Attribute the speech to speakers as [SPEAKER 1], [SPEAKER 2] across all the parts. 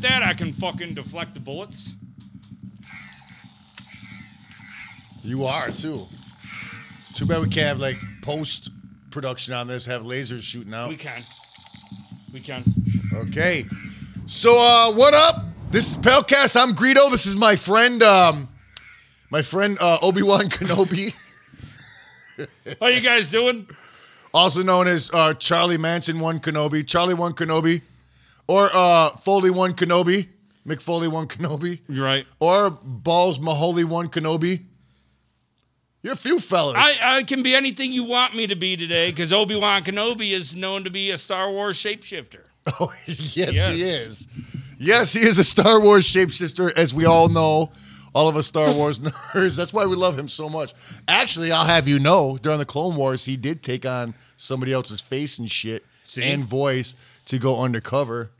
[SPEAKER 1] that, I can fucking deflect the bullets.
[SPEAKER 2] You are too. Too bad we can't have like post production on this. Have lasers shooting out.
[SPEAKER 1] We can. We can.
[SPEAKER 2] Okay. So uh what up? This is Pelcast. I'm Greedo. This is my friend um my friend uh Obi-Wan Kenobi,
[SPEAKER 1] How you guys doing?
[SPEAKER 2] also known as uh Charlie Manson 1 Kenobi, Charlie 1 Kenobi, or uh Foley 1 Kenobi, McFoley 1 Kenobi,
[SPEAKER 1] You're right.
[SPEAKER 2] or Balls Maholi 1 Kenobi. You're a few fellas.
[SPEAKER 1] I, I can be anything you want me to be today because Obi Wan Kenobi is known to be a Star Wars shapeshifter.
[SPEAKER 2] Oh, yes,
[SPEAKER 1] Yes.
[SPEAKER 2] he is. Yes, he is a Star Wars shapeshifter, as we all know. All of us Star Wars nerds. That's why we love him so much. Actually, I'll have you know, during the Clone Wars, he did take on somebody else's face and shit
[SPEAKER 1] See?
[SPEAKER 2] and voice to go undercover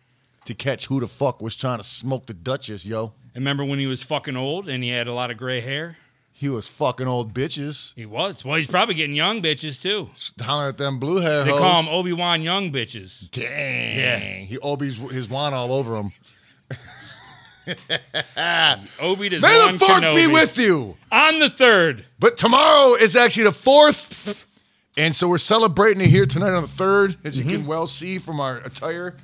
[SPEAKER 2] to catch who the fuck was trying to smoke the Duchess, yo.
[SPEAKER 1] And remember when he was fucking old and he had a lot of gray hair?
[SPEAKER 2] He was fucking old bitches.
[SPEAKER 1] He was. Well, he's probably getting young bitches too.
[SPEAKER 2] Hollering at them blue hair
[SPEAKER 1] They
[SPEAKER 2] hoes.
[SPEAKER 1] call him Obi Wan Young Bitches.
[SPEAKER 2] Dang.
[SPEAKER 1] Yeah.
[SPEAKER 2] He Obi's his wand all over him.
[SPEAKER 1] Obi to
[SPEAKER 2] May the
[SPEAKER 1] Zwan
[SPEAKER 2] fork be
[SPEAKER 1] Kenobi.
[SPEAKER 2] with you.
[SPEAKER 1] On the third.
[SPEAKER 2] But tomorrow is actually the fourth. And so we're celebrating it here tonight on the third, as you can well see from our attire.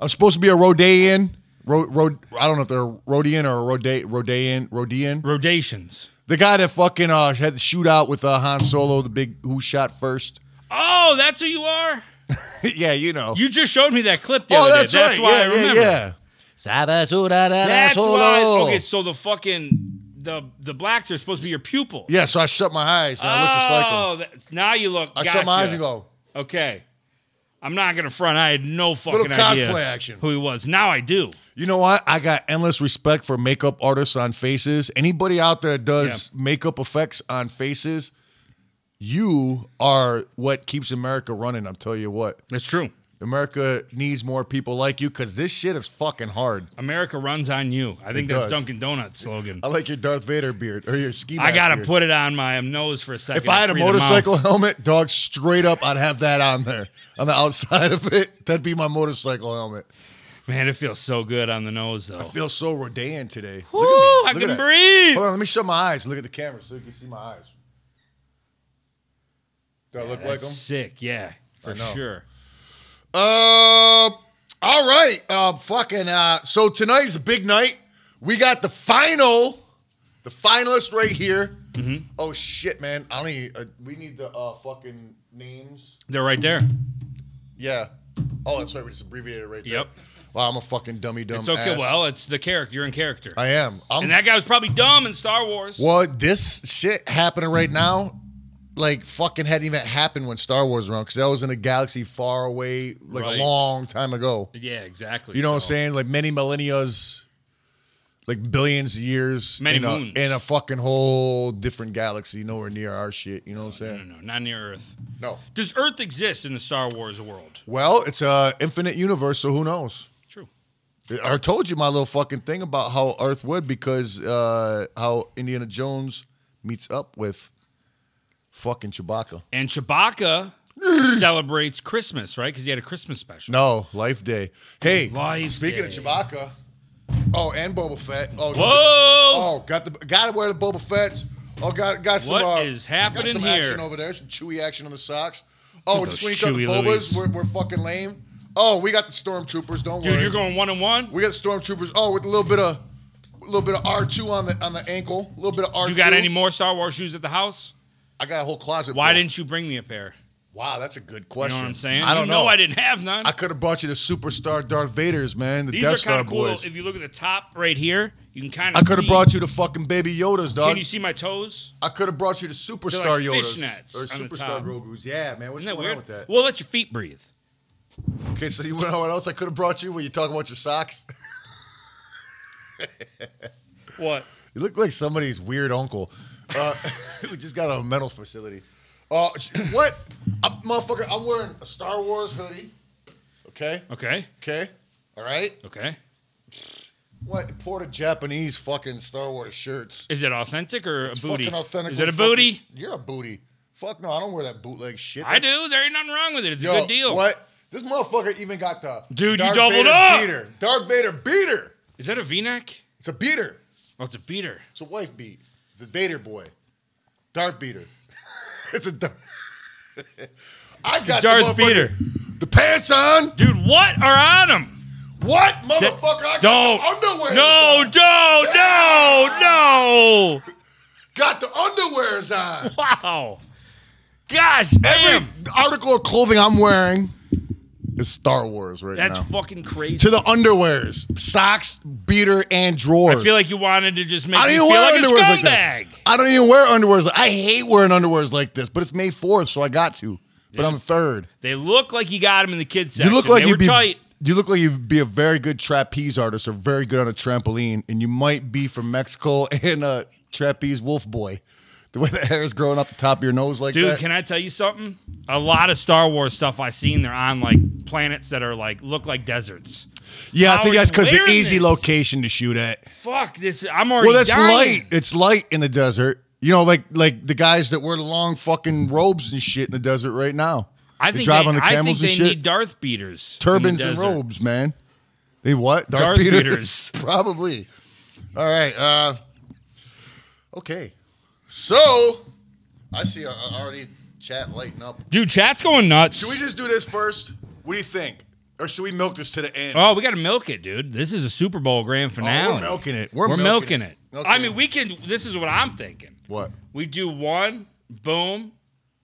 [SPEAKER 2] I'm supposed to be a Rhodanian. Ro- Ro- I don't know if they're Rhodian or Rhoda- Rhodanian. Rhodian.
[SPEAKER 1] Rodations.
[SPEAKER 2] The guy that fucking uh, had the shootout with uh, Han Solo, the big who shot first.
[SPEAKER 1] Oh, that's who you are?
[SPEAKER 2] yeah, you know.
[SPEAKER 1] You just showed me that clip the
[SPEAKER 2] oh,
[SPEAKER 1] other
[SPEAKER 2] that's,
[SPEAKER 1] day. That's
[SPEAKER 2] right.
[SPEAKER 1] why
[SPEAKER 2] yeah,
[SPEAKER 1] I remember.
[SPEAKER 2] Yeah, yeah.
[SPEAKER 1] That's
[SPEAKER 2] That's
[SPEAKER 1] why. Okay, so the fucking the the blacks are supposed to be your pupil.
[SPEAKER 2] Yeah, so I shut my eyes and I looked just like him.
[SPEAKER 1] oh, that- now you look.
[SPEAKER 2] I
[SPEAKER 1] gotcha.
[SPEAKER 2] shut my eyes and go,
[SPEAKER 1] Okay. I'm not gonna front. I had no fucking
[SPEAKER 2] little
[SPEAKER 1] idea
[SPEAKER 2] cosplay action.
[SPEAKER 1] who he was. Now I do.
[SPEAKER 2] You know what? I got endless respect for makeup artists on faces. Anybody out there that does makeup effects on faces, you are what keeps America running. I'm telling you what.
[SPEAKER 1] That's true.
[SPEAKER 2] America needs more people like you because this shit is fucking hard.
[SPEAKER 1] America runs on you. I think that's
[SPEAKER 2] does.
[SPEAKER 1] Dunkin' Donuts slogan.
[SPEAKER 2] I like your Darth Vader beard or your ski.
[SPEAKER 1] I
[SPEAKER 2] mask
[SPEAKER 1] gotta
[SPEAKER 2] beard.
[SPEAKER 1] put it on my nose for a second.
[SPEAKER 2] If I had a
[SPEAKER 1] Free the mouth.
[SPEAKER 2] motorcycle helmet, dog, straight up, I'd have that on there on the outside of it. That'd be my motorcycle helmet.
[SPEAKER 1] man, it feels so good on the nose though.
[SPEAKER 2] Feel so Rodan today.
[SPEAKER 1] Woo!
[SPEAKER 2] Look at me. Look
[SPEAKER 1] I
[SPEAKER 2] at
[SPEAKER 1] can
[SPEAKER 2] that.
[SPEAKER 1] breathe.
[SPEAKER 2] Hold on, let me shut my eyes and look at the camera so you can see my eyes. Do I look like
[SPEAKER 1] That's
[SPEAKER 2] them?
[SPEAKER 1] sick. Yeah, for
[SPEAKER 2] know.
[SPEAKER 1] sure.
[SPEAKER 2] Uh, all right. Uh, fucking. Uh, so tonight's a big night. We got the final, the finalist right here.
[SPEAKER 1] Mm-hmm.
[SPEAKER 2] Oh shit, man! I don't need. Uh, we need the uh, fucking names.
[SPEAKER 1] They're right there.
[SPEAKER 2] Yeah. Oh, that's right. We just abbreviated it right there.
[SPEAKER 1] Yep.
[SPEAKER 2] Wow, I'm a fucking dummy dumb.
[SPEAKER 1] It's okay.
[SPEAKER 2] ass.
[SPEAKER 1] Well, it's the character. You're in character.
[SPEAKER 2] I am. I'm
[SPEAKER 1] and that guy was probably dumb in Star Wars.
[SPEAKER 2] Well, this shit happening right now, like fucking hadn't even happened when Star Wars was around because that was in a galaxy far away, like
[SPEAKER 1] Right.
[SPEAKER 2] a long time ago.
[SPEAKER 1] Yeah, exactly.
[SPEAKER 2] You know what I'm
[SPEAKER 1] So,
[SPEAKER 2] saying? Like many millennia's, like billions of years
[SPEAKER 1] Many
[SPEAKER 2] in, a,
[SPEAKER 1] moons.
[SPEAKER 2] in a fucking whole different galaxy, nowhere near our shit. You know what I'm
[SPEAKER 1] No,
[SPEAKER 2] saying?
[SPEAKER 1] no, not near Earth.
[SPEAKER 2] No.
[SPEAKER 1] Does Earth exist in the Star Wars world?
[SPEAKER 2] Well, it's a infinite universe, so who knows?
[SPEAKER 1] True.
[SPEAKER 2] I told you my little fucking thing about how Earth would because uh, how Indiana Jones meets up with fucking Chewbacca.
[SPEAKER 1] And Chewbacca celebrates Christmas, right? Because he had a Christmas special.
[SPEAKER 2] No, Life Day. Hey,
[SPEAKER 1] Life
[SPEAKER 2] speaking
[SPEAKER 1] Day.
[SPEAKER 2] of Chewbacca, oh, and Boba Fett. Oh,
[SPEAKER 1] Whoa!
[SPEAKER 2] oh, got the got to wear the Boba Fett's. Oh, got got some.
[SPEAKER 1] What
[SPEAKER 2] uh,
[SPEAKER 1] is happening
[SPEAKER 2] got some
[SPEAKER 1] here?
[SPEAKER 2] Action over there, some chewy action on the socks. Oh,
[SPEAKER 1] those
[SPEAKER 2] just when you got the Bobas,
[SPEAKER 1] chewy Louis.
[SPEAKER 2] we're, we're fucking lame. Oh, we got the stormtroopers. Don't
[SPEAKER 1] Dude,
[SPEAKER 2] worry,
[SPEAKER 1] you're going one and one.
[SPEAKER 2] we got the stormtroopers. Oh, with a little bit of. A little bit of R two on the on the ankle, a little bit of R two.
[SPEAKER 1] You got any more Star Wars shoes at the house?
[SPEAKER 2] I got a whole closet.
[SPEAKER 1] Why
[SPEAKER 2] full.
[SPEAKER 1] didn't you bring me a pair?
[SPEAKER 2] Wow, that's a good
[SPEAKER 1] You know
[SPEAKER 2] question.
[SPEAKER 1] what I'm saying?
[SPEAKER 2] I don't
[SPEAKER 1] you
[SPEAKER 2] know.
[SPEAKER 1] know. I didn't have none.
[SPEAKER 2] I could have brought you the superstar Darth Vader's man, the
[SPEAKER 1] These
[SPEAKER 2] Death
[SPEAKER 1] are kind
[SPEAKER 2] Star
[SPEAKER 1] of cool.
[SPEAKER 2] boys.
[SPEAKER 1] If you look at the top right here, you can kind
[SPEAKER 2] I
[SPEAKER 1] of.
[SPEAKER 2] could have brought you the fucking baby Yodas,
[SPEAKER 1] Can
[SPEAKER 2] dog.
[SPEAKER 1] you see my toes?
[SPEAKER 2] I could have brought you the superstar
[SPEAKER 1] They're like
[SPEAKER 2] Yodas
[SPEAKER 1] fishnets
[SPEAKER 2] or
[SPEAKER 1] on the
[SPEAKER 2] superstar
[SPEAKER 1] top.
[SPEAKER 2] Grogu's. Yeah, man, what's
[SPEAKER 1] Isn't that
[SPEAKER 2] going
[SPEAKER 1] weird?
[SPEAKER 2] on with that?
[SPEAKER 1] We'll let your feet breathe.
[SPEAKER 2] okay, so you know what else I could have brought you when you talking about your socks?
[SPEAKER 1] What?
[SPEAKER 2] you look like somebody's weird uncle. Uh, we just got out of a mental facility. Uh, sh- what, i motherfucker? I'm wearing a Star Wars hoodie. Okay.
[SPEAKER 1] Okay.
[SPEAKER 2] Okay. All right.
[SPEAKER 1] Okay.
[SPEAKER 2] What? Imported Japanese fucking Star Wars shirts.
[SPEAKER 1] Is it authentic or
[SPEAKER 2] It's
[SPEAKER 1] a booty?
[SPEAKER 2] fucking authentic.
[SPEAKER 1] Is it a booty?
[SPEAKER 2] You're a booty. Fuck no, I don't wear that bootleg shit.
[SPEAKER 1] I do. There ain't nothing wrong with it. It's a
[SPEAKER 2] Yo,
[SPEAKER 1] good deal.
[SPEAKER 2] What? This motherfucker even got the
[SPEAKER 1] Dude, you
[SPEAKER 2] Darth
[SPEAKER 1] doubled
[SPEAKER 2] Vader
[SPEAKER 1] up.
[SPEAKER 2] Beater. Darth Vader beater.
[SPEAKER 1] Is that a V-neck?
[SPEAKER 2] It's a beater.
[SPEAKER 1] Oh, it's a beater.
[SPEAKER 2] It's a wife beat. It's a Vader boy. Darth beater. it's a Darth. I've got
[SPEAKER 1] Darth
[SPEAKER 2] the motherfucker-
[SPEAKER 1] beater.
[SPEAKER 2] The pants on.
[SPEAKER 1] Dude, what are on him?
[SPEAKER 2] What, motherfucker? I got
[SPEAKER 1] Don't.
[SPEAKER 2] the underwear.
[SPEAKER 1] No, don't. No, no.
[SPEAKER 2] Got the underwears on.
[SPEAKER 1] Wow. Gosh
[SPEAKER 2] Every
[SPEAKER 1] damn.
[SPEAKER 2] article of clothing I'm wearing is Star Wars right
[SPEAKER 1] That's
[SPEAKER 2] now.
[SPEAKER 1] fucking crazy.
[SPEAKER 2] to the underwears, socks, beater, and drawers.
[SPEAKER 1] I feel like you wanted to just make
[SPEAKER 2] I
[SPEAKER 1] me
[SPEAKER 2] don't
[SPEAKER 1] feel
[SPEAKER 2] even wear
[SPEAKER 1] like a
[SPEAKER 2] underwears like
[SPEAKER 1] scumbag.
[SPEAKER 2] this. I don't even wear underwears. Like, I hate wearing underwears like this, but it's May 4th, so I got to. But I'm third.
[SPEAKER 1] they look like you got him in the kids section.
[SPEAKER 2] You look like
[SPEAKER 1] they
[SPEAKER 2] you'd
[SPEAKER 1] were
[SPEAKER 2] be
[SPEAKER 1] tight.
[SPEAKER 2] you look like you'd be a very good trapeze artist or very good on a trampoline, and you might be from Mexico and a trapeze wolf boy. The way the hair is growing off the top of your nose like
[SPEAKER 1] Dude,
[SPEAKER 2] that.
[SPEAKER 1] can I tell you something? A lot of Star Wars stuff I've seen, they're on like planets that are like look like deserts.
[SPEAKER 2] yeah, I
[SPEAKER 1] how
[SPEAKER 2] think
[SPEAKER 1] are
[SPEAKER 2] that's
[SPEAKER 1] you
[SPEAKER 2] because an
[SPEAKER 1] wearing
[SPEAKER 2] easy
[SPEAKER 1] this?
[SPEAKER 2] location to shoot at.
[SPEAKER 1] Fuck this! I'm already
[SPEAKER 2] Well, that's
[SPEAKER 1] dying.
[SPEAKER 2] light. It's light in the desert. You know, like like the guys that wear the long fucking robes and shit in the desert right now.
[SPEAKER 1] I
[SPEAKER 2] they
[SPEAKER 1] think
[SPEAKER 2] drive
[SPEAKER 1] they,
[SPEAKER 2] on the
[SPEAKER 1] I think
[SPEAKER 2] camels
[SPEAKER 1] they
[SPEAKER 2] and shit.
[SPEAKER 1] need Darth beaters, in the
[SPEAKER 2] Turbans and
[SPEAKER 1] desert.
[SPEAKER 2] robes, man. They what?
[SPEAKER 1] Darth Peters.
[SPEAKER 2] Probably. All right. Uh, okay. So I see a- a- already chat lighting up.
[SPEAKER 1] Dude, chat's going nuts.
[SPEAKER 2] Should we just do this first? What do you think? Or should we milk this to the end?
[SPEAKER 1] oh, we got to milk it, dude. This is a Super Bowl grand finale.
[SPEAKER 2] Oh, we're milking it.
[SPEAKER 1] We're,
[SPEAKER 2] We're,
[SPEAKER 1] milking, it.
[SPEAKER 2] Okay.
[SPEAKER 1] I mean, we can. This is what I'm thinking.
[SPEAKER 2] what?
[SPEAKER 1] We do one, boom,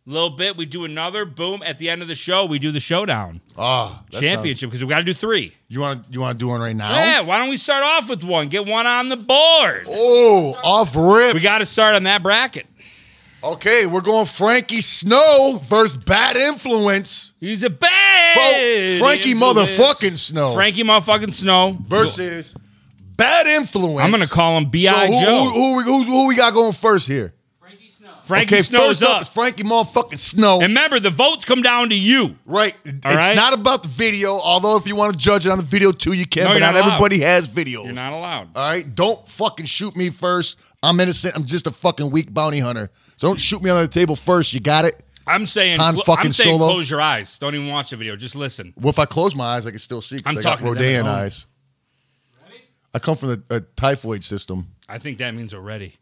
[SPEAKER 1] little bit. We do another, boom. At the end of the show, we do the showdown
[SPEAKER 2] Oh,
[SPEAKER 1] championship because we got to do three.
[SPEAKER 2] you want you want to do one right now?
[SPEAKER 1] Yeah, why don't we start off with one? Get one on the board.
[SPEAKER 2] Oh, off rip.
[SPEAKER 1] We got to start on that bracket.
[SPEAKER 2] Okay, we're going Frankie Snow versus Bad Influence.
[SPEAKER 1] He's a bad
[SPEAKER 2] Fo- Frankie
[SPEAKER 1] influence.
[SPEAKER 2] motherfucking Snow
[SPEAKER 1] Frankie motherfucking Snow
[SPEAKER 2] versus Bad Influence.
[SPEAKER 1] I'm gonna call him
[SPEAKER 2] so
[SPEAKER 1] Bi
[SPEAKER 2] who,
[SPEAKER 1] Joe.
[SPEAKER 2] Who, who, who, who we got going first here?
[SPEAKER 1] Frankie Snow's
[SPEAKER 2] first up.
[SPEAKER 1] up.
[SPEAKER 2] is Frankie motherfucking Snow.
[SPEAKER 1] And remember, the votes come down to you.
[SPEAKER 2] right. It's
[SPEAKER 1] right.
[SPEAKER 2] not about the video, although if you want to judge it on the video too, you can,
[SPEAKER 1] No,
[SPEAKER 2] but
[SPEAKER 1] you're
[SPEAKER 2] not
[SPEAKER 1] not allowed.
[SPEAKER 2] everybody has videos.
[SPEAKER 1] You're not allowed.
[SPEAKER 2] All right, don't fucking shoot me first. I'm innocent. I'm just a fucking weak bounty hunter. So don't shoot me on the table first. You got it?
[SPEAKER 1] I'm saying,
[SPEAKER 2] Han
[SPEAKER 1] cl-
[SPEAKER 2] fucking
[SPEAKER 1] I'm saying
[SPEAKER 2] Solo.
[SPEAKER 1] close your eyes. Don't even watch the video. Just listen.
[SPEAKER 2] Well, if I close my eyes, I can still see. 'cause
[SPEAKER 1] I'm
[SPEAKER 2] I got
[SPEAKER 1] talking to them at
[SPEAKER 2] Rodan
[SPEAKER 1] home.
[SPEAKER 2] eyes. I come from the a typhoid system.
[SPEAKER 1] I think that means we're ready.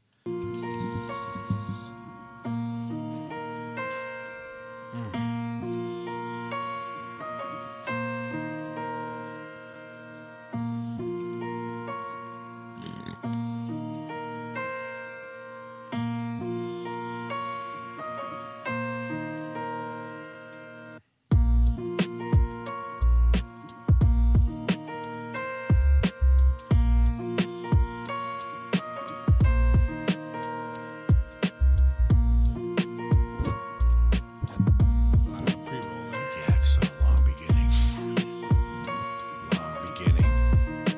[SPEAKER 3] Yeah, it's a long beginning. Long beginning.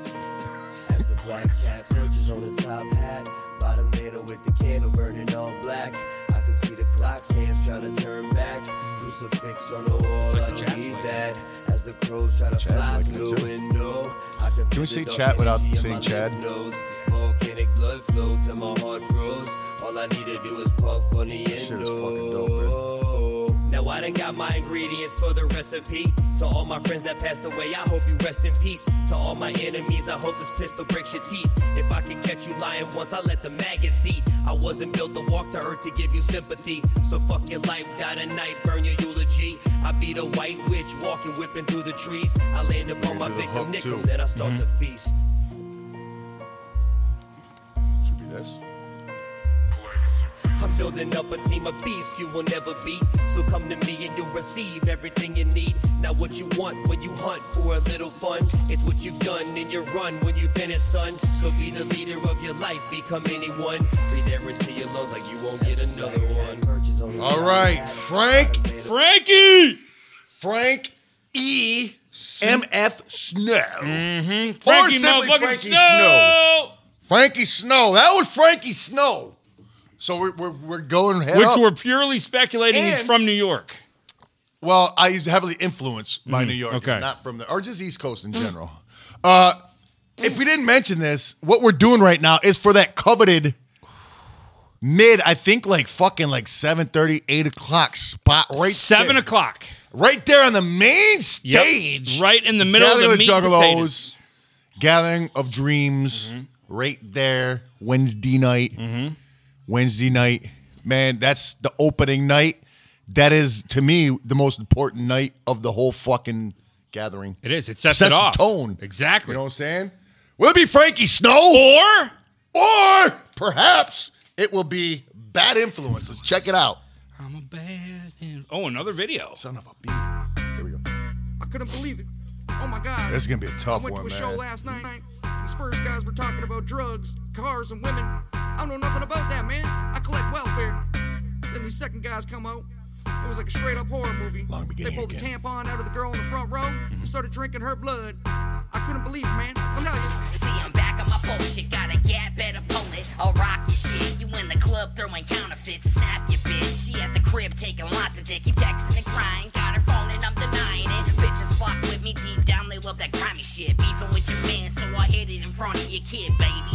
[SPEAKER 4] As the black cat perches on the top hat, bottom middle with the candle burning all black. I can see the clock's hands trying to turn back. Crucifix on the wall,
[SPEAKER 1] like
[SPEAKER 4] I
[SPEAKER 1] the
[SPEAKER 4] don't
[SPEAKER 1] chat's
[SPEAKER 4] need
[SPEAKER 1] like
[SPEAKER 4] that. As the crows try to fly
[SPEAKER 2] like
[SPEAKER 4] through
[SPEAKER 2] that,
[SPEAKER 4] the
[SPEAKER 2] too.
[SPEAKER 4] window, I can
[SPEAKER 2] we say chat without saying Chad?
[SPEAKER 4] Nodes. Volcanic blood flow till my heart froze. All I need to do is puff on the
[SPEAKER 2] shit is
[SPEAKER 4] end.
[SPEAKER 2] fucking dope, man.
[SPEAKER 4] Now I done got my ingredients for the recipe. To all my friends that passed away, I hope you rest in peace. To all my enemies, I hope this pistol breaks your teeth. If I can catch you lying once, I let the maggots eat. I wasn't built to walk to earth to give you sympathy. So fuck your life, die tonight, burn your eulogy. I be the white witch walking, whipping through the trees. I land upon my
[SPEAKER 2] do the hook,
[SPEAKER 4] victim nickel,
[SPEAKER 2] too. Mm-hmm.
[SPEAKER 4] then I start to feast.
[SPEAKER 2] Should be this.
[SPEAKER 4] I'm building up a team of beasts you will never beat. So come to me and you'll receive everything you need. Now what you want when you hunt for a little fun. It's what you've done in your run when you finish, son. So be the leader of your life, become anyone. Breathe air into your lungs like you won't get another one.
[SPEAKER 2] All right, Frank,
[SPEAKER 1] Frankie!
[SPEAKER 2] Frank E. M. F. Snow.
[SPEAKER 1] Mm-hmm. Frankie
[SPEAKER 2] simply
[SPEAKER 1] motherfucking
[SPEAKER 2] Frankie
[SPEAKER 1] Snow!
[SPEAKER 2] Frankie Snow. That was Frankie Snow. So we're we're, we're going head
[SPEAKER 1] Which
[SPEAKER 2] up.
[SPEAKER 1] we're purely speculating
[SPEAKER 2] And-
[SPEAKER 1] he's from New York.
[SPEAKER 2] well, I used heavily influenced by New York,
[SPEAKER 1] Mm, okay.
[SPEAKER 2] not from the or just East Coast in general. uh, if we didn't mention this, what we're doing right now is for that coveted mid. I think like fucking like 7:30, 8 o'clock spot right
[SPEAKER 1] Seven
[SPEAKER 2] there.
[SPEAKER 1] o'clock.
[SPEAKER 2] right there on the main
[SPEAKER 1] Yep.
[SPEAKER 2] stage.
[SPEAKER 1] Right in the middle
[SPEAKER 2] Gathering
[SPEAKER 1] of the meat and
[SPEAKER 2] Juggalos. Gathering of Dreams right there Wednesday night. Wednesday night, man, that's the opening night. That is to me the most important night of the whole fucking gathering.
[SPEAKER 1] It is. It sets,
[SPEAKER 2] Sets
[SPEAKER 1] it
[SPEAKER 2] the
[SPEAKER 1] off.
[SPEAKER 2] tone.
[SPEAKER 1] Exactly.
[SPEAKER 2] You know what I'm saying? Will it be Frankie Snow?
[SPEAKER 1] or
[SPEAKER 2] Or perhaps it will be Bad Influences. Check it out.
[SPEAKER 1] I'm a bad. in- Oh, another video.
[SPEAKER 2] Son of a bee. Here we go.
[SPEAKER 5] I couldn't believe it. Oh my God.
[SPEAKER 2] This is gonna be a tough
[SPEAKER 5] I went
[SPEAKER 2] one,
[SPEAKER 5] to a show
[SPEAKER 2] man.
[SPEAKER 5] last night. These Spurs guys were talking about drugs, cars, and women. I know nothing about that, man. I collect welfare. Then these second guys come out. It was like a straight up horror movie.
[SPEAKER 3] Long
[SPEAKER 5] they
[SPEAKER 3] beginning
[SPEAKER 5] pulled the
[SPEAKER 3] again.
[SPEAKER 5] tampon out of the girl in the front row
[SPEAKER 2] Mm-hmm.
[SPEAKER 5] and started drinking her blood. I couldn't believe it, man. I'm telling you.
[SPEAKER 6] See, I'm back on my bullshit. Got a gap, better pull it. I'll rock your shit. You in the club throwing counterfeits. Snap your bitch. She at the crib taking lots of dick. Keep texting and crying. Got her phone and I'm denying it. Bitches fuck with me deep down. They love that grimy shit. Beefing with your man, so I hit it in front of your kid, baby.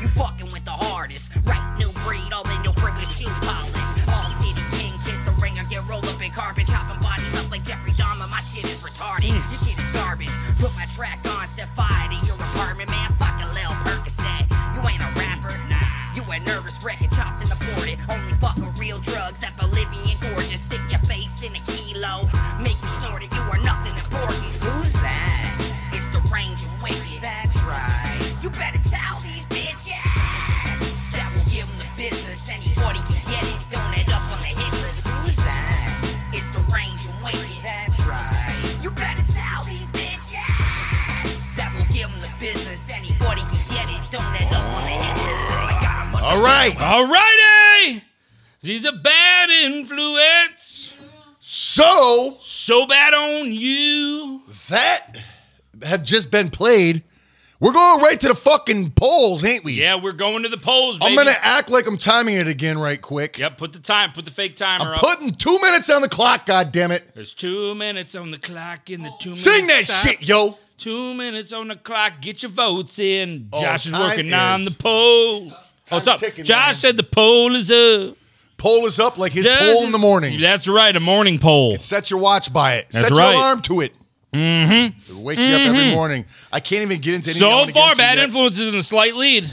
[SPEAKER 6] You fucking with the hardest. Right, new breed. All in your crib is shoe polish. All city king. Kiss the ring. I get rolled up in carpet. Chopping bodies up like Jeffrey Dahmer. My shit is retarded. Your shit is garbage. Put my track on. Set fire to your apartment, man. Fuck a little Percocet. You ain't a rapper, nah. You a nervous wreck and chopped and aborted. Only fucking real drugs that Bolivian gorgeous. Stick your face in a kilo. Make you snort it. You are nothing important. Who's that? It's the Ranger Wicked. That's right. You better tell these bitches. That will give 'em the business. Anybody can get it. Don't end up on the hit list. Who's that? It's the Ranger Wicked. That's right. You better tell these bitches. That will give 'em the business. Anybody can get it. Don't end up on the hit list. I got 'em
[SPEAKER 2] All right.
[SPEAKER 1] All righty. He's a bad influence.
[SPEAKER 2] So
[SPEAKER 1] So bad on you.
[SPEAKER 2] that have just been played. We're going right to the fucking polls, ain't we?
[SPEAKER 1] Yeah, we're going to the polls, baby.
[SPEAKER 2] I'm gonna act like I'm timing it again right quick.
[SPEAKER 1] Yep, put the time, put the fake timer
[SPEAKER 2] I'm
[SPEAKER 1] up.
[SPEAKER 2] putting two minutes on the clock, god damn it.
[SPEAKER 1] There's two minutes on the clock in the two
[SPEAKER 2] Sing that
[SPEAKER 1] minutes. stop.
[SPEAKER 2] shit, yo.
[SPEAKER 1] Two minutes on the clock. Get your votes in.
[SPEAKER 2] Oh,
[SPEAKER 1] Josh is
[SPEAKER 2] time
[SPEAKER 1] working on
[SPEAKER 2] is-
[SPEAKER 1] the poll. Oh, it's up.
[SPEAKER 2] ticking,
[SPEAKER 1] Josh
[SPEAKER 2] man.
[SPEAKER 1] said the poll is up.
[SPEAKER 2] Poll is up like his
[SPEAKER 1] Josh
[SPEAKER 2] poll in
[SPEAKER 1] is-
[SPEAKER 2] the morning.
[SPEAKER 1] That's right, a morning poll.
[SPEAKER 2] Set your watch by it.
[SPEAKER 1] That's
[SPEAKER 2] Set your
[SPEAKER 1] right.
[SPEAKER 2] alarm to it. Mm-hmm. It'll wake you up every morning. I can't even get into any I
[SPEAKER 1] So
[SPEAKER 2] wanna get
[SPEAKER 1] far,
[SPEAKER 2] into
[SPEAKER 1] bad
[SPEAKER 2] yet.
[SPEAKER 1] influences in a slight lead,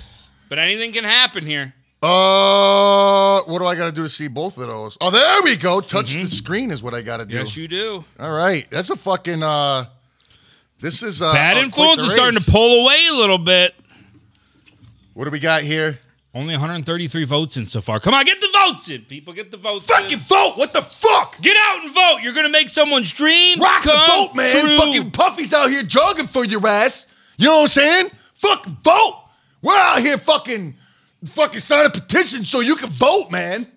[SPEAKER 1] but anything can happen here.
[SPEAKER 2] Uh, what do I got to do to see both of those? Oh, there we go. Touch the screen is what I got to do.
[SPEAKER 1] Mm-hmm. Yes, you do.
[SPEAKER 2] All right, that's a fucking. uh This is uh,
[SPEAKER 1] Bad
[SPEAKER 2] a quick
[SPEAKER 1] influence is
[SPEAKER 2] erase.
[SPEAKER 1] starting to pull away a little bit.
[SPEAKER 2] What do we got here?
[SPEAKER 1] Only 133 votes in so far. Come on, get the votes in, people. Get the votes
[SPEAKER 2] Fucking
[SPEAKER 1] in.
[SPEAKER 2] vote! What the fuck?
[SPEAKER 1] Get out and vote. You're going to make someone's dream
[SPEAKER 2] Rock the
[SPEAKER 1] come
[SPEAKER 2] vote, man!
[SPEAKER 1] true.
[SPEAKER 2] Fucking puffies out here jogging for your ass. You know what I'm saying? Fucking vote! We're out here fucking, fucking sign a petition so you can vote, man.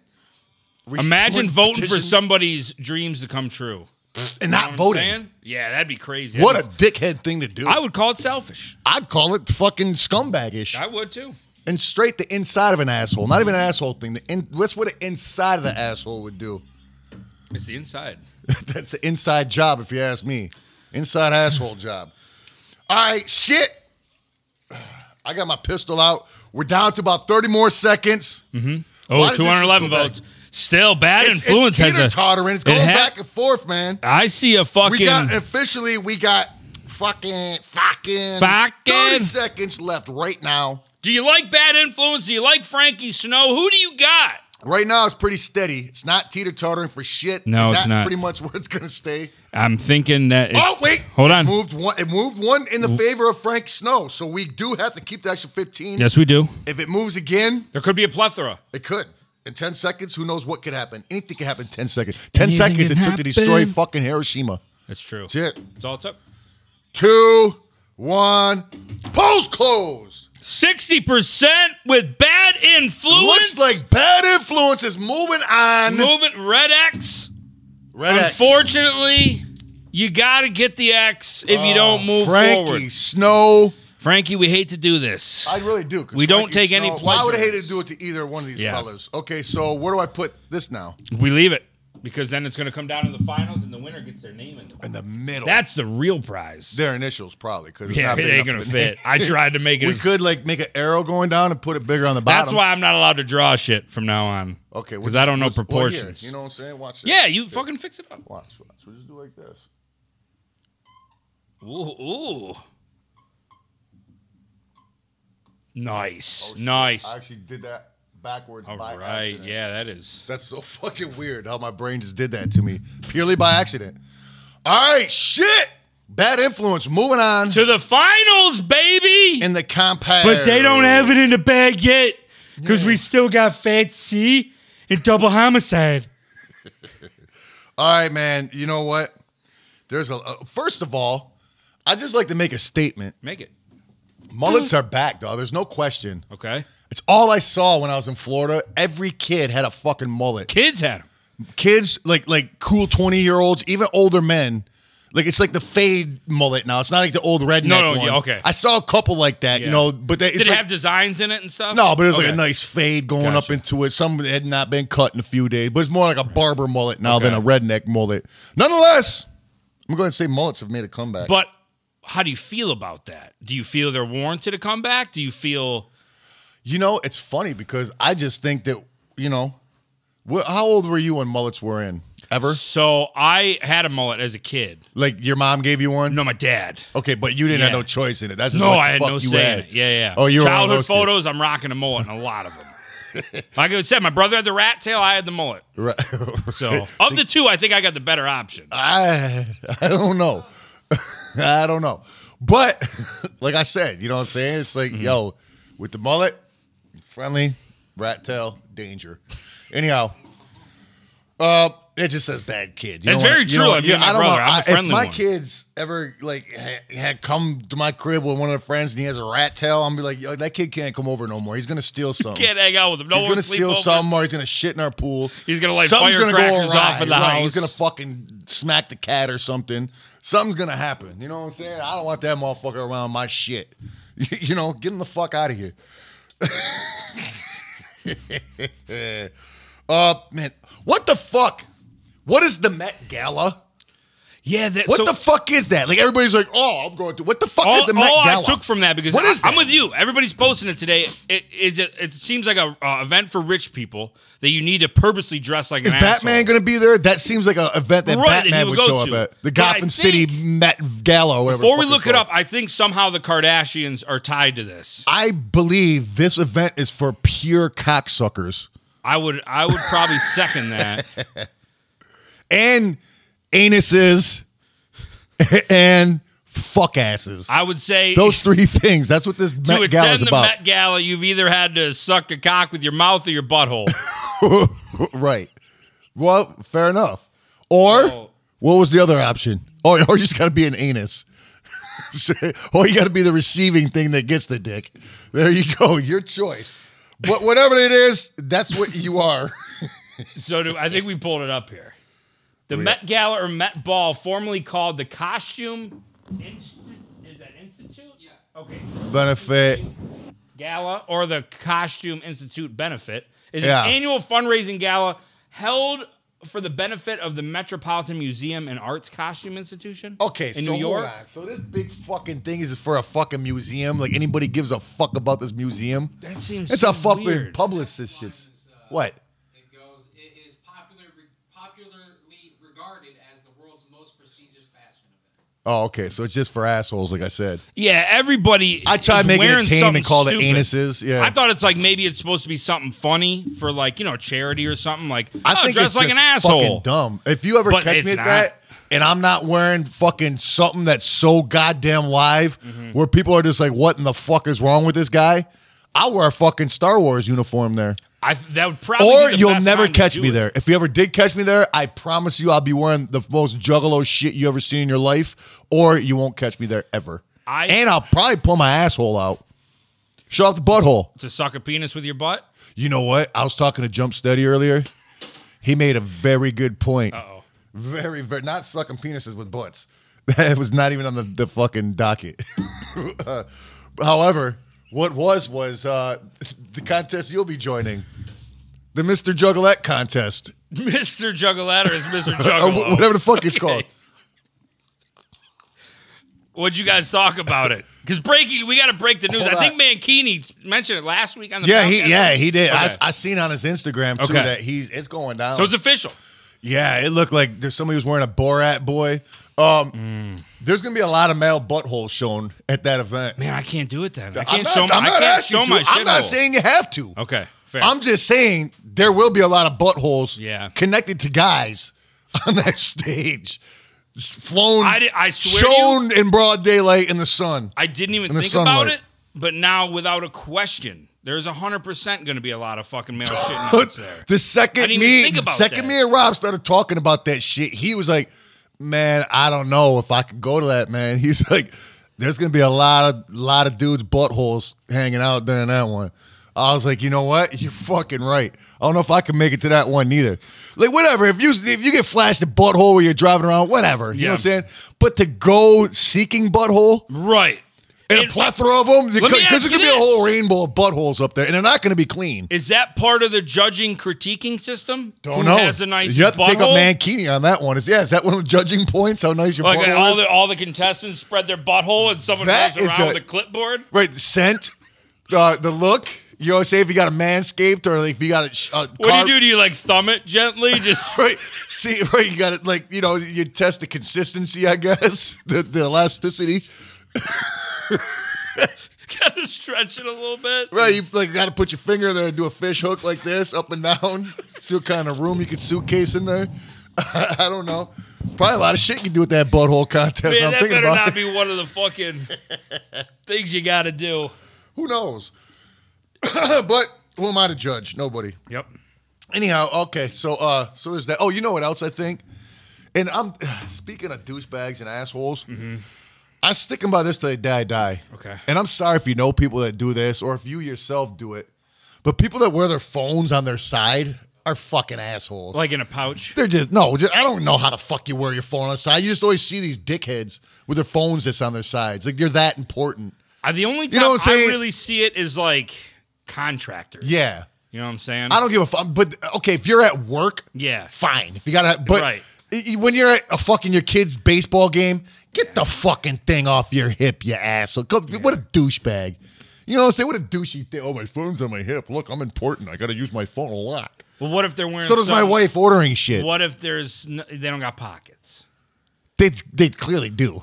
[SPEAKER 2] Restoring
[SPEAKER 1] Imagine voting for
[SPEAKER 2] petitions
[SPEAKER 1] somebody's dreams to come true.
[SPEAKER 2] and not
[SPEAKER 1] What I'm
[SPEAKER 2] voting.
[SPEAKER 1] saying? Yeah, that'd be crazy.
[SPEAKER 2] What a
[SPEAKER 1] That'd be-
[SPEAKER 2] dickhead thing to do.
[SPEAKER 1] I would call it selfish.
[SPEAKER 2] I'd call it fucking scumbagish.
[SPEAKER 1] I would too.
[SPEAKER 2] and straight the inside of an asshole. Not even an asshole thing. The in, that's what the inside of the asshole would do.
[SPEAKER 1] It's the inside.
[SPEAKER 2] that's an inside job, if you ask me. Inside asshole job. All right, shit. I got my pistol out. We're down to about 30 more seconds. Why
[SPEAKER 1] Oh,
[SPEAKER 2] did this
[SPEAKER 1] 211
[SPEAKER 2] just go
[SPEAKER 1] votes. Still, bad
[SPEAKER 2] It's,
[SPEAKER 1] influence
[SPEAKER 2] it's teeter
[SPEAKER 1] has a.
[SPEAKER 2] tottering. It's going
[SPEAKER 1] it ha-
[SPEAKER 2] back and forth, man.
[SPEAKER 1] I see a fucking.
[SPEAKER 2] We got officially we got fucking fucking
[SPEAKER 1] Fucking-
[SPEAKER 2] 30 seconds left right now.
[SPEAKER 1] do you like bad influence? Do you like Frankie Snow? Who do you got?
[SPEAKER 2] Right now it's pretty steady. It's not teeter tottering for shit.
[SPEAKER 1] No,
[SPEAKER 2] Is
[SPEAKER 1] it's
[SPEAKER 2] that
[SPEAKER 1] not.
[SPEAKER 2] Pretty much where it's gonna stay.
[SPEAKER 1] I'm thinking that. It,
[SPEAKER 2] Oh wait,
[SPEAKER 1] Hold on.
[SPEAKER 2] It moved one. It moved one in the favor of Frank Snow. So we do have to keep the extra fifteen.
[SPEAKER 1] Yes, we do.
[SPEAKER 2] If it moves again,
[SPEAKER 1] There could be a plethora.
[SPEAKER 2] it could. In ten seconds, who knows what could happen? Anything could happen. in Ten seconds. Ten
[SPEAKER 1] Anything
[SPEAKER 2] seconds it
[SPEAKER 1] can
[SPEAKER 2] took to destroy
[SPEAKER 1] happen.
[SPEAKER 2] fucking Hiroshima.
[SPEAKER 1] That's true.
[SPEAKER 2] That's it.
[SPEAKER 1] It's all it's up.
[SPEAKER 2] Two, one. Polls closed.
[SPEAKER 1] 60% with bad influence.
[SPEAKER 2] Looks like bad influence is moving on.
[SPEAKER 1] moving Red X.
[SPEAKER 2] Red X.
[SPEAKER 1] Unfortunately, you got to get the X if you don't move
[SPEAKER 2] Oh, Frankie
[SPEAKER 1] forward.
[SPEAKER 2] Snow.
[SPEAKER 1] Frankie, we hate to do this.
[SPEAKER 2] I really do. 'cause
[SPEAKER 1] We don't
[SPEAKER 2] Frankie
[SPEAKER 1] take any
[SPEAKER 2] Snow- Well, I would have
[SPEAKER 1] pleasure in
[SPEAKER 2] hated to
[SPEAKER 1] this.
[SPEAKER 2] do it to either one of these
[SPEAKER 1] Yeah.
[SPEAKER 2] fellas. Okay, so where do I put this now?
[SPEAKER 1] We leave it because then it's going to come down to the finals and the winner gets their name in the
[SPEAKER 2] In the middle.
[SPEAKER 1] That's the real prize.
[SPEAKER 2] Their initials probably because
[SPEAKER 1] Yeah, it ain't gonna fit. I tried to make it.
[SPEAKER 2] We
[SPEAKER 1] as-
[SPEAKER 2] could like make an arrow going down and put it bigger on the bottom.
[SPEAKER 1] That's why I'm not allowed to draw shit from now on.
[SPEAKER 2] Okay,
[SPEAKER 1] because I don't know
[SPEAKER 2] what's- well, here,
[SPEAKER 1] proportions.
[SPEAKER 2] you know what I'm saying? Watch. This.
[SPEAKER 1] yeah, you fucking fix it up.
[SPEAKER 2] Watch. Watch. We'll just do like this.
[SPEAKER 1] Ooh, ooh. Nice,
[SPEAKER 2] Oh, shit.
[SPEAKER 1] nice.
[SPEAKER 2] I actually did that backwards
[SPEAKER 1] All
[SPEAKER 2] by
[SPEAKER 1] right,
[SPEAKER 2] accident.
[SPEAKER 1] yeah, that is.
[SPEAKER 2] That's so fucking weird how my brain just did that to me purely by accident. All right, shit. Bad influence. Moving on
[SPEAKER 1] To the finals, baby.
[SPEAKER 2] in the compact.
[SPEAKER 7] But they don't have it in the bag yet because we still got Fat C and Double Homicide.
[SPEAKER 2] All right, man. You know what? There's a uh, first of all, I just like to make a statement.
[SPEAKER 1] Make it.
[SPEAKER 2] Mullets are back, dog. There's no question.
[SPEAKER 1] Okay.
[SPEAKER 2] It's all I saw when I was in Florida. Every kid had a fucking mullet.
[SPEAKER 1] Kids had them.
[SPEAKER 2] Kids like like cool 20 year olds, even older men. Like it's like the fade mullet now. It's not like the old redneck
[SPEAKER 1] no,
[SPEAKER 2] one.
[SPEAKER 1] yeah, okay.
[SPEAKER 2] I saw a couple like that, you
[SPEAKER 1] Yeah.
[SPEAKER 2] know, but they, it's
[SPEAKER 1] Did it
[SPEAKER 2] like-
[SPEAKER 1] have designs in it and stuff?
[SPEAKER 2] no, but it was like
[SPEAKER 1] Okay.
[SPEAKER 2] a nice fade going up
[SPEAKER 1] Gotcha.
[SPEAKER 2] into it. Some that had not been cut in a few days, but it's more like a barber mullet now than
[SPEAKER 1] Okay.
[SPEAKER 2] a redneck mullet. Nonetheless, I'm going to say mullets have made a comeback.
[SPEAKER 1] But how do you feel about that? Do you feel they're warranted a comeback? Do you feel
[SPEAKER 2] You know, it's funny because I just think that you know, wh- how old were you when mullets were in? Ever?
[SPEAKER 1] so? I had a mullet as a kid.
[SPEAKER 2] Like your mom gave you one?
[SPEAKER 1] No, my dad.
[SPEAKER 2] Okay, but you didn't have
[SPEAKER 1] Yeah.
[SPEAKER 2] no choice in it. That's just
[SPEAKER 1] No,
[SPEAKER 2] what the
[SPEAKER 1] I had
[SPEAKER 2] fuck
[SPEAKER 1] no
[SPEAKER 2] you
[SPEAKER 1] say.
[SPEAKER 2] had.
[SPEAKER 1] in it. Yeah, yeah.
[SPEAKER 2] Oh, you were one of
[SPEAKER 1] childhood
[SPEAKER 2] those kids.
[SPEAKER 1] photos. I'm rocking a mullet in a lot of them. like I said, my brother had the rat tail. I had the mullet.
[SPEAKER 2] Right. Uh,
[SPEAKER 1] So of the two, I think I got the better option.
[SPEAKER 2] I I don't know. I don't know. But like I said, you know what I'm saying? It's
[SPEAKER 1] Mm-hmm.
[SPEAKER 2] like, yo, with the mullet, friendly, rat tail, danger. Anyhow, uh, it just says bad kid. You
[SPEAKER 1] That's
[SPEAKER 2] don't wanna-
[SPEAKER 1] very
[SPEAKER 2] you
[SPEAKER 1] true.
[SPEAKER 2] don't-
[SPEAKER 1] I mean,
[SPEAKER 2] you-
[SPEAKER 1] my
[SPEAKER 2] don't
[SPEAKER 1] brother,
[SPEAKER 2] wanna-
[SPEAKER 1] I'm the
[SPEAKER 2] I-
[SPEAKER 1] friendly
[SPEAKER 2] If my
[SPEAKER 1] one.
[SPEAKER 2] kids ever like ha- had come to my crib with one of their friends and he has a rat tail, I'm be like, yo, that kid can't come over no more. He's gonna steal something.
[SPEAKER 1] Can't hang out with him. No
[SPEAKER 2] He's
[SPEAKER 1] one
[SPEAKER 2] gonna
[SPEAKER 1] sleep
[SPEAKER 2] steal
[SPEAKER 1] over.
[SPEAKER 2] something, or he's gonna shit in our pool.
[SPEAKER 1] He's gonna light
[SPEAKER 2] Something's gonna go
[SPEAKER 1] firecrackers
[SPEAKER 2] awry,
[SPEAKER 1] off in the
[SPEAKER 2] right? He's
[SPEAKER 1] house.
[SPEAKER 2] gonna fucking smack the cat or something. Something's gonna happen. You know what I'm saying? I don't want that motherfucker around my shit. You know, get him the fuck out of here. uh, man, what the fuck? What is the Met Gala?
[SPEAKER 1] Yeah, that,
[SPEAKER 2] What
[SPEAKER 1] so
[SPEAKER 2] the fuck is that? Like everybody's like, oh, I'm going to. What the fuck
[SPEAKER 1] all,
[SPEAKER 2] is the Met
[SPEAKER 1] all
[SPEAKER 2] Gala?
[SPEAKER 1] I took from that because
[SPEAKER 2] What is
[SPEAKER 1] I, am
[SPEAKER 2] that?
[SPEAKER 1] with you. Everybody's posting it today. It is it, it seems like a uh, event for rich people that you need to purposely dress like
[SPEAKER 2] Is
[SPEAKER 1] an
[SPEAKER 2] Batman
[SPEAKER 1] asshole.
[SPEAKER 2] going to be there? That seems like an event that
[SPEAKER 1] Right, that he
[SPEAKER 2] Batman would,
[SPEAKER 1] would go
[SPEAKER 2] show
[SPEAKER 1] to.
[SPEAKER 2] up at. The
[SPEAKER 1] But I
[SPEAKER 2] Gotham City
[SPEAKER 1] think-
[SPEAKER 2] Met Gala, or whatever. the
[SPEAKER 1] Before we
[SPEAKER 2] fuck
[SPEAKER 1] look
[SPEAKER 2] it's
[SPEAKER 1] it up,
[SPEAKER 2] called.
[SPEAKER 1] I think somehow the Kardashians are tied to this.
[SPEAKER 2] I believe this event is for pure cocksuckers
[SPEAKER 1] I would I would probably second that.
[SPEAKER 2] and anuses and fuck asses.
[SPEAKER 1] I would say
[SPEAKER 2] Those three things. That's what this
[SPEAKER 1] to
[SPEAKER 2] Met Gala is
[SPEAKER 1] attend the
[SPEAKER 2] about.
[SPEAKER 1] Met Gala, you've either had to suck a cock with your mouth or your butthole.
[SPEAKER 2] right. Well, fair enough. Or
[SPEAKER 1] Oh.
[SPEAKER 2] what was the other option? Oh, Or, or you just got to be an anus. or you got to be the receiving thing that gets the dick. There you go. Your choice. But whatever it is, that's what you are.
[SPEAKER 1] So do, I think we pulled it up here. The Met Gala or Met Ball, formerly called the Costume Inst- is that Institute? Yeah. Okay.
[SPEAKER 2] Benefit.
[SPEAKER 1] Gala or the Costume Institute Benefit is
[SPEAKER 2] Yeah.
[SPEAKER 1] an annual fundraising gala held for the benefit of the Metropolitan Museum and Arts Costume Institution.
[SPEAKER 2] Okay,
[SPEAKER 1] in
[SPEAKER 2] so
[SPEAKER 1] New York.
[SPEAKER 2] hold on. So this big fucking thing is for a fucking museum. Like anybody gives a fuck about this museum.
[SPEAKER 1] That seems
[SPEAKER 2] It's
[SPEAKER 1] so
[SPEAKER 2] a fucking
[SPEAKER 1] weird.
[SPEAKER 2] publicist shit. What?
[SPEAKER 8] It goes. It is popular, popularly regarded as the world's most prestigious fashion event.
[SPEAKER 2] Oh, okay. So it's just for assholes, like I said.
[SPEAKER 1] Yeah, everybody.
[SPEAKER 2] I tried
[SPEAKER 1] is
[SPEAKER 2] making it
[SPEAKER 1] wearing
[SPEAKER 2] tame
[SPEAKER 1] something
[SPEAKER 2] and called it
[SPEAKER 1] stupid.
[SPEAKER 2] anuses, yeah.
[SPEAKER 1] I thought it's like maybe it's supposed to be something funny for like you know charity or something like.
[SPEAKER 2] I
[SPEAKER 1] oh,
[SPEAKER 2] think
[SPEAKER 1] dress
[SPEAKER 2] it's
[SPEAKER 1] like
[SPEAKER 2] just
[SPEAKER 1] an asshole.
[SPEAKER 2] fucking dumb. If you ever
[SPEAKER 1] But
[SPEAKER 2] catch
[SPEAKER 1] it's
[SPEAKER 2] me at
[SPEAKER 1] not.
[SPEAKER 2] that, and I'm not wearing fucking something that's so goddamn live,
[SPEAKER 1] Mm-hmm.
[SPEAKER 2] where people are just like, "What in the fuck is wrong with this guy?" I'll wear a fucking Star Wars uniform there,
[SPEAKER 1] I that would probably.
[SPEAKER 2] or
[SPEAKER 1] be the
[SPEAKER 2] you'll
[SPEAKER 1] best
[SPEAKER 2] never
[SPEAKER 1] time to
[SPEAKER 2] catch
[SPEAKER 1] do
[SPEAKER 2] me
[SPEAKER 1] it.
[SPEAKER 2] there. If you ever did catch me there, I promise you, I'll be wearing the most juggalo shit you ever seen in your life, or you won't catch me there ever.
[SPEAKER 1] I-
[SPEAKER 2] and I'll probably pull my asshole out, show off the butthole.
[SPEAKER 1] to suck a penis with your butt.
[SPEAKER 2] You know what? I was talking to Jump Steady earlier. He made a very good point.
[SPEAKER 1] Uh-oh.
[SPEAKER 2] Very, very not sucking penises with butts. That was not even on the, the fucking docket. Uh, however, what was was uh, the contest you'll be joining, the Mister Juggalette contest,
[SPEAKER 1] Mr. Juggalette or is Mr.
[SPEAKER 2] or
[SPEAKER 1] Juggalo?
[SPEAKER 2] wh- whatever the fuck it's called.
[SPEAKER 1] What'd you guys talk about it? Because breaking, we got to break the news.
[SPEAKER 2] Hold
[SPEAKER 1] I think
[SPEAKER 2] on.
[SPEAKER 1] Mankini mentioned it last week on the
[SPEAKER 2] Yeah, he
[SPEAKER 1] podcast.
[SPEAKER 2] yeah he did. I,
[SPEAKER 1] Okay.
[SPEAKER 2] I seen on his Instagram too
[SPEAKER 1] Okay.
[SPEAKER 2] that he's it's going down.
[SPEAKER 1] So it's official.
[SPEAKER 2] Yeah, it looked like there's somebody who's wearing a Borat boy. Um,
[SPEAKER 1] Mm.
[SPEAKER 2] There's gonna be a lot of male buttholes shown at that event.
[SPEAKER 1] Man, I can't do it then. I
[SPEAKER 2] I'm
[SPEAKER 1] can't
[SPEAKER 2] not-
[SPEAKER 1] show my.
[SPEAKER 2] I'm
[SPEAKER 1] I
[SPEAKER 2] not
[SPEAKER 1] can't
[SPEAKER 2] asking
[SPEAKER 1] show
[SPEAKER 2] you
[SPEAKER 1] my
[SPEAKER 2] to. I'm not
[SPEAKER 1] shithole.
[SPEAKER 2] saying you have to.
[SPEAKER 1] Okay, fair.
[SPEAKER 2] I'm just saying there will be a lot of buttholes
[SPEAKER 1] Yeah.
[SPEAKER 2] connected to guys on that stage. It's flown,
[SPEAKER 1] I di- I swear to you-
[SPEAKER 2] shown in broad daylight in the sun.
[SPEAKER 1] I didn't even
[SPEAKER 2] in the
[SPEAKER 1] think about
[SPEAKER 2] sunlight.
[SPEAKER 1] it, but now without a question, there's hundred percent going to be a lot of fucking male shit notes there.
[SPEAKER 2] The second
[SPEAKER 1] I didn't even
[SPEAKER 2] me,
[SPEAKER 1] think about
[SPEAKER 2] second
[SPEAKER 1] that.
[SPEAKER 2] me and Rob started talking about that shit, he was like, "Man, I don't know if I could go to that." Man, he's like, "There's gonna be a lot of lot of dudes buttholes hanging out during that one." I was like, "You know what? You're fucking right. I don't know if I can make it to that one either. Like, whatever. If you if you get flashed a butthole where you're driving around, whatever. You know
[SPEAKER 1] Yeah.
[SPEAKER 2] what I'm saying? But to go seeking butthole."
[SPEAKER 1] Right?
[SPEAKER 2] And a
[SPEAKER 1] And-
[SPEAKER 2] plethora of them,
[SPEAKER 1] me ask
[SPEAKER 2] because there's
[SPEAKER 1] you
[SPEAKER 2] gonna be a
[SPEAKER 1] this.
[SPEAKER 2] whole rainbow of buttholes up there, and they're not gonna be clean.
[SPEAKER 1] Is that part of the judging critiquing system?
[SPEAKER 2] Don't
[SPEAKER 1] Who
[SPEAKER 2] know.
[SPEAKER 1] Has the nicest
[SPEAKER 2] Oh, you have to take a
[SPEAKER 1] butthole?
[SPEAKER 2] mankini on that one. Is yeah? Is that one of the judging points? How nice your
[SPEAKER 1] Like
[SPEAKER 2] butthole
[SPEAKER 1] all
[SPEAKER 2] is?
[SPEAKER 1] the all the contestants spread their butthole and someone
[SPEAKER 2] That
[SPEAKER 1] goes
[SPEAKER 2] is
[SPEAKER 1] around
[SPEAKER 2] a-
[SPEAKER 1] with a clipboard.
[SPEAKER 2] right, the scent, uh, the look. You always say if you got a manscaped or like if you got a. sh- a
[SPEAKER 1] What
[SPEAKER 2] car-
[SPEAKER 1] do you do? Do you like thumb it gently? Just
[SPEAKER 2] Right, see, right. You got it. Like you know, you test the consistency, I guess, the, the elasticity.
[SPEAKER 1] kind of stretch it a little bit.
[SPEAKER 2] Right, you like got to put your finger in there and do a fish hook like this, up and down. See what kind of room you could suitcase in there. I, don't know. Probably a lot of shit you can do with that butthole contest.
[SPEAKER 1] Man,
[SPEAKER 2] I'm
[SPEAKER 1] that
[SPEAKER 2] thinking
[SPEAKER 1] better
[SPEAKER 2] about
[SPEAKER 1] not
[SPEAKER 2] it.
[SPEAKER 1] be one of the fucking things you got to do.
[SPEAKER 2] Who knows? but who am I to judge? Nobody.
[SPEAKER 1] Yep.
[SPEAKER 2] Anyhow, okay. So uh so there's that. Oh, you know what else I think? And I'm speaking of douchebags and assholes. I'm sticking by this till they die die.
[SPEAKER 1] Mm-hmm. Okay.
[SPEAKER 2] And I'm sorry if you know people that do this or if you yourself do it. But people that wear their phones on their side are fucking assholes.
[SPEAKER 1] Like in a pouch.
[SPEAKER 2] They're just no. Just, I don't know how the fuck you wear your phone on the side. You just always see these dickheads with their phones that's on their sides. Like they're that important.
[SPEAKER 1] Uh, The only time
[SPEAKER 2] know what I'm
[SPEAKER 1] I
[SPEAKER 2] saying?
[SPEAKER 1] really see it is like contractors.
[SPEAKER 2] Yeah.
[SPEAKER 1] You know what I'm saying?
[SPEAKER 2] I don't give a fuck. But okay, if you're at work,
[SPEAKER 1] Yeah.
[SPEAKER 2] fine. If you gotta, but
[SPEAKER 1] Right.
[SPEAKER 2] i- i- when you're at a fucking your kid's baseball game, get the fucking thing off your hip, you asshole. Go, What a douchebag. You know what I'm saying? What a douchey thing. Oh, my phone's on my hip. Look, I'm important. I gotta use my phone a lot.
[SPEAKER 1] Well, what if they're wearing
[SPEAKER 2] So does my
[SPEAKER 1] some-
[SPEAKER 2] wife ordering shit.
[SPEAKER 1] What if there's n they don't got pockets?
[SPEAKER 2] They they clearly do.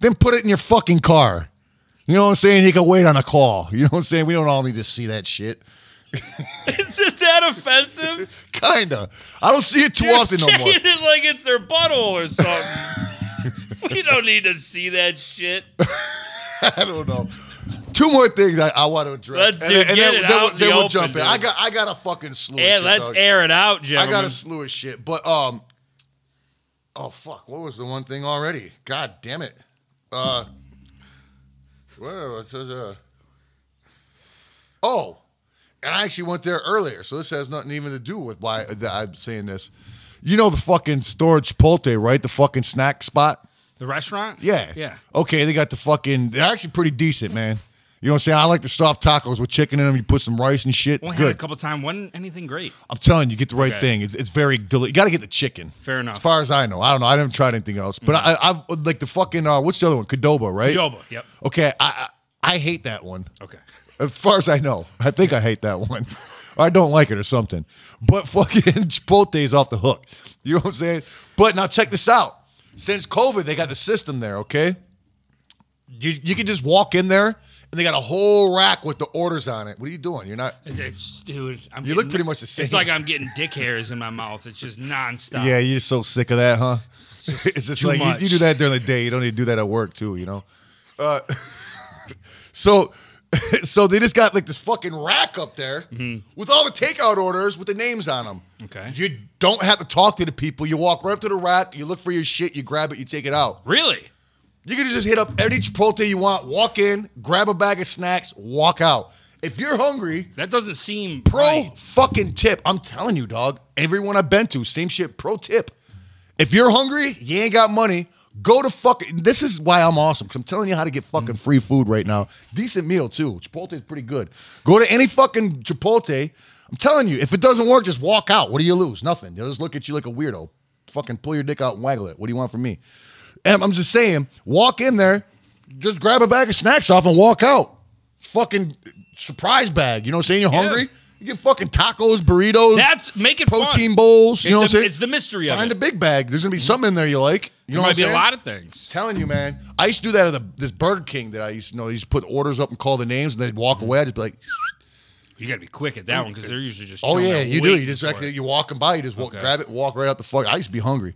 [SPEAKER 2] Then put it in your fucking car. You know what I'm saying? You can wait on a call. You know what I'm saying? We don't all need to see that shit.
[SPEAKER 1] Isn't that offensive?
[SPEAKER 2] Kinda. I don't see it too
[SPEAKER 1] You're
[SPEAKER 2] often no
[SPEAKER 1] saying
[SPEAKER 2] more.
[SPEAKER 1] it like it's their butthole or something. we don't need to see that shit.
[SPEAKER 2] I don't know. Two more things I, I want to address.
[SPEAKER 1] Let's do- get
[SPEAKER 2] then,
[SPEAKER 1] it
[SPEAKER 2] then
[SPEAKER 1] out
[SPEAKER 2] we'll-
[SPEAKER 1] in
[SPEAKER 2] then
[SPEAKER 1] the
[SPEAKER 2] we'll
[SPEAKER 1] open,
[SPEAKER 2] jump in.
[SPEAKER 1] dude.
[SPEAKER 2] I got I got a fucking slew.
[SPEAKER 1] Yeah,
[SPEAKER 2] of shit,
[SPEAKER 1] let's
[SPEAKER 2] dog.
[SPEAKER 1] air it out,
[SPEAKER 2] I
[SPEAKER 1] gentlemen.
[SPEAKER 2] got a slew of shit, but um, oh fuck, what was the one thing already? God damn it. Uh, where was it, uh, oh, and I actually went there earlier, so this has nothing even to do with why that I'm saying this. You know the fucking storage Chipotle, right? The fucking snack spot.
[SPEAKER 1] the restaurant?
[SPEAKER 2] Yeah.
[SPEAKER 1] Yeah.
[SPEAKER 2] Okay, they got the fucking. They're actually pretty decent, man. You know what I'm saying? I like the soft tacos with chicken in them. You put some rice and shit.
[SPEAKER 1] Only
[SPEAKER 2] It's
[SPEAKER 1] had it a
[SPEAKER 2] good.
[SPEAKER 1] couple times. Wasn't anything great.
[SPEAKER 2] I'm telling you, you get the right
[SPEAKER 1] Okay.
[SPEAKER 2] thing. It's, it's very deli- You got to get the chicken.
[SPEAKER 1] Fair enough.
[SPEAKER 2] As far as I know, I don't know. I haven't tried anything else, but I, I've like the fucking uh, what's the other one? Cadoba, right?
[SPEAKER 1] Joba. Yep.
[SPEAKER 2] Okay, I, I I hate that one.
[SPEAKER 1] Okay.
[SPEAKER 2] As far as I know, I think I hate that one. Or I don't like it or something. But fucking Chipotle is off the hook. You know what I'm saying? But now check this out. Since COVID, they got the system there, okay? You, you can just walk in there and they got a whole rack with the orders on it. What are you doing? You're not.
[SPEAKER 1] It's, dude, I'm
[SPEAKER 2] You look pretty much the same.
[SPEAKER 1] It's like I'm getting dick hairs in my mouth. It's just nonstop.
[SPEAKER 2] Yeah, you're so sick of that, huh? It's just
[SPEAKER 1] too
[SPEAKER 2] like
[SPEAKER 1] much.
[SPEAKER 2] you, you do that during the day. You don't need to do that at work too, you know. Uh, so, so they just got like this fucking rack up there with all the takeout orders with the names on them.
[SPEAKER 1] Mm-hmm. Okay.
[SPEAKER 2] you don't have to talk to the people. You walk right up to the rack. You look for your shit. You grab it. You take it out.
[SPEAKER 1] Really?
[SPEAKER 2] You can just hit up every Chipotle you want. Walk in, grab a bag of snacks, walk out. If you're hungry,
[SPEAKER 1] That doesn't seem
[SPEAKER 2] Pro
[SPEAKER 1] right.
[SPEAKER 2] fucking tip. I'm telling you, dog. Everyone I've been to, same shit. Pro tip. If you're hungry, you ain't got money, go to fucking. This is why I'm awesome because I'm telling you how to get fucking free food right now. Decent meal too. Chipotle is pretty good. Go to any fucking Chipotle. I'm telling you, if it doesn't work, just walk out. What do you lose? Nothing. They'll just look at you like a weirdo. Fucking pull your dick out and waggle it. What do you want from me? And I'm just saying, walk in there, just grab a bag of snacks off and walk out. Fucking surprise bag. You know what I'm saying? You're hungry? You get fucking tacos, burritos,
[SPEAKER 1] That's make it
[SPEAKER 2] protein
[SPEAKER 1] fun.
[SPEAKER 2] bowls. You
[SPEAKER 1] it's
[SPEAKER 2] know
[SPEAKER 1] a-
[SPEAKER 2] what I'm saying?
[SPEAKER 1] It's the mystery of
[SPEAKER 2] Find a
[SPEAKER 1] it.
[SPEAKER 2] big bag. There's gonna be something in there you like. You know
[SPEAKER 1] There
[SPEAKER 2] what I'm
[SPEAKER 1] might be
[SPEAKER 2] saying?
[SPEAKER 1] a lot of things.
[SPEAKER 2] telling you, man. I used to do that at the, this Burger King that I used to know. They used to put orders up and call the names, and they'd walk
[SPEAKER 1] Mm-hmm.
[SPEAKER 2] away. I'd just be like,
[SPEAKER 1] You got to be quick at that one because they're usually just.
[SPEAKER 2] "Oh
[SPEAKER 1] chilling
[SPEAKER 2] yeah,
[SPEAKER 1] there
[SPEAKER 2] you do. You
[SPEAKER 1] waiting
[SPEAKER 2] just
[SPEAKER 1] for
[SPEAKER 2] actually,
[SPEAKER 1] it.
[SPEAKER 2] you walking by, you just walk,
[SPEAKER 1] Okay.
[SPEAKER 2] grab it, walk right out the fuck." I used to be hungry.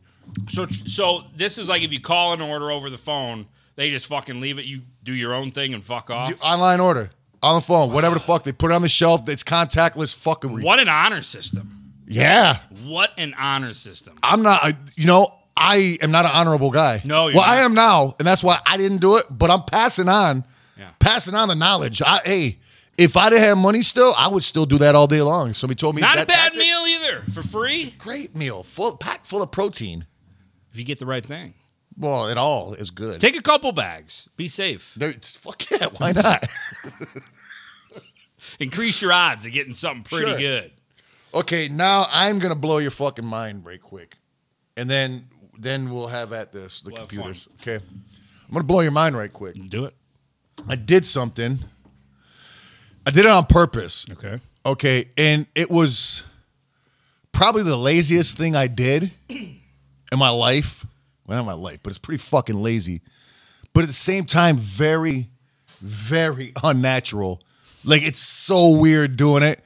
[SPEAKER 1] So so this is like if you call an order over the phone, they just fucking leave it. You do your own thing and fuck off.
[SPEAKER 2] You- online order on the phone, whatever the fuck they put it on the shelf. It's contactless fucking.
[SPEAKER 1] what an honor system!
[SPEAKER 2] Yeah,
[SPEAKER 1] What an honor system!
[SPEAKER 2] I'm not. A, you know, I am not an honorable guy.
[SPEAKER 1] No,
[SPEAKER 2] well,
[SPEAKER 1] you're
[SPEAKER 2] I
[SPEAKER 1] not.
[SPEAKER 2] am now, and that's why I didn't do it. But I'm passing on,
[SPEAKER 1] Yeah.
[SPEAKER 2] passing on the knowledge. I, hey, if I'd have had money still, I would still do that all day long. Somebody told me
[SPEAKER 1] Not
[SPEAKER 2] that
[SPEAKER 1] a bad
[SPEAKER 2] tactic-
[SPEAKER 1] meal either for free
[SPEAKER 2] Great meal, full packed full of protein.
[SPEAKER 1] if you get the right thing.
[SPEAKER 2] Well, it all is good.
[SPEAKER 1] Take a couple bags. Be safe.
[SPEAKER 2] Dude, fuck yeah, why not?
[SPEAKER 1] Increase your odds of getting something pretty
[SPEAKER 2] Sure.
[SPEAKER 1] good.
[SPEAKER 2] okay, now I'm gonna blow your fucking mind right quick, and then then we'll have at this the
[SPEAKER 1] We'll have
[SPEAKER 2] computers. Okay, I'm gonna blow your mind right quick.
[SPEAKER 1] Do it.
[SPEAKER 2] I did something. I did it on purpose.
[SPEAKER 1] Okay.
[SPEAKER 2] Okay, and it was probably the laziest thing I did in my life. Well, not my life, but it's pretty fucking lazy. But at the same time, very, very unnatural. Like it's so weird doing it.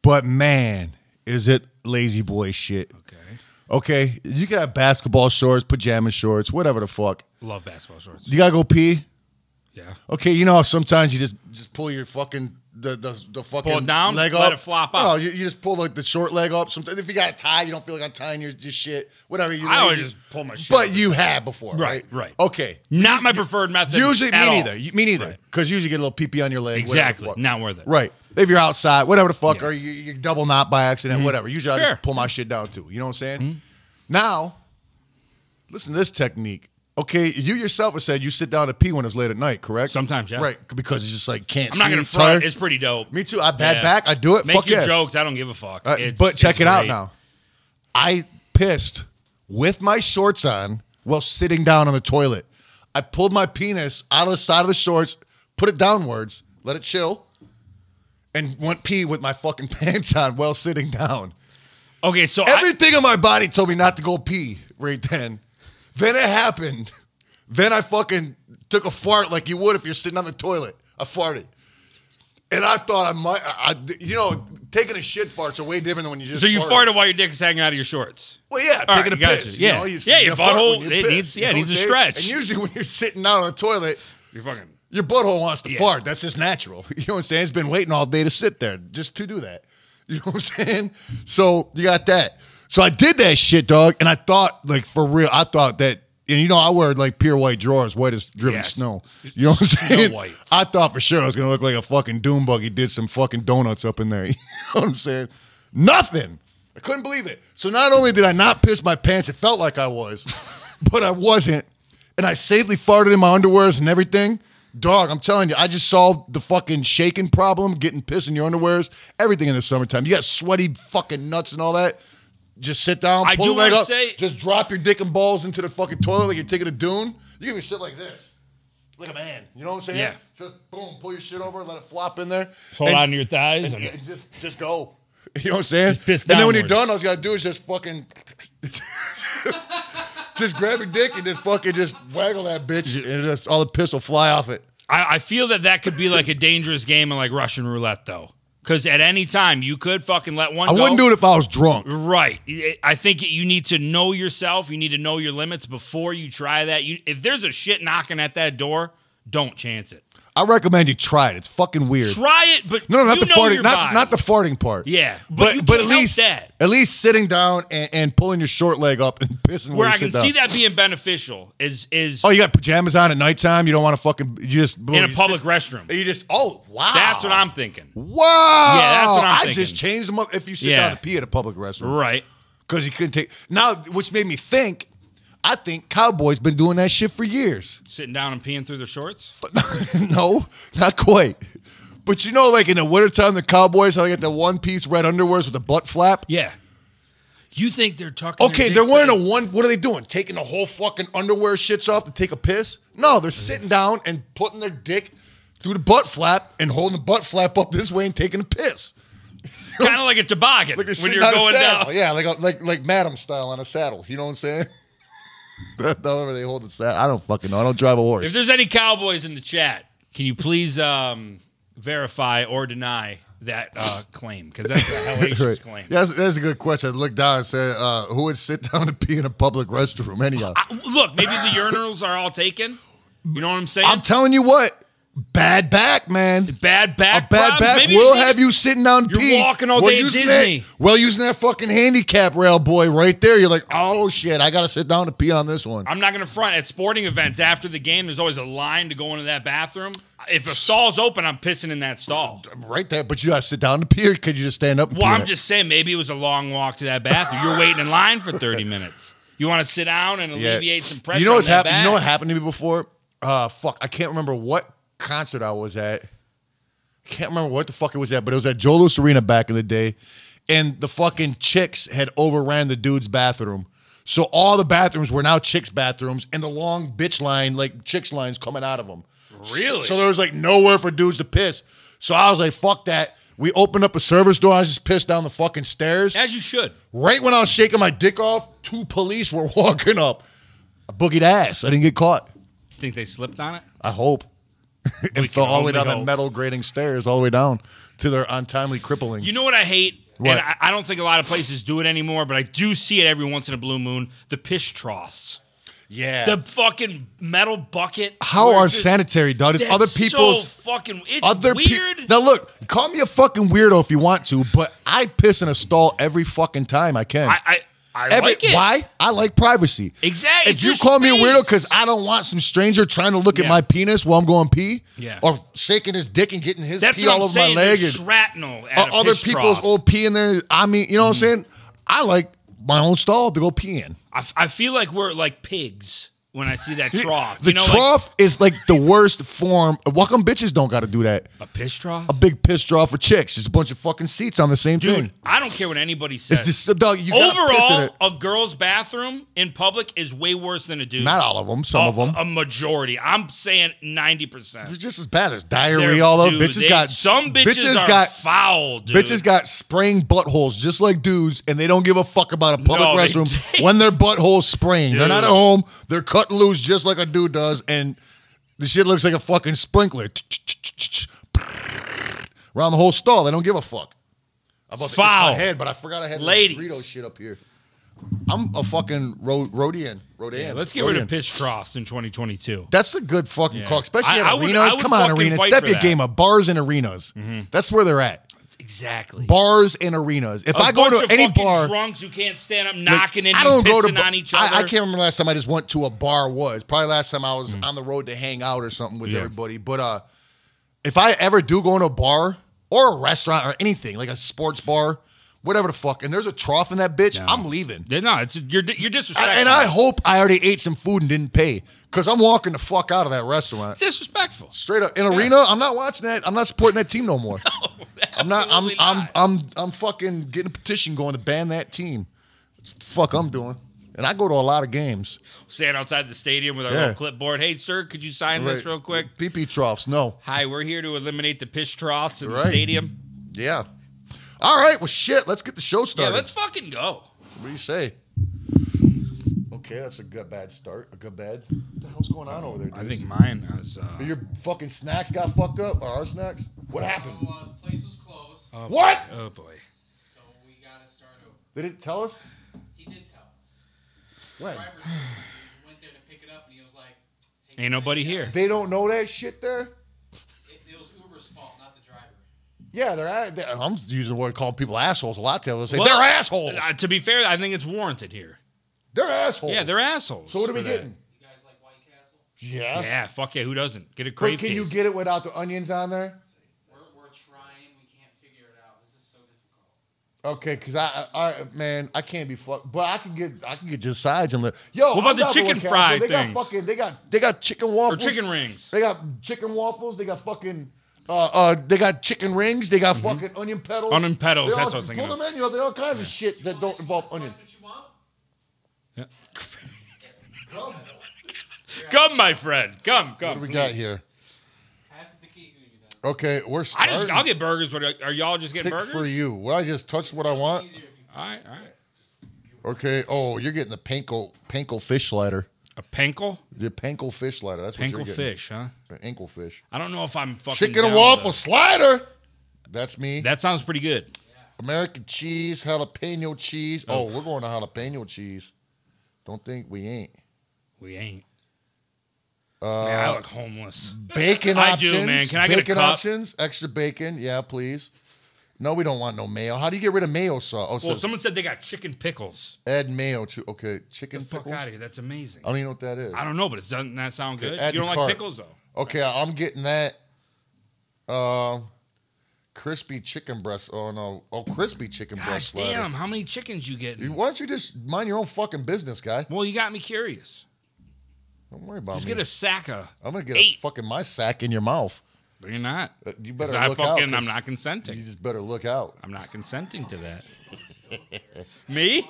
[SPEAKER 2] But man, is it lazy boy shit.
[SPEAKER 1] Okay.
[SPEAKER 2] Okay, you can have basketball shorts, pajama shorts, whatever the fuck.
[SPEAKER 1] Love basketball shorts.
[SPEAKER 2] You gotta go pee.
[SPEAKER 1] Yeah.
[SPEAKER 2] Okay, you know how sometimes you just just pull your fucking the the, the fucking
[SPEAKER 1] it down,
[SPEAKER 2] leg
[SPEAKER 1] let
[SPEAKER 2] up,
[SPEAKER 1] it flop
[SPEAKER 2] No,
[SPEAKER 1] up.
[SPEAKER 2] you, you just pull like the short leg up. Sometimes if you got a tie, you don't feel like untying your, your shit. Whatever you.
[SPEAKER 1] I always
[SPEAKER 2] lazy.
[SPEAKER 1] just pull my shit
[SPEAKER 2] But
[SPEAKER 1] up.
[SPEAKER 2] you have before, right?
[SPEAKER 1] Right, right.
[SPEAKER 2] Okay.
[SPEAKER 1] Not my preferred method.
[SPEAKER 2] Usually, me
[SPEAKER 1] at all.
[SPEAKER 2] neither. You- Me neither.
[SPEAKER 1] Right.
[SPEAKER 2] Because usually you get a little pee pee on your leg. whatever the
[SPEAKER 1] Exactly.
[SPEAKER 2] fuck.
[SPEAKER 1] Not worth it.
[SPEAKER 2] Right. If you're outside, whatever the fuck,
[SPEAKER 1] Yeah. Mm-hmm.
[SPEAKER 2] or you, you double knot by accident, whatever. Usually I
[SPEAKER 1] Fair. Mm-hmm.
[SPEAKER 2] just pull my shit down too. You know what I'm saying? Now, listen to this technique. Okay, you yourself have said you sit down to pee when it's late at night, correct?
[SPEAKER 1] Sometimes, yeah.
[SPEAKER 2] Right, because it's just like can't.
[SPEAKER 1] I'm not
[SPEAKER 2] see,
[SPEAKER 1] gonna front.
[SPEAKER 2] tired.
[SPEAKER 1] It's pretty dope.
[SPEAKER 2] Me too. I bad
[SPEAKER 1] Yeah.
[SPEAKER 2] back. I do it.
[SPEAKER 1] Make
[SPEAKER 2] fuck
[SPEAKER 1] your
[SPEAKER 2] yeah.
[SPEAKER 1] jokes. I don't give a fuck.
[SPEAKER 2] Uh,
[SPEAKER 1] It's-
[SPEAKER 2] but check
[SPEAKER 1] it's
[SPEAKER 2] it out
[SPEAKER 1] great.
[SPEAKER 2] now. I pissed with my shorts on while sitting down on the toilet. I pulled my penis out of the side of the shorts, put it downwards, let it chill, and went pee with my fucking pants on while sitting down.
[SPEAKER 1] Okay, so I-
[SPEAKER 2] Everything in my body told me not to go pee right then. Then it happened. Then I fucking took a fart like you would if you're sitting on the toilet. I farted. And I thought I might, I, I- you know, taking a shit farts are way different than when you just.
[SPEAKER 1] so you
[SPEAKER 2] fart.
[SPEAKER 1] farted while your dick is hanging out of your shorts.
[SPEAKER 2] Well, yeah,
[SPEAKER 1] All right,
[SPEAKER 2] taking a
[SPEAKER 1] gotcha.
[SPEAKER 2] piss.
[SPEAKER 1] Yeah.
[SPEAKER 2] you know, you,
[SPEAKER 1] Yeah,
[SPEAKER 2] you
[SPEAKER 1] your
[SPEAKER 2] fart
[SPEAKER 1] butthole,
[SPEAKER 2] when you
[SPEAKER 1] it
[SPEAKER 2] piss,
[SPEAKER 1] needs-
[SPEAKER 2] you
[SPEAKER 1] yeah, it
[SPEAKER 2] know
[SPEAKER 1] needs a
[SPEAKER 2] what I'm saying?
[SPEAKER 1] stretch.
[SPEAKER 2] And usually when you're sitting down on the toilet,
[SPEAKER 1] You're fucking.
[SPEAKER 2] your butthole wants to
[SPEAKER 1] Yeah.
[SPEAKER 2] fart. That's just natural. You know what I'm saying? It's been waiting all day to sit there just to do that. You know what I'm saying? So you got that. So I did that shit, dog, and I thought, like, for real, I thought that, and you know, I wear like pure white drawers, white as driven
[SPEAKER 1] Yes.
[SPEAKER 2] snow. You know what I'm saying?
[SPEAKER 1] white.
[SPEAKER 2] I thought for sure I was gonna look like a fucking doom buggy did some fucking donuts up in there. You know what I'm saying? Nothing. I couldn't believe it. So not only did I not piss my pants, it felt like I was, but I wasn't. And I safely farted in my underwears and everything. Dog, I'm telling you, I just solved the fucking shaking problem, getting piss in your underwears, everything in the summertime. You got sweaty fucking nuts and all that. Just sit down,
[SPEAKER 1] I
[SPEAKER 2] pull
[SPEAKER 1] do
[SPEAKER 2] the leg
[SPEAKER 1] wanna
[SPEAKER 2] up,
[SPEAKER 1] say-
[SPEAKER 2] just drop your dick and balls into the fucking toilet like you're taking a dune. You can be shit like this like a man. You know what I'm saying?
[SPEAKER 1] Yeah.
[SPEAKER 2] Just boom, pull your shit over, let it flop in there.
[SPEAKER 1] Hold
[SPEAKER 2] and,
[SPEAKER 1] on to your thighs.
[SPEAKER 2] and,
[SPEAKER 1] And,
[SPEAKER 2] and just just go. You know what I'm saying?
[SPEAKER 1] Just piss
[SPEAKER 2] and then when you're
[SPEAKER 1] downwards.
[SPEAKER 2] done, all you gotta do is just fucking just, just grab your dick and just fucking just waggle that bitch and just all the piss will fly off it.
[SPEAKER 1] I, I feel that that could be like a dangerous game of like Russian roulette, though. Because at any time, you could fucking let one
[SPEAKER 2] I
[SPEAKER 1] go.
[SPEAKER 2] wouldn't do it if I was drunk.
[SPEAKER 1] Right. I- I think you need to know yourself. You need to know your limits before you try that. You, if there's a shit knocking at that door, don't chance it.
[SPEAKER 2] I recommend you try it. It's fucking weird.
[SPEAKER 1] Try it, but
[SPEAKER 2] No, no, not
[SPEAKER 1] you
[SPEAKER 2] the
[SPEAKER 1] know
[SPEAKER 2] farting.
[SPEAKER 1] your
[SPEAKER 2] Not,
[SPEAKER 1] body.
[SPEAKER 2] not the farting part.
[SPEAKER 1] Yeah, but
[SPEAKER 2] but
[SPEAKER 1] you
[SPEAKER 2] but, at
[SPEAKER 1] can't help
[SPEAKER 2] least
[SPEAKER 1] that.
[SPEAKER 2] at least sitting down and, and pulling your short leg up and pissing
[SPEAKER 1] where
[SPEAKER 2] you
[SPEAKER 1] I can
[SPEAKER 2] sit down.
[SPEAKER 1] see that being beneficial is is
[SPEAKER 2] Oh, you got pajamas on at nighttime. You don't want to fucking. You just
[SPEAKER 1] in
[SPEAKER 2] you
[SPEAKER 1] a
[SPEAKER 2] sit-
[SPEAKER 1] public restroom.
[SPEAKER 2] You just oh wow.
[SPEAKER 1] That's what I'm thinking.
[SPEAKER 2] Wow.
[SPEAKER 1] Yeah, that's what I'm
[SPEAKER 2] I
[SPEAKER 1] thinking.
[SPEAKER 2] just changed them up. If you sit
[SPEAKER 1] Yeah.
[SPEAKER 2] down to pee at a public restroom,
[SPEAKER 1] Right.
[SPEAKER 2] because you couldn't take now, which made me think. I think Cowboys been doing that shit for years.
[SPEAKER 1] Sitting down and peeing through their shorts.
[SPEAKER 2] But no, not quite. But you know, like in the wintertime, the Cowboys how they got the one piece red underwears with the butt flap.
[SPEAKER 1] Yeah. You think they're tucking?
[SPEAKER 2] Okay,
[SPEAKER 1] their
[SPEAKER 2] they're
[SPEAKER 1] dick
[SPEAKER 2] wearing a
[SPEAKER 1] in-
[SPEAKER 2] one. What are they doing? Taking the whole fucking underwear shits off to take a piss? No, they're sitting down and putting their dick through the butt flap and holding the butt flap up this way and taking a piss.
[SPEAKER 1] kind of like a toboggan
[SPEAKER 2] Like a
[SPEAKER 1] when
[SPEAKER 2] shit
[SPEAKER 1] you're
[SPEAKER 2] on a
[SPEAKER 1] going
[SPEAKER 2] saddle.
[SPEAKER 1] down.
[SPEAKER 2] Yeah, like a, like like madam style on a saddle. You know what I'm saying? That- However they hold the saddle. I don't fucking know. I don't drive a
[SPEAKER 1] If
[SPEAKER 2] horse.
[SPEAKER 1] there's any cowboys in the chat, can you please um, verify or deny that uh, claim? Because that's a hellacious
[SPEAKER 2] Right.
[SPEAKER 1] claim.
[SPEAKER 2] Yeah, that's, that's a good question. I looked down and said, uh, "Who would sit down to pee in a public restroom?" Anyhow,
[SPEAKER 1] I- look, maybe the urinals are all taken. You know what I'm saying?
[SPEAKER 2] I'm telling you what, bad back, man.
[SPEAKER 1] bad back.
[SPEAKER 2] a bad
[SPEAKER 1] problems?
[SPEAKER 2] back
[SPEAKER 1] Maybe
[SPEAKER 2] will
[SPEAKER 1] need
[SPEAKER 2] have
[SPEAKER 1] to-
[SPEAKER 2] you sitting down.
[SPEAKER 1] You're
[SPEAKER 2] peeing
[SPEAKER 1] walking all
[SPEAKER 2] while
[SPEAKER 1] day at
[SPEAKER 2] using
[SPEAKER 1] Disney.
[SPEAKER 2] That, well, using that fucking handicap rail boy right there. You're like, oh shit, I gotta sit down to pee on this one.
[SPEAKER 1] I'm not going to front at sporting events after the game. There's always a line to go into that bathroom. If a stall's open, I'm pissing in that stall.
[SPEAKER 2] I'm right there, but you gotta sit down to pee, or could you just stand up? And
[SPEAKER 1] Well,
[SPEAKER 2] pee
[SPEAKER 1] I'm
[SPEAKER 2] in it?
[SPEAKER 1] just saying maybe it was a long walk to that bathroom. You're waiting in line for 30 minutes. You want to sit down and
[SPEAKER 2] Yeah.
[SPEAKER 1] alleviate some pressure.
[SPEAKER 2] You know what's
[SPEAKER 1] on that
[SPEAKER 2] happened? You know
[SPEAKER 1] back.
[SPEAKER 2] what happened to me before? Uh, fuck, I can't remember what concert I was at. I can't remember what the fuck it was at, but it was at Jolo's Arena back in the day, and the fucking chicks had overran the dude's bathroom. So all the bathrooms were now chicks' bathrooms, and the long bitch line, like chicks lines, coming out of them.
[SPEAKER 1] Really?
[SPEAKER 2] So there was like nowhere for dudes to piss. So I was like, "Fuck that." We opened up a service door. I was just pissed down the fucking stairs.
[SPEAKER 1] As you should.
[SPEAKER 2] Right when I was shaking my dick off, two police were walking up. I boogied ass. I didn't get caught.
[SPEAKER 1] Think they slipped on it?
[SPEAKER 2] I hope.
[SPEAKER 1] We
[SPEAKER 2] and fell
[SPEAKER 1] can
[SPEAKER 2] all the way
[SPEAKER 1] only
[SPEAKER 2] down the
[SPEAKER 1] hope.
[SPEAKER 2] metal grating stairs, all the way down to their untimely crippling.
[SPEAKER 1] You know what I hate?
[SPEAKER 2] What?
[SPEAKER 1] And I, I don't think a lot of places do it anymore, but I do see it every once in a blue moon. The piss troughs.
[SPEAKER 2] yeah.
[SPEAKER 1] The fucking metal bucket.
[SPEAKER 2] How
[SPEAKER 1] where it just-
[SPEAKER 2] unsanitary, dog. It's
[SPEAKER 1] That's
[SPEAKER 2] other people's.
[SPEAKER 1] so fucking it's
[SPEAKER 2] other peo-
[SPEAKER 1] weird.
[SPEAKER 2] now look, call me a fucking weirdo if you want to, but I piss in a stall every fucking time I can.
[SPEAKER 1] I I, I
[SPEAKER 2] Every-
[SPEAKER 1] like it.
[SPEAKER 2] Why? I like privacy.
[SPEAKER 1] Exactly.
[SPEAKER 2] If you
[SPEAKER 1] It's
[SPEAKER 2] call me a
[SPEAKER 1] your
[SPEAKER 2] weirdo
[SPEAKER 1] space.
[SPEAKER 2] because I don't want some stranger trying to look at
[SPEAKER 1] Yeah.
[SPEAKER 2] my penis while I'm going pee,
[SPEAKER 1] Yeah.
[SPEAKER 2] or shaking his dick and getting his
[SPEAKER 1] That's
[SPEAKER 2] pee
[SPEAKER 1] what
[SPEAKER 2] all
[SPEAKER 1] I'm
[SPEAKER 2] over
[SPEAKER 1] saying.
[SPEAKER 2] my leg,
[SPEAKER 1] There's
[SPEAKER 2] and
[SPEAKER 1] shrapnel at
[SPEAKER 2] o-
[SPEAKER 1] a
[SPEAKER 2] other
[SPEAKER 1] piss Mm-hmm.
[SPEAKER 2] people's
[SPEAKER 1] trough.
[SPEAKER 2] old pee in there. I mean, you know what I'm saying? I like my own stall to go pee in.
[SPEAKER 1] I, f- I feel like we're like pigs when I see that trough.
[SPEAKER 2] The
[SPEAKER 1] you know,
[SPEAKER 2] trough is like the worst form. Welcome bitches don't got to do that.
[SPEAKER 1] like a piss trough.
[SPEAKER 2] A big piss draw for chicks. Just a bunch of fucking seats on the same
[SPEAKER 1] Dude,
[SPEAKER 2] thing.
[SPEAKER 1] I don't care what anybody says.
[SPEAKER 2] It's just, dog, you gotta piss in
[SPEAKER 1] Overall,
[SPEAKER 2] it.
[SPEAKER 1] a girl's bathroom in public is way worse than a dude's.
[SPEAKER 2] Not all of them, some
[SPEAKER 1] a,
[SPEAKER 2] of them.
[SPEAKER 1] A majority. I'm saying 90%.
[SPEAKER 2] It's just as bad. There's diarrhea all over.
[SPEAKER 1] Dude,
[SPEAKER 2] Bitches
[SPEAKER 1] they-
[SPEAKER 2] got
[SPEAKER 1] some bitches, are
[SPEAKER 2] got
[SPEAKER 1] foul, dude.
[SPEAKER 2] Bitches got sprained buttholes just like dudes, and they don't give a fuck about a public
[SPEAKER 1] No, they
[SPEAKER 2] restroom
[SPEAKER 1] don't.
[SPEAKER 2] when their butthole's sprained. They're not at
[SPEAKER 1] Dude.
[SPEAKER 2] home. They're cut loose just like a dude does, and the shit looks like a fucking sprinkler around the whole stall. They don't give a fuck. About to itch
[SPEAKER 1] Foul.
[SPEAKER 2] my head, but I forgot I had
[SPEAKER 1] Ladies.
[SPEAKER 2] the burrito shit up here. I'm a fucking ro- Rodian. Rodan.
[SPEAKER 1] Yeah, let's get rid
[SPEAKER 2] Rodian.
[SPEAKER 1] of piss troughs in 2022.
[SPEAKER 2] That's a good fucking
[SPEAKER 1] Yeah.
[SPEAKER 2] call, especially
[SPEAKER 1] I- I
[SPEAKER 2] at
[SPEAKER 1] would-
[SPEAKER 2] arenas.
[SPEAKER 1] I would
[SPEAKER 2] Come on,
[SPEAKER 1] fucking
[SPEAKER 2] arenas.
[SPEAKER 1] fight
[SPEAKER 2] Step
[SPEAKER 1] for
[SPEAKER 2] your
[SPEAKER 1] that. Mm-hmm.
[SPEAKER 2] game up. Bars and arenas. That's where they're at.
[SPEAKER 1] Exactly.
[SPEAKER 2] Bars and arenas. If
[SPEAKER 1] I
[SPEAKER 2] I go to any bar,
[SPEAKER 1] drunks who can't stand up,
[SPEAKER 2] like,
[SPEAKER 1] knocking in,
[SPEAKER 2] I don't go to.
[SPEAKER 1] pissing
[SPEAKER 2] ba-
[SPEAKER 1] on each
[SPEAKER 2] I-
[SPEAKER 1] other.
[SPEAKER 2] I, can't remember last time I just went to a bar was. Probably last time I was on the road to hang out or something with
[SPEAKER 1] Mm. Yeah.
[SPEAKER 2] everybody. But uh, if I ever do go into a bar or a restaurant or anything like a sports bar, whatever the fuck, and there's a trough in that bitch, I'm leaving.
[SPEAKER 1] Yeah, No, it's you're you're disrespectful.
[SPEAKER 2] I- and I hope I already ate some food and didn't pay because I'm walking the fuck out of that restaurant.
[SPEAKER 1] it's disrespectful.
[SPEAKER 2] Straight up in arena, I'm not watching that. I'm not supporting that team no more. I'm not. I'm.
[SPEAKER 1] absolutely
[SPEAKER 2] I'm.
[SPEAKER 1] not.
[SPEAKER 2] I'm. I'm fucking getting a petition going to ban that team. Fuck, I'm doing. And I go to a lot of games.
[SPEAKER 1] Stand outside the stadium with our
[SPEAKER 2] Yeah.
[SPEAKER 1] little clipboard. Hey, sir, could you sign this real quick?
[SPEAKER 2] PP troughs. No.
[SPEAKER 1] Hi, we're here to eliminate the piss troughs in
[SPEAKER 2] Right.
[SPEAKER 1] the stadium.
[SPEAKER 2] Yeah. All right. Well, shit. Let's get the show
[SPEAKER 1] Yeah,
[SPEAKER 2] started.
[SPEAKER 1] let's fucking go.
[SPEAKER 2] What do you say? Okay, that's a good bad start. A good bad. What the hell's going on over there, dude?
[SPEAKER 1] I think mine was. Uh,
[SPEAKER 2] your fucking snacks got fucked up. Or our snacks? What
[SPEAKER 8] So,
[SPEAKER 2] happened?
[SPEAKER 8] uh, the place was closed,
[SPEAKER 2] What?
[SPEAKER 1] oh boy.
[SPEAKER 8] so we gotta start over.
[SPEAKER 2] They didn't tell us.
[SPEAKER 8] He did tell us.
[SPEAKER 2] When?
[SPEAKER 8] Driver went there to pick it up, and he was like, hey,
[SPEAKER 1] Ain't nobody here.
[SPEAKER 2] They don't know that shit there.
[SPEAKER 8] It, it was Uber's fault, not the driver.
[SPEAKER 2] Yeah, they're, they I'm using the word calling people assholes a lot. They say
[SPEAKER 1] Well,
[SPEAKER 2] they're assholes.
[SPEAKER 1] Uh, to be fair, I think it's warranted here.
[SPEAKER 2] they're assholes.
[SPEAKER 1] Yeah, they're assholes.
[SPEAKER 2] So what are we
[SPEAKER 1] for that.
[SPEAKER 2] getting?
[SPEAKER 8] You guys like White Castle?
[SPEAKER 2] Yeah.
[SPEAKER 1] Yeah, fuck yeah. Who doesn't get a
[SPEAKER 2] But
[SPEAKER 1] crave?
[SPEAKER 2] can you
[SPEAKER 1] case?
[SPEAKER 2] get it without the onions on there?
[SPEAKER 8] We're, we're trying. We can't figure it out. This is so difficult.
[SPEAKER 2] Okay, because I, I, I- man, I can't be fucked. But I can get, I can get just sides and li- yo.
[SPEAKER 1] What about
[SPEAKER 2] I'm
[SPEAKER 1] the
[SPEAKER 2] down for
[SPEAKER 1] chicken
[SPEAKER 2] one, Castle.
[SPEAKER 1] fry
[SPEAKER 2] They
[SPEAKER 1] things?
[SPEAKER 2] got fucking, they got, they got chicken waffles.
[SPEAKER 1] chicken rings.
[SPEAKER 2] They got chicken waffles. They got fucking. Uh, uh, they got chicken rings. They got fucking onion petals.
[SPEAKER 1] Mm-hmm. Onion petals,
[SPEAKER 2] They all-
[SPEAKER 1] that's what I was thinking
[SPEAKER 2] Pull
[SPEAKER 1] of.
[SPEAKER 2] the menu. There are all kinds of shit that don't involve onion.
[SPEAKER 8] That's what you want?
[SPEAKER 1] Come, my friend. Come, come.
[SPEAKER 2] What do we got
[SPEAKER 1] please.
[SPEAKER 2] here?
[SPEAKER 8] Pass the key to you then.
[SPEAKER 2] Okay, we're
[SPEAKER 1] I
[SPEAKER 2] starting.
[SPEAKER 1] just I'll get burgers. What are, are y'all just getting
[SPEAKER 2] pick
[SPEAKER 1] burgers?
[SPEAKER 2] for you. Well, I just touched what I want.
[SPEAKER 1] All right, all right.
[SPEAKER 2] Okay. Oh, you're getting the panko panko fish slider.
[SPEAKER 1] A panko,
[SPEAKER 2] The panko fish slider. That's what
[SPEAKER 1] panko
[SPEAKER 2] you're
[SPEAKER 1] fish, huh?
[SPEAKER 2] getting. Ankle fish.
[SPEAKER 1] I don't know if I'm fucking
[SPEAKER 2] Chicken
[SPEAKER 1] down
[SPEAKER 2] and
[SPEAKER 1] with
[SPEAKER 2] waffle
[SPEAKER 1] that.
[SPEAKER 2] slider. That's me.
[SPEAKER 1] That sounds pretty good.
[SPEAKER 2] American cheese, jalapeno cheese. Oh, we're going to jalapeno cheese. Don't think we ain't.
[SPEAKER 1] We ain't.
[SPEAKER 2] Uh,
[SPEAKER 1] Man, I look homeless.
[SPEAKER 2] Bacon
[SPEAKER 1] I do,
[SPEAKER 2] options.
[SPEAKER 1] man. Can I get a
[SPEAKER 2] bacon
[SPEAKER 1] cup?
[SPEAKER 2] options? Extra bacon. Yeah, please. No, we don't want no mayo. How do you get rid of mayo sauce? Oh,
[SPEAKER 1] Well,
[SPEAKER 2] so
[SPEAKER 1] someone said they got chicken pickles.
[SPEAKER 2] add mayo to okay chicken
[SPEAKER 1] Get the fuck
[SPEAKER 2] pickles.
[SPEAKER 1] out of
[SPEAKER 2] I
[SPEAKER 1] here. That's amazing.
[SPEAKER 2] don't even know what that is.
[SPEAKER 1] I don't know, but it doesn't that sound good?
[SPEAKER 2] add
[SPEAKER 1] You
[SPEAKER 2] to
[SPEAKER 1] don't like
[SPEAKER 2] cart.
[SPEAKER 1] pickles though.
[SPEAKER 2] Okay, I'm getting that. Um, crispy chicken breast. Oh no. Oh, crispy chicken
[SPEAKER 1] Gosh
[SPEAKER 2] breast. slider.
[SPEAKER 1] damn, how many chickens you getting?
[SPEAKER 2] Why don't you just mind your own fucking business, guy?
[SPEAKER 1] Well, you got me curious.
[SPEAKER 2] Don't worry about
[SPEAKER 1] Just
[SPEAKER 2] me.
[SPEAKER 1] get a sack of.
[SPEAKER 2] I'm gonna get
[SPEAKER 1] eight.
[SPEAKER 2] a fucking my sack in your mouth.
[SPEAKER 1] But you're not.
[SPEAKER 2] Uh, You
[SPEAKER 1] 'Cause
[SPEAKER 2] better
[SPEAKER 1] I
[SPEAKER 2] look out.
[SPEAKER 1] fucking, I'm
[SPEAKER 2] 'cause
[SPEAKER 1] not
[SPEAKER 2] You
[SPEAKER 1] consenting.
[SPEAKER 2] just better look out.
[SPEAKER 1] I'm not consenting to that. Me?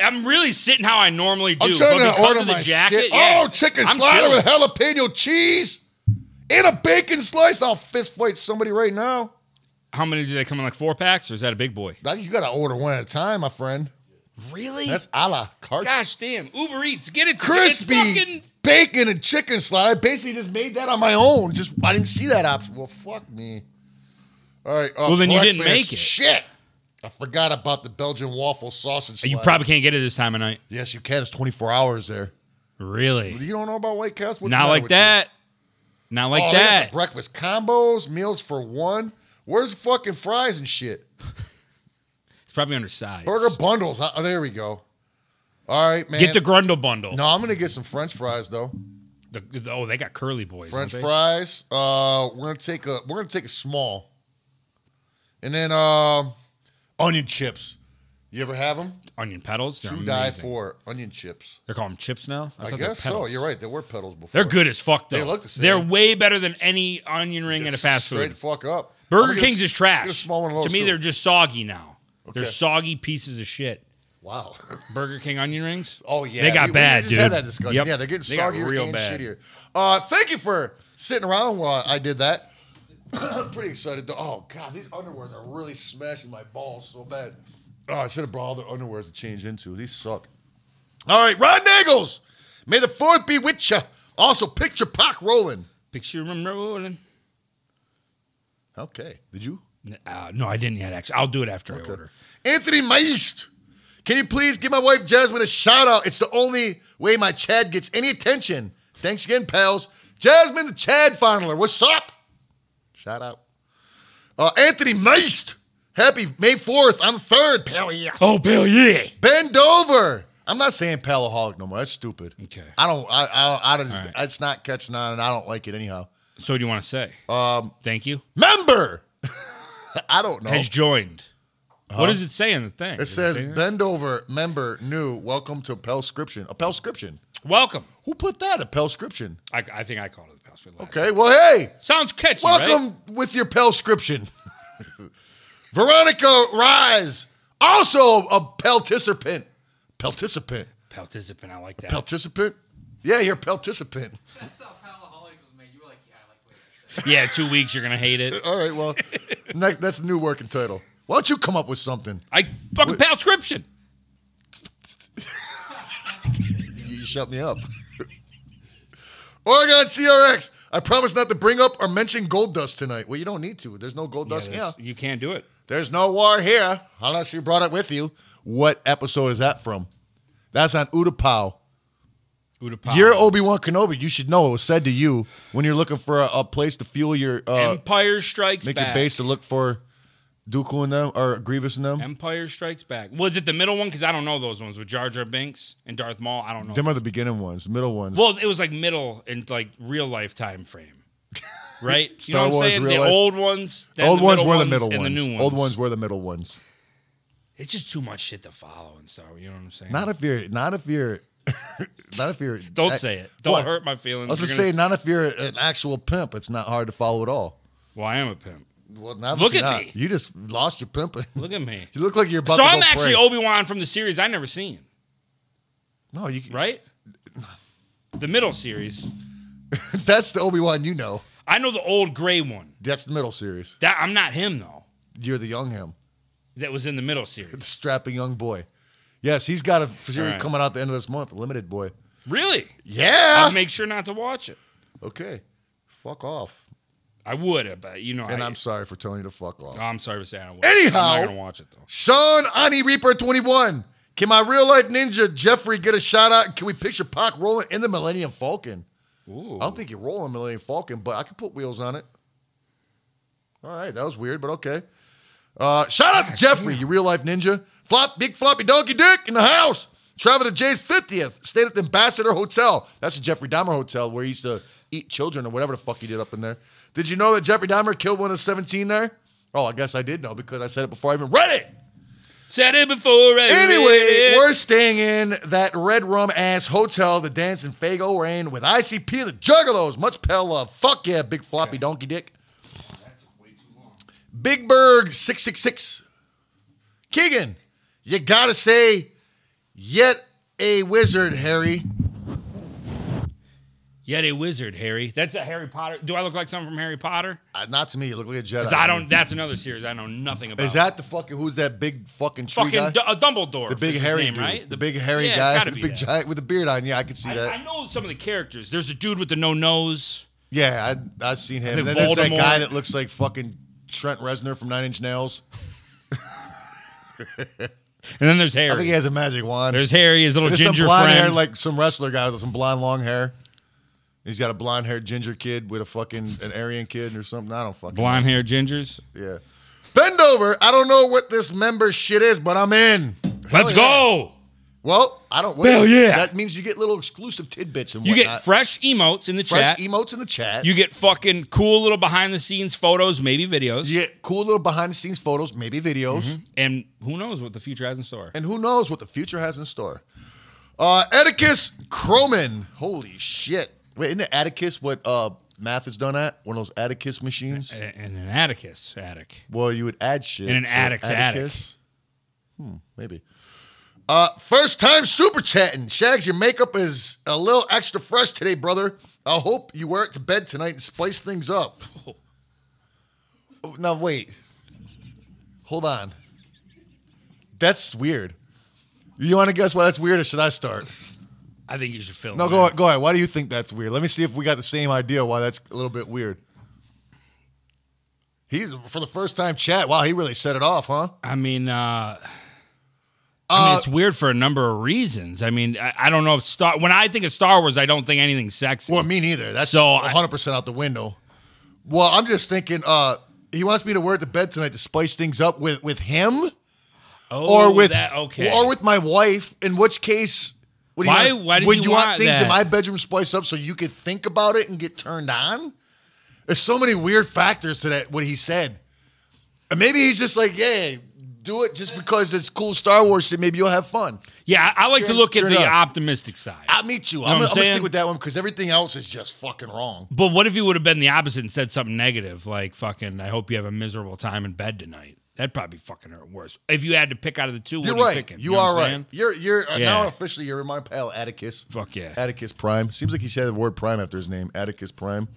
[SPEAKER 1] I'm really sitting how I normally do.
[SPEAKER 2] I'm trying
[SPEAKER 1] but
[SPEAKER 2] to
[SPEAKER 1] because
[SPEAKER 2] order
[SPEAKER 1] of the
[SPEAKER 2] my
[SPEAKER 1] jacket,
[SPEAKER 2] shit.
[SPEAKER 1] yeah,
[SPEAKER 2] oh, chicken
[SPEAKER 1] I'm
[SPEAKER 2] slider
[SPEAKER 1] chilling.
[SPEAKER 2] with jalapeno cheese and a bacon slice. I'll fist fight somebody right now.
[SPEAKER 1] How many do they come in? Like four packs, or is that a big boy?
[SPEAKER 2] Now you gotta order one at a time, my friend.
[SPEAKER 1] Really?
[SPEAKER 2] That's a la carte.
[SPEAKER 1] Gosh damn! Uber Eats, get it to
[SPEAKER 2] crispy
[SPEAKER 1] It's fucking,
[SPEAKER 2] bacon and chicken slider. Basically, just made that on my own. Just I didn't see that option. Well, fuck me. All right. uh,
[SPEAKER 1] Well, then you didn't
[SPEAKER 2] breakfast.
[SPEAKER 1] make it.
[SPEAKER 2] Shit. I forgot about the Belgian waffle sausage.
[SPEAKER 1] you
[SPEAKER 2] slider.
[SPEAKER 1] probably can't get it this time of night.
[SPEAKER 2] yes, you can. It's 24 hours there.
[SPEAKER 1] Really?
[SPEAKER 2] You don't know about White Castle? What's the
[SPEAKER 1] Not
[SPEAKER 2] matter
[SPEAKER 1] like
[SPEAKER 2] with you?
[SPEAKER 1] that. Not like
[SPEAKER 2] Oh, they got the
[SPEAKER 1] that.
[SPEAKER 2] breakfast combos, meals for one. Where's the fucking fries and shit?
[SPEAKER 1] It's probably undersized.
[SPEAKER 2] Burger bundles. Uh, there we go. All right, man.
[SPEAKER 1] Get the Grundle bundle.
[SPEAKER 2] no, I'm gonna get some French fries though.
[SPEAKER 1] The- the- oh, they got curly boys.
[SPEAKER 2] French
[SPEAKER 1] don't they?
[SPEAKER 2] fries. Uh, we're gonna take a we're gonna take a small, and then um, onion chips. You ever have them?
[SPEAKER 1] onion petals. They're
[SPEAKER 2] To
[SPEAKER 1] amazing.
[SPEAKER 2] die for onion chips.
[SPEAKER 1] They're called chips now.
[SPEAKER 2] I,
[SPEAKER 1] thought they were
[SPEAKER 2] guess so.
[SPEAKER 1] petals.
[SPEAKER 2] You're right. There were petals before.
[SPEAKER 1] They're good as fuck though.
[SPEAKER 2] They look the same.
[SPEAKER 1] They're way better than any onion ring at a fast
[SPEAKER 2] Straight the
[SPEAKER 1] food.
[SPEAKER 2] fuck up. I'm
[SPEAKER 1] Burger
[SPEAKER 2] gonna
[SPEAKER 1] King's
[SPEAKER 2] get a-
[SPEAKER 1] is
[SPEAKER 2] get a
[SPEAKER 1] trash.
[SPEAKER 2] small one of
[SPEAKER 1] to
[SPEAKER 2] those,
[SPEAKER 1] me,
[SPEAKER 2] too.
[SPEAKER 1] they're just soggy now. They're
[SPEAKER 2] Okay.
[SPEAKER 1] soggy pieces of shit.
[SPEAKER 2] wow.
[SPEAKER 1] Burger King onion rings.
[SPEAKER 2] Oh yeah,
[SPEAKER 1] they got
[SPEAKER 2] We- we
[SPEAKER 1] bad,
[SPEAKER 2] just
[SPEAKER 1] dude.
[SPEAKER 2] Had that discussion.
[SPEAKER 1] Yep.
[SPEAKER 2] Yeah, they're getting
[SPEAKER 1] They got
[SPEAKER 2] soggy
[SPEAKER 1] real
[SPEAKER 2] and
[SPEAKER 1] bad.
[SPEAKER 2] shittier. Uh, thank you for sitting around while I did that. I'm pretty excited. Though. Oh god, these underwears are really smashing my balls so bad. Oh, I should have brought all the underwears to change into. These suck. All right, Ron Nagels. May the fourth be with ya. Also, picture Pac rolling.
[SPEAKER 1] Picture them rolling.
[SPEAKER 2] Okay, did you?
[SPEAKER 1] Uh, no, I didn't yet. Actually, I'll do it after I order.
[SPEAKER 2] Anthony Meist. Can you please give my wife Jasmine a shout out? It's the only way my Chad gets any attention. Thanks again, pals. Jasmine the Chad Fondler. What's up? Shout out. Uh, Anthony Meist. Happy May 4th. I'm third, pal. Yeah.
[SPEAKER 1] Oh, Bill, yeah.
[SPEAKER 2] Bend over. I'm not saying palaholic no more. That's stupid.
[SPEAKER 1] Okay.
[SPEAKER 2] I don't, I, I, don't- I just,
[SPEAKER 1] right.
[SPEAKER 2] it's not catching on and I don't like it anyhow.
[SPEAKER 1] So, what do you want to say? Um, thank you.
[SPEAKER 2] Member. I don't know.
[SPEAKER 1] Has joined. What does it say in the thing?
[SPEAKER 2] It
[SPEAKER 1] Does
[SPEAKER 2] says
[SPEAKER 1] say that?
[SPEAKER 2] bend over, member, new. Welcome to Pelscription. A Pelscription.
[SPEAKER 1] welcome.
[SPEAKER 2] Who put that? A Pelscription.
[SPEAKER 1] I, I think I called it the password. Last
[SPEAKER 2] Okay. Well, hey,
[SPEAKER 1] Sounds catchy. right?
[SPEAKER 2] welcome with your Pelscription. Veronica Rise, also a Pelticipant. Pelticipant.
[SPEAKER 1] Participant. I like that.
[SPEAKER 2] Pelticipant. Yeah, you're Pelticipant.
[SPEAKER 8] That's how Palaholics was made. You were like, yeah, I like the way that sounds.
[SPEAKER 1] yeah, two weeks. You're gonna hate it.
[SPEAKER 2] All right. Well, next, that's a new working title. Why don't you come up with something?
[SPEAKER 1] I fucking palscription.
[SPEAKER 2] You shut me up. Oregon CRX. I promise not to bring up or mention gold dust tonight. Well, you don't need to. There's no gold dust. Yeah.
[SPEAKER 1] There's- You can't do it.
[SPEAKER 2] There's no war here unless you brought it with you. What episode is that from? That's on Utapau.
[SPEAKER 1] Utapau.
[SPEAKER 2] You're Obi Wan Kenobi. You should know it was said to you when you're looking for a, a place to fuel your uh,
[SPEAKER 1] Empire Strikes
[SPEAKER 2] make
[SPEAKER 1] Back.
[SPEAKER 2] your base to look for Dooku and them or Grievous and them.
[SPEAKER 1] Empire Strikes Back. Was it the middle one? Because I don't know those ones with Jar Jar Binks and Darth Maul. I don't know.
[SPEAKER 2] Them are the beginning ones, the middle ones.
[SPEAKER 1] well, it was like middle and like real life time frame, right? you
[SPEAKER 2] Star
[SPEAKER 1] know what I'm
[SPEAKER 2] Wars,
[SPEAKER 1] saying?
[SPEAKER 2] real
[SPEAKER 1] The
[SPEAKER 2] life.
[SPEAKER 1] old ones, then
[SPEAKER 2] old
[SPEAKER 1] the
[SPEAKER 2] ones
[SPEAKER 1] middle
[SPEAKER 2] were the middle
[SPEAKER 1] and
[SPEAKER 2] ones.
[SPEAKER 1] the new ones.
[SPEAKER 2] Old ones were the middle ones.
[SPEAKER 1] It's just too much shit to follow and stuff. You know what I'm saying?
[SPEAKER 2] Not if you're. Not if you're. not if you're.
[SPEAKER 1] don't
[SPEAKER 2] I-
[SPEAKER 1] say it. Don't
[SPEAKER 2] What?
[SPEAKER 1] hurt my feelings.
[SPEAKER 2] I was
[SPEAKER 1] You're
[SPEAKER 2] just
[SPEAKER 1] gonna-
[SPEAKER 2] saying, not if you're an actual pimp. It's not hard to follow at all.
[SPEAKER 1] Well, I am a pimp.
[SPEAKER 2] Well, not
[SPEAKER 1] Look
[SPEAKER 2] you're
[SPEAKER 1] at
[SPEAKER 2] not.
[SPEAKER 1] me.
[SPEAKER 2] You just lost your pimping.
[SPEAKER 1] Look at me.
[SPEAKER 2] You look like you're about
[SPEAKER 1] so
[SPEAKER 2] to go
[SPEAKER 1] I'm
[SPEAKER 2] pray.
[SPEAKER 1] actually Obi Wan from the series I never seen,
[SPEAKER 2] no, you
[SPEAKER 1] right? The middle series.
[SPEAKER 2] That's the Obi Wan you know.
[SPEAKER 1] I know the old gray one.
[SPEAKER 2] That's the middle series.
[SPEAKER 1] That I'm not him though.
[SPEAKER 2] You're the young him,
[SPEAKER 1] That was in the middle series.
[SPEAKER 2] the strapping young boy. Yes, he's got a series
[SPEAKER 1] right.
[SPEAKER 2] coming out the end of this month, limited boy.
[SPEAKER 1] Really?
[SPEAKER 2] Yeah.
[SPEAKER 1] I'd make sure not to watch it.
[SPEAKER 2] okay. Fuck off.
[SPEAKER 1] I would, but you know.
[SPEAKER 2] And
[SPEAKER 1] I,
[SPEAKER 2] I'm sorry for telling you to fuck off.
[SPEAKER 1] Oh, I'm sorry to say I don't. Watch
[SPEAKER 2] Anyhow-
[SPEAKER 1] it. I'm not gonna watch it though.
[SPEAKER 2] Sean Ani Reaper 21. Can my real life ninja Jeffrey get a shout out? Can we picture Pac rolling in the Millennium Falcon? I don't think you're rolling Millennium Falcon, but I could put wheels on it. All right, that was weird, but okay. Uh, shout out to Jeffrey, you real life ninja. Flop, big floppy donkey dick in the house. Traveled to Jay's 50th, stayed at the Ambassador Hotel. That's the Jeffrey Dahmer Hotel where he used to eat children or whatever the fuck he did up in there. Did you know that Jeffrey Dahmer killed one of 17 there? Oh, I guess I did know because I said it before I even read it.
[SPEAKER 1] Said it before. I
[SPEAKER 2] Anyway,
[SPEAKER 1] read.
[SPEAKER 2] we're staying in that red rum ass hotel, the dance in Fago rain with ICP, the Juggalos, much pale love. Fuck yeah, big floppy donkey dick. Big Berg six six six. Keegan, you gotta say, yet a wizard, Harry.
[SPEAKER 1] Yet a wizard, Harry. That's a Harry Potter. Do I look like someone from Harry Potter?
[SPEAKER 2] Uh, not to me. You look like a Jedi.
[SPEAKER 1] 'Cause I don't. That's another series I know nothing about.
[SPEAKER 2] Is that the fucking who's that big fucking tree guy?
[SPEAKER 1] fucking D- uh, Dumbledore?
[SPEAKER 2] the big
[SPEAKER 1] is his
[SPEAKER 2] hairy
[SPEAKER 1] name,
[SPEAKER 2] dude,
[SPEAKER 1] right?
[SPEAKER 2] the, big hairy
[SPEAKER 1] yeah, it's
[SPEAKER 2] guy,
[SPEAKER 1] gotta
[SPEAKER 2] the
[SPEAKER 1] be
[SPEAKER 2] big
[SPEAKER 1] that.
[SPEAKER 2] giant with the beard on. Yeah, I could see
[SPEAKER 1] I,
[SPEAKER 2] that.
[SPEAKER 1] I know some of the characters. There's a dude with the no nose.
[SPEAKER 2] Yeah, I, I've seen him.
[SPEAKER 1] think
[SPEAKER 2] And then there's that
[SPEAKER 1] Voldemort-
[SPEAKER 2] guy that looks like fucking Trent Reznor from Nine Inch Nails.
[SPEAKER 1] And then there's Harry.
[SPEAKER 2] I think he has a magic wand.
[SPEAKER 1] There's Harry, his little
[SPEAKER 2] There's
[SPEAKER 1] ginger
[SPEAKER 2] some blonde
[SPEAKER 1] friend.
[SPEAKER 2] hair, like some wrestler guy with some blonde long hair. He's got a blonde haired ginger kid with a fucking an Aryan kid or something. I don't fucking
[SPEAKER 1] Blonde hair gingers.
[SPEAKER 2] know. Yeah. Bend over. I don't know what this member shit is, but I'm in.
[SPEAKER 1] Let's go.
[SPEAKER 2] Well, I don't. What
[SPEAKER 7] Hell
[SPEAKER 2] is-
[SPEAKER 7] yeah.
[SPEAKER 2] That means you get little exclusive tidbits and
[SPEAKER 1] You
[SPEAKER 2] whatnot.
[SPEAKER 1] get fresh emotes in the
[SPEAKER 2] fresh
[SPEAKER 1] chat.
[SPEAKER 2] emotes in the chat.
[SPEAKER 1] you get fucking cool little behind the scenes photos, maybe videos.
[SPEAKER 2] You get cool little behind the scenes photos, maybe videos.
[SPEAKER 1] Mm-hmm. And who knows what the future has in store.
[SPEAKER 2] And who knows what the future has in store. Uh Atticus Croman. Holy shit. Wait, isn't it Atticus what uh math is done at? One of those Atticus machines?
[SPEAKER 1] And, and an Atticus attic.
[SPEAKER 2] Well, you would add shit.
[SPEAKER 1] In an Atticus attic.
[SPEAKER 2] Hmm, maybe. Uh, first time super chatting. Shags, your makeup is a little extra fresh today, brother. I hope you wear it to bed tonight and spice things up. Oh, now wait. Hold on. That's weird. You want to guess why that's weird, or should I start?
[SPEAKER 1] I think you should fill.
[SPEAKER 2] No,
[SPEAKER 1] it
[SPEAKER 2] go
[SPEAKER 1] in.
[SPEAKER 2] ahead, go ahead. Why do you think that's weird? Let me see if we got the same idea why that's a little bit weird. He's for the first time chat. Wow, he really set it off, huh?
[SPEAKER 1] I mean, uh, I mean,
[SPEAKER 2] Uh,
[SPEAKER 1] it's weird for a number of reasons. I mean, I, I don't know if Star. When I think of Star Wars, I don't think anything sexy.
[SPEAKER 2] Well, me neither. That's
[SPEAKER 1] So I-
[SPEAKER 2] 100% out the window. Well, I'm just thinking uh he wants me to wear it to bed tonight to spice things up with with him
[SPEAKER 1] oh,
[SPEAKER 2] or with
[SPEAKER 1] that, okay,
[SPEAKER 2] or with my wife, in which case what do you
[SPEAKER 1] Why-
[SPEAKER 2] want,
[SPEAKER 1] why does
[SPEAKER 2] would
[SPEAKER 1] he
[SPEAKER 2] you want,
[SPEAKER 1] want
[SPEAKER 2] things in
[SPEAKER 1] that?
[SPEAKER 2] my bedroom spiced up so you could think about it and get turned on? There's so many weird factors to that what he said. And maybe he's just like, yeah, do it just because it's cool Star Wars shit. Maybe you'll have fun.
[SPEAKER 1] yeah. I like to
[SPEAKER 2] Sure-
[SPEAKER 1] look at
[SPEAKER 2] sure
[SPEAKER 1] the
[SPEAKER 2] enough.
[SPEAKER 1] optimistic side.
[SPEAKER 2] I'll meet you.
[SPEAKER 1] what
[SPEAKER 2] I'm,
[SPEAKER 1] I'm
[SPEAKER 2] gonna- I'm gonna stick
[SPEAKER 1] saying?
[SPEAKER 2] with that one because everything else is just fucking wrong.
[SPEAKER 1] but what if he would have been the opposite and said something negative, like "fucking"? I hope you have a miserable time in bed tonight. That'd probably fucking hurt worse. If you had to pick out of the 2
[SPEAKER 2] You're
[SPEAKER 1] what
[SPEAKER 2] right.
[SPEAKER 1] you picking?
[SPEAKER 2] you
[SPEAKER 1] know what
[SPEAKER 2] are
[SPEAKER 1] I'm
[SPEAKER 2] right.
[SPEAKER 1] saying?
[SPEAKER 2] You're you're uh, now
[SPEAKER 1] Yeah.
[SPEAKER 2] officially you're my pal Atticus.
[SPEAKER 1] Fuck yeah.
[SPEAKER 2] Atticus Prime. Seems like he said the word Prime after his name. Atticus Prime.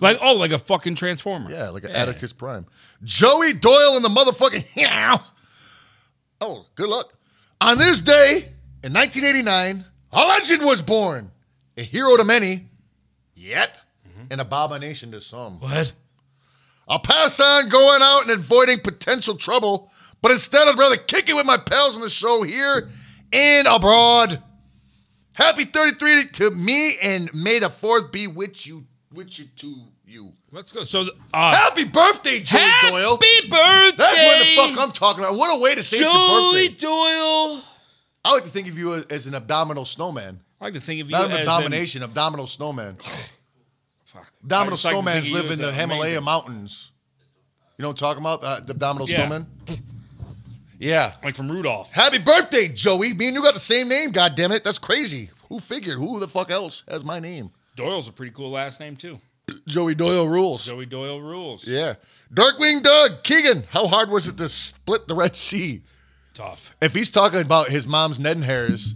[SPEAKER 1] Like oh, like a fucking transformer.
[SPEAKER 2] Yeah, like an Atticus Prime. Joey Doyle in the motherfucking house. Oh, good luck. On this day in 1989, a legend was born. A hero to many, yet an abomination to some.
[SPEAKER 1] What?
[SPEAKER 2] I'll pass on going out and avoiding potential trouble, but instead I'd rather kick it with my pals on the show here and abroad. Happy 33 to me and may the fourth be with you, with you to you.
[SPEAKER 1] Let's go. So uh,
[SPEAKER 2] Happy birthday, Joey
[SPEAKER 1] happy
[SPEAKER 2] Doyle.
[SPEAKER 1] birthday.
[SPEAKER 2] That's what the fuck I'm talking about. What a way to say it's your
[SPEAKER 1] Joey
[SPEAKER 2] birthday.
[SPEAKER 1] Doyle.
[SPEAKER 2] I like to think of you as an abdominal snowman.
[SPEAKER 1] I like to think of you
[SPEAKER 2] Not
[SPEAKER 1] as
[SPEAKER 2] an
[SPEAKER 1] an-
[SPEAKER 2] abomination, abdominal snowman.
[SPEAKER 1] I
[SPEAKER 2] Abdominal
[SPEAKER 1] just like to think
[SPEAKER 2] snowmans
[SPEAKER 1] of you
[SPEAKER 2] live
[SPEAKER 1] as
[SPEAKER 2] in the
[SPEAKER 1] an
[SPEAKER 2] Himalaya
[SPEAKER 1] amazing-
[SPEAKER 2] mountains. You know what I'm talking about? Uh, the abdominal
[SPEAKER 1] Yeah.
[SPEAKER 2] snowman? Yeah.
[SPEAKER 1] like from Rudolph.
[SPEAKER 2] Happy birthday, Joey. Me and you got the same name, God damn it! That's crazy. Who figured? Who the fuck else has my name?
[SPEAKER 1] Doyle's a pretty cool last name too.
[SPEAKER 2] Joey Doyle rules.
[SPEAKER 1] Joey Doyle rules.
[SPEAKER 2] Yeah. Darkwing Doug, Keegan, how hard was it to split the Red Sea?
[SPEAKER 1] Tough.
[SPEAKER 2] If he's talking about his mom's Ned and hairs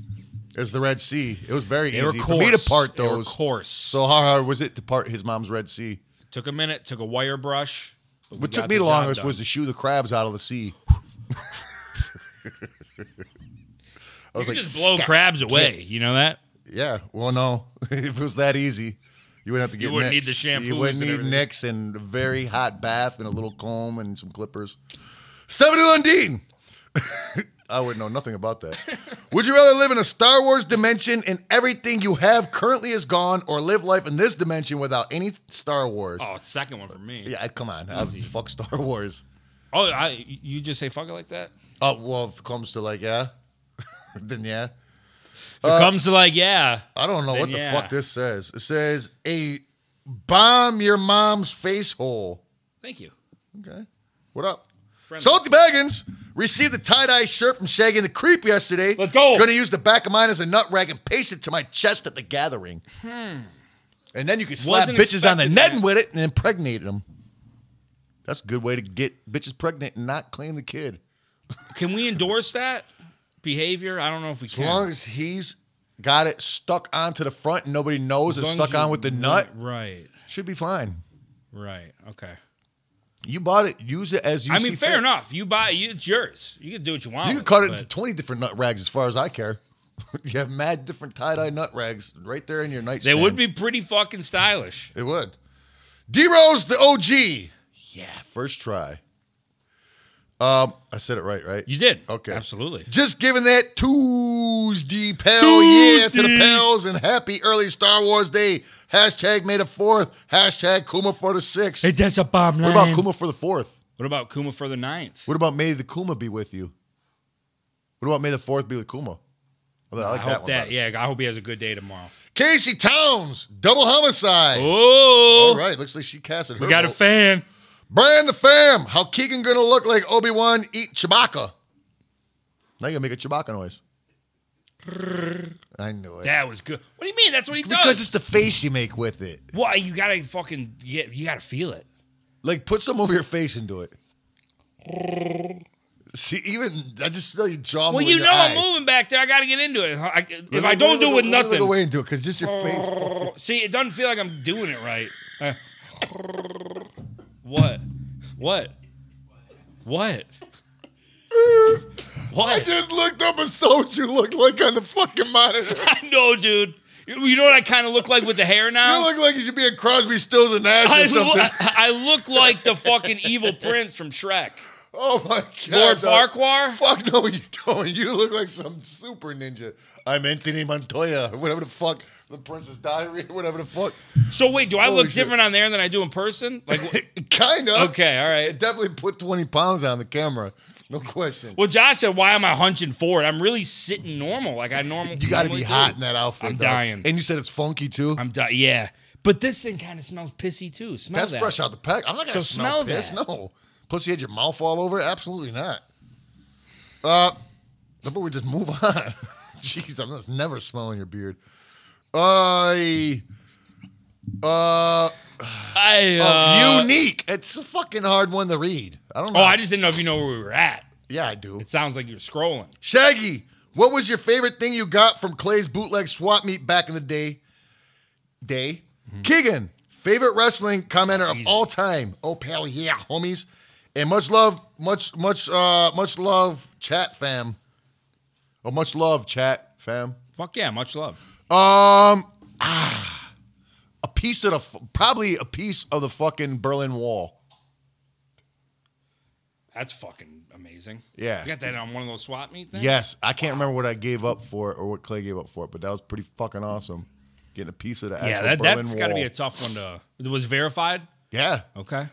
[SPEAKER 2] as the Red Sea, it was very
[SPEAKER 1] They
[SPEAKER 2] easy
[SPEAKER 1] were
[SPEAKER 2] for me to
[SPEAKER 1] coarse.
[SPEAKER 2] part
[SPEAKER 1] They were
[SPEAKER 2] those.
[SPEAKER 1] coarse.
[SPEAKER 2] So how hard was it to part his mom's Red Sea?
[SPEAKER 1] Took a minute. Took a wire brush. but we
[SPEAKER 2] What
[SPEAKER 1] got
[SPEAKER 2] took me
[SPEAKER 1] the
[SPEAKER 2] the
[SPEAKER 1] job
[SPEAKER 2] longest
[SPEAKER 1] done.
[SPEAKER 2] was to shoo the crabs out of the sea. I was
[SPEAKER 1] You
[SPEAKER 2] like,
[SPEAKER 1] just blow
[SPEAKER 2] "Scat."
[SPEAKER 1] crabs away. You know that?
[SPEAKER 2] Yeah. Well, no. if it was that easy, you wouldn't have to get.
[SPEAKER 1] You wouldn't
[SPEAKER 2] nicks.
[SPEAKER 1] need the
[SPEAKER 2] You
[SPEAKER 1] shampoos
[SPEAKER 2] wouldn't
[SPEAKER 1] and
[SPEAKER 2] need
[SPEAKER 1] everything.
[SPEAKER 2] nicks and a very hot bath and a little comb and some clippers. Stephanie Lundeen. I would know nothing about that. would you rather live in a Star Wars dimension and everything you have currently is gone, or live life in this dimension without any Star Wars?
[SPEAKER 1] Oh, it's second one for me.
[SPEAKER 2] Yeah, come on. I- Fuck Star Wars.
[SPEAKER 1] Oh, I you just say fuck it like that.
[SPEAKER 2] Oh well, if it comes to like yeah, then yeah.
[SPEAKER 1] If
[SPEAKER 2] Uh,
[SPEAKER 1] it comes to like yeah,
[SPEAKER 2] I don't know
[SPEAKER 1] Then
[SPEAKER 2] what the
[SPEAKER 1] yeah.
[SPEAKER 2] fuck this says. It says a bomb your mom's face hole.
[SPEAKER 1] thank you.
[SPEAKER 2] Okay, what up?
[SPEAKER 1] Friendly.
[SPEAKER 2] Salty Baggins received a tie dye shirt from Shaggy and the Creep yesterday.
[SPEAKER 1] Let's go.
[SPEAKER 2] Gonna use the back of mine as a nut rag and paste it to my chest at the gathering. And then you can slap
[SPEAKER 1] Hmm. Wasn't
[SPEAKER 2] bitches on the
[SPEAKER 1] expecting
[SPEAKER 2] net
[SPEAKER 1] that.
[SPEAKER 2] with it and impregnate them. That's a good way to get bitches pregnant and not claim the kid.
[SPEAKER 1] Can we endorse that behavior? I don't know if we
[SPEAKER 2] As
[SPEAKER 1] can.
[SPEAKER 2] long as he's got it stuck onto the front and nobody knows
[SPEAKER 1] As
[SPEAKER 2] it's
[SPEAKER 1] long
[SPEAKER 2] stuck
[SPEAKER 1] as you-
[SPEAKER 2] on with the nut,
[SPEAKER 1] Right.
[SPEAKER 2] should be fine.
[SPEAKER 1] Right. Okay.
[SPEAKER 2] You bought it, use it as you
[SPEAKER 1] I
[SPEAKER 2] see
[SPEAKER 1] mean, fair
[SPEAKER 2] fit.
[SPEAKER 1] enough. You buy you, it's yours. You can do what you want.
[SPEAKER 2] You can
[SPEAKER 1] with
[SPEAKER 2] cut it into
[SPEAKER 1] but
[SPEAKER 2] 20 different nut rags as far as I care. you have mad different tie dye nut rags right there in your
[SPEAKER 1] They
[SPEAKER 2] nightstand.
[SPEAKER 1] would be pretty fucking stylish.
[SPEAKER 2] It would. D Rose, the OG. Yeah, first try. Um, I said it right, right?
[SPEAKER 1] You did.
[SPEAKER 2] Okay.
[SPEAKER 1] Absolutely.
[SPEAKER 2] Just giving that Tuesday pal yeah to the
[SPEAKER 7] Tuesday.
[SPEAKER 2] pals and happy early Star Wars Day. Hashtag May the Fourth. Hashtag Kuma for the Sixth.
[SPEAKER 7] Hey, that's a bomb
[SPEAKER 2] what
[SPEAKER 7] line.
[SPEAKER 2] about Kuma for the Fourth?
[SPEAKER 1] What about Kuma for the ninth?
[SPEAKER 2] What about May the Kuma be with you? What about May the Fourth be with Kuma? I like
[SPEAKER 1] I
[SPEAKER 2] that
[SPEAKER 1] hope
[SPEAKER 2] one.
[SPEAKER 1] that.
[SPEAKER 2] better.
[SPEAKER 1] Yeah. I hope he has a good day tomorrow.
[SPEAKER 2] Casey Towns, double homicide.
[SPEAKER 1] Oh.
[SPEAKER 2] All right, looks like she casted her.
[SPEAKER 7] We got a
[SPEAKER 2] vote.
[SPEAKER 7] fan.
[SPEAKER 2] Brian the fam, how Keegan gonna look like Obi Wan eat Chewbacca? Now you gotta make a Chewbacca noise. I knew it.
[SPEAKER 1] That was good. What do you mean? That's what he
[SPEAKER 2] because
[SPEAKER 1] does.
[SPEAKER 2] it's the face you make with it.
[SPEAKER 1] Why you gotta fucking yeah, you gotta feel it.
[SPEAKER 2] Like put some over your face and do it. See, even I just saw you jaw.
[SPEAKER 1] Well,
[SPEAKER 2] move
[SPEAKER 1] you
[SPEAKER 2] in
[SPEAKER 1] know
[SPEAKER 2] your
[SPEAKER 1] I'm
[SPEAKER 2] eyes.
[SPEAKER 1] moving back there. I gotta get into it. I, if
[SPEAKER 2] Look-
[SPEAKER 1] I don't
[SPEAKER 2] look-
[SPEAKER 1] do it
[SPEAKER 2] look-
[SPEAKER 1] with
[SPEAKER 2] look- look
[SPEAKER 1] nothing,
[SPEAKER 2] away and do it because just your face. fucks it.
[SPEAKER 1] see, it doesn't feel like I'm doing it right. Uh, what? What? What?
[SPEAKER 2] I
[SPEAKER 1] What?
[SPEAKER 2] just looked up and saw what you looked like on the fucking monitor.
[SPEAKER 1] I know, dude. You you know what I kind of look like with the hair
[SPEAKER 2] You
[SPEAKER 1] now?
[SPEAKER 2] look like you should be at Crosby, Stills, and Nash
[SPEAKER 1] Um, I,
[SPEAKER 2] or
[SPEAKER 1] lo-
[SPEAKER 2] something.
[SPEAKER 1] I look like the fucking evil prince from Shrek.
[SPEAKER 2] oh my god,
[SPEAKER 1] Lord
[SPEAKER 2] dog.
[SPEAKER 1] Farquhar?
[SPEAKER 2] Fuck no, you don't. You look like some super ninja. I'm Anthony Montoya, or whatever the fuck, the Princess Diary, or whatever the fuck.
[SPEAKER 1] So wait, do I
[SPEAKER 2] Holy
[SPEAKER 1] look
[SPEAKER 2] shit.
[SPEAKER 1] different on there than I do in person? Like, wh-
[SPEAKER 2] kind of.
[SPEAKER 1] okay, all
[SPEAKER 2] It
[SPEAKER 1] right.
[SPEAKER 2] definitely put 20 pounds on the camera. No question.
[SPEAKER 1] Well, Josh said, "Why am I hunching forward? I'm really sitting normal, like I normal."
[SPEAKER 2] You got to
[SPEAKER 1] normally
[SPEAKER 2] be
[SPEAKER 1] do."
[SPEAKER 2] hot in that outfit.
[SPEAKER 1] I'm
[SPEAKER 2] dog.
[SPEAKER 1] dying.
[SPEAKER 2] And you said it's funky too.
[SPEAKER 1] I'm di- yeah, but this thing kind of smells pissy too. Smell
[SPEAKER 2] That's
[SPEAKER 1] that.
[SPEAKER 2] fresh out the pack. I'm not gonna
[SPEAKER 1] So
[SPEAKER 2] smell,
[SPEAKER 1] smell
[SPEAKER 2] this.
[SPEAKER 1] that.
[SPEAKER 2] No. Plus, you had your mouth all over. it? Absolutely not. Uh, number we just move on. Jeez, I'm just never smelling your beard. Uh, uh,
[SPEAKER 1] I,
[SPEAKER 2] Oh,
[SPEAKER 1] uh,
[SPEAKER 2] unique. It's a fucking hard one to read. I don't know.
[SPEAKER 1] oh, I just didn't know if you know where we were at.
[SPEAKER 2] yeah, I do.
[SPEAKER 1] It sounds like you're scrolling.
[SPEAKER 2] Shaggy, what was your favorite thing you got from Clay's bootleg swap meet back in the day? Day.
[SPEAKER 1] Mm-hmm.
[SPEAKER 2] Keegan, favorite wrestling commenter of all time. Oh, pal, yeah, homies. And much love, much, much, uh, much love, chat fam. Oh, much love, chat fam.
[SPEAKER 1] Fuck yeah, much love.
[SPEAKER 2] Um, ah, a piece of the, f- probably a piece of the fucking Berlin Wall.
[SPEAKER 1] That's fucking amazing.
[SPEAKER 2] Yeah.
[SPEAKER 1] you got that on one of those swap meet things.
[SPEAKER 2] Yes, I can't remember what I gave up for it or what Clay gave up for it, but that was pretty fucking awesome. Getting a piece of the actual
[SPEAKER 1] yeah, that,
[SPEAKER 2] Berlin
[SPEAKER 1] that's got to
[SPEAKER 2] Wall.
[SPEAKER 1] be a tough one to. It was verified.
[SPEAKER 2] Yeah,
[SPEAKER 1] Okay,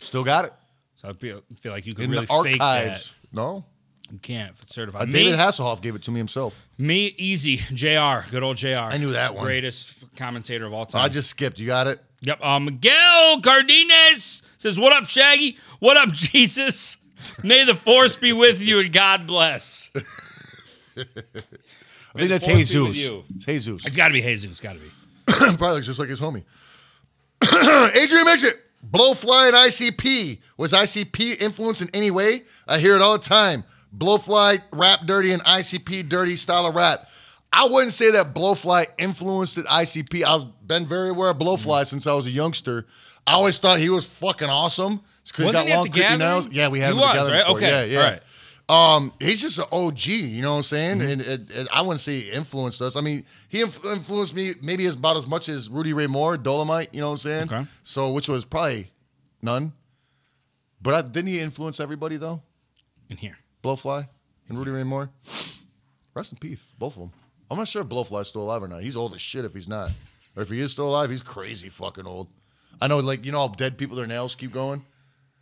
[SPEAKER 2] still got it
[SPEAKER 1] so I feel, feel like you could
[SPEAKER 2] in
[SPEAKER 1] really
[SPEAKER 2] the
[SPEAKER 1] fake that.
[SPEAKER 2] archives. No,
[SPEAKER 1] You can't if it's certified.
[SPEAKER 2] Uh,
[SPEAKER 1] Me-
[SPEAKER 2] David Hasselhoff gave it to me himself.
[SPEAKER 1] Me, easy, Jr. Good old Jr. I
[SPEAKER 2] knew that one.
[SPEAKER 1] Greatest f- commentator of all time.
[SPEAKER 2] I just skipped. You got it.
[SPEAKER 1] yep. Uh, Miguel Cardenas says, "What up, Shaggy? What up, Jesus? May the force be with you, and God bless."
[SPEAKER 2] I think that's
[SPEAKER 1] the fourth be with
[SPEAKER 2] Jesus.
[SPEAKER 1] you.
[SPEAKER 2] It's Jesus.
[SPEAKER 1] It's got to be Jesus. It's got to be.
[SPEAKER 2] Probably looks just like his homie. Adrian makes it. Blowfly and ICP. Was ICP influenced in any way? I hear it all the time. Blowfly rap dirty and ICP dirty style of rap. I wouldn't say that Blowfly influenced ICP. I've been very aware of Blowfly since I was a youngster. I always thought he was fucking awesome. It's 'cause
[SPEAKER 1] Wasn't
[SPEAKER 2] he
[SPEAKER 1] he at
[SPEAKER 2] got long
[SPEAKER 1] the
[SPEAKER 2] creepy
[SPEAKER 1] gathering?
[SPEAKER 2] nails. Yeah, we had
[SPEAKER 1] He
[SPEAKER 2] him
[SPEAKER 1] was,
[SPEAKER 2] together.
[SPEAKER 1] right?
[SPEAKER 2] Before.
[SPEAKER 1] Okay,
[SPEAKER 2] Yeah, yeah. Um, he's just an OG, you know what I'm saying? And, and- and I wouldn't say he influenced us. I mean, he inf- influenced me maybe as about as much as Rudy Ray Moore, Dolomite, you know what I'm saying?
[SPEAKER 1] Okay.
[SPEAKER 2] So, which was probably none. But I, didn't he influence everybody though?
[SPEAKER 1] in here.
[SPEAKER 2] Blowfly and Rudy Ray Moore. Rest in peace, both of them. I'm not sure if Blowfly's still alive or not. He's old as shit if he's not. Or if he is still alive, he's crazy fucking old. I know, like, you know how dead people, their nails keep going?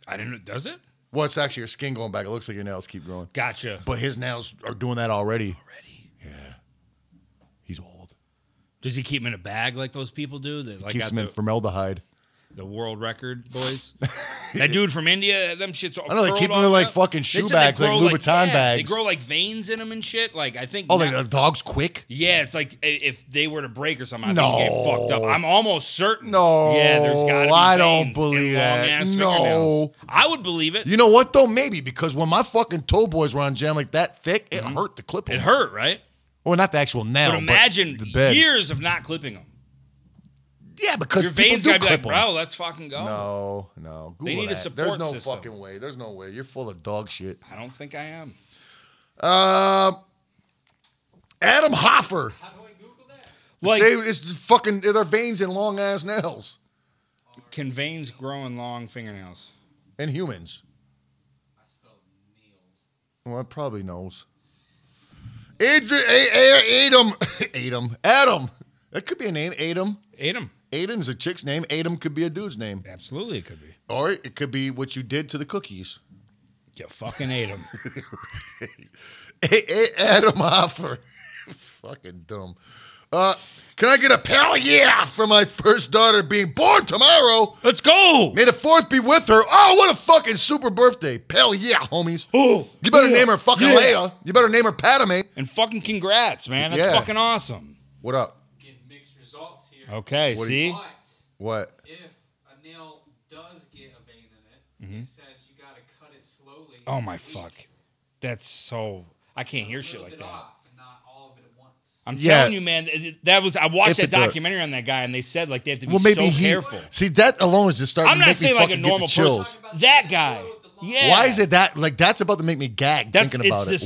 [SPEAKER 1] I didn't. know- Does it?
[SPEAKER 2] Well, it's actually your skin going back. It looks like your nails keep growing.
[SPEAKER 1] Gotcha.
[SPEAKER 2] But his nails are doing that already. Already? Yeah. He's old.
[SPEAKER 1] Does he keep him in a bag like those people do? That like
[SPEAKER 2] Keeps
[SPEAKER 1] got
[SPEAKER 2] him
[SPEAKER 1] the,
[SPEAKER 2] in formaldehyde.
[SPEAKER 1] the world record boys. that dude from India, them shits. All
[SPEAKER 2] I know, they
[SPEAKER 1] curled
[SPEAKER 2] keep 'em
[SPEAKER 1] all
[SPEAKER 2] in, like,
[SPEAKER 1] up.
[SPEAKER 2] fucking
[SPEAKER 1] They
[SPEAKER 2] shoe
[SPEAKER 1] said they
[SPEAKER 2] bags, like
[SPEAKER 1] grow,
[SPEAKER 2] Louboutin
[SPEAKER 1] yeah, They
[SPEAKER 2] bags.
[SPEAKER 1] grow like veins in them and shit. Like I think.
[SPEAKER 2] Oh,
[SPEAKER 1] now-
[SPEAKER 2] like the dog's quick?
[SPEAKER 1] yeah, it's like i- if they were to break or something, I
[SPEAKER 2] No.
[SPEAKER 1] think get fucked up. I'm almost certain.
[SPEAKER 2] No,
[SPEAKER 1] yeah, there's got to be
[SPEAKER 2] I don't
[SPEAKER 1] veins
[SPEAKER 2] believe
[SPEAKER 1] in
[SPEAKER 2] that.
[SPEAKER 1] long-ass
[SPEAKER 2] No.
[SPEAKER 1] fingernails. I would believe it.
[SPEAKER 2] You know what, though? Maybe because when my fucking toe boys were on jam like that thick, it hurt the clip.
[SPEAKER 1] Mm-hmm. it hurt, right?
[SPEAKER 2] Well, not the actual nail.
[SPEAKER 1] But imagine
[SPEAKER 2] the bed.
[SPEAKER 1] years of not clipping them.
[SPEAKER 2] Yeah, because
[SPEAKER 1] Your
[SPEAKER 2] people
[SPEAKER 1] veins
[SPEAKER 2] do
[SPEAKER 1] gotta be like,
[SPEAKER 2] clip 'em.
[SPEAKER 1] bro, let's fucking go.
[SPEAKER 2] No, no. Google
[SPEAKER 1] They need a
[SPEAKER 2] that.
[SPEAKER 1] support
[SPEAKER 2] There's no
[SPEAKER 1] system.
[SPEAKER 2] fucking way. There's no way. You're full of dog shit.
[SPEAKER 1] I don't think I am.
[SPEAKER 2] Um, Adam Hoffer.
[SPEAKER 1] Like,
[SPEAKER 2] Say it's fucking their veins and long ass nails
[SPEAKER 1] can veins grow in long fingernails?
[SPEAKER 2] in humans. Well, it probably knows. Adrian, a- a- Adam, Adam, Adam. That could be a name. Adam.
[SPEAKER 1] Ate 'em.
[SPEAKER 2] Aiden's a chick's name. Adam could be a dude's name,
[SPEAKER 1] Absolutely, it could be.
[SPEAKER 2] or it could be what you did to the cookies.
[SPEAKER 1] You fucking ate them.
[SPEAKER 2] A- A- Adam Hoffer. Fucking dumb. Uh, can I get a pal yeah for my first daughter being born tomorrow?
[SPEAKER 1] Let's go.
[SPEAKER 2] May the fourth be with her. Oh, what a fucking super birthday. Pal yeah, homies.
[SPEAKER 1] Oh,
[SPEAKER 2] You better
[SPEAKER 1] yeah,
[SPEAKER 2] name her fucking
[SPEAKER 1] yeah.
[SPEAKER 2] Leia. You better name her Padme.
[SPEAKER 1] And fucking congrats, man. That's
[SPEAKER 2] Yeah.
[SPEAKER 1] fucking awesome.
[SPEAKER 2] What up?
[SPEAKER 8] Get mixed results here.
[SPEAKER 1] Okay,
[SPEAKER 2] What do
[SPEAKER 1] see?
[SPEAKER 2] you-
[SPEAKER 8] But
[SPEAKER 2] What?
[SPEAKER 8] if a nail does get a vein in it, it says you gotta cut it slowly.
[SPEAKER 1] Mm-hmm. oh my
[SPEAKER 8] each
[SPEAKER 1] fuck.
[SPEAKER 8] week,
[SPEAKER 1] That's so I can't hear
[SPEAKER 8] a
[SPEAKER 1] shit
[SPEAKER 8] little
[SPEAKER 1] like
[SPEAKER 8] bit
[SPEAKER 1] that.
[SPEAKER 8] off and not all of it at once.
[SPEAKER 1] I'm
[SPEAKER 2] Yeah.
[SPEAKER 1] telling you, man. it- That was I watched
[SPEAKER 2] If
[SPEAKER 1] that
[SPEAKER 2] it does.
[SPEAKER 1] documentary on that guy, and they said like they have to be
[SPEAKER 2] Well, maybe
[SPEAKER 1] so
[SPEAKER 2] he.
[SPEAKER 1] careful.
[SPEAKER 2] See, that alone is just starting
[SPEAKER 1] I'm
[SPEAKER 2] to
[SPEAKER 1] not
[SPEAKER 2] make me
[SPEAKER 1] saying like a
[SPEAKER 2] fucking
[SPEAKER 1] normal
[SPEAKER 2] get the chills.
[SPEAKER 1] person. That guy. Yeah.
[SPEAKER 2] Why is it that like that's about to make me gag
[SPEAKER 1] That's
[SPEAKER 2] thinking about
[SPEAKER 1] it's
[SPEAKER 2] it?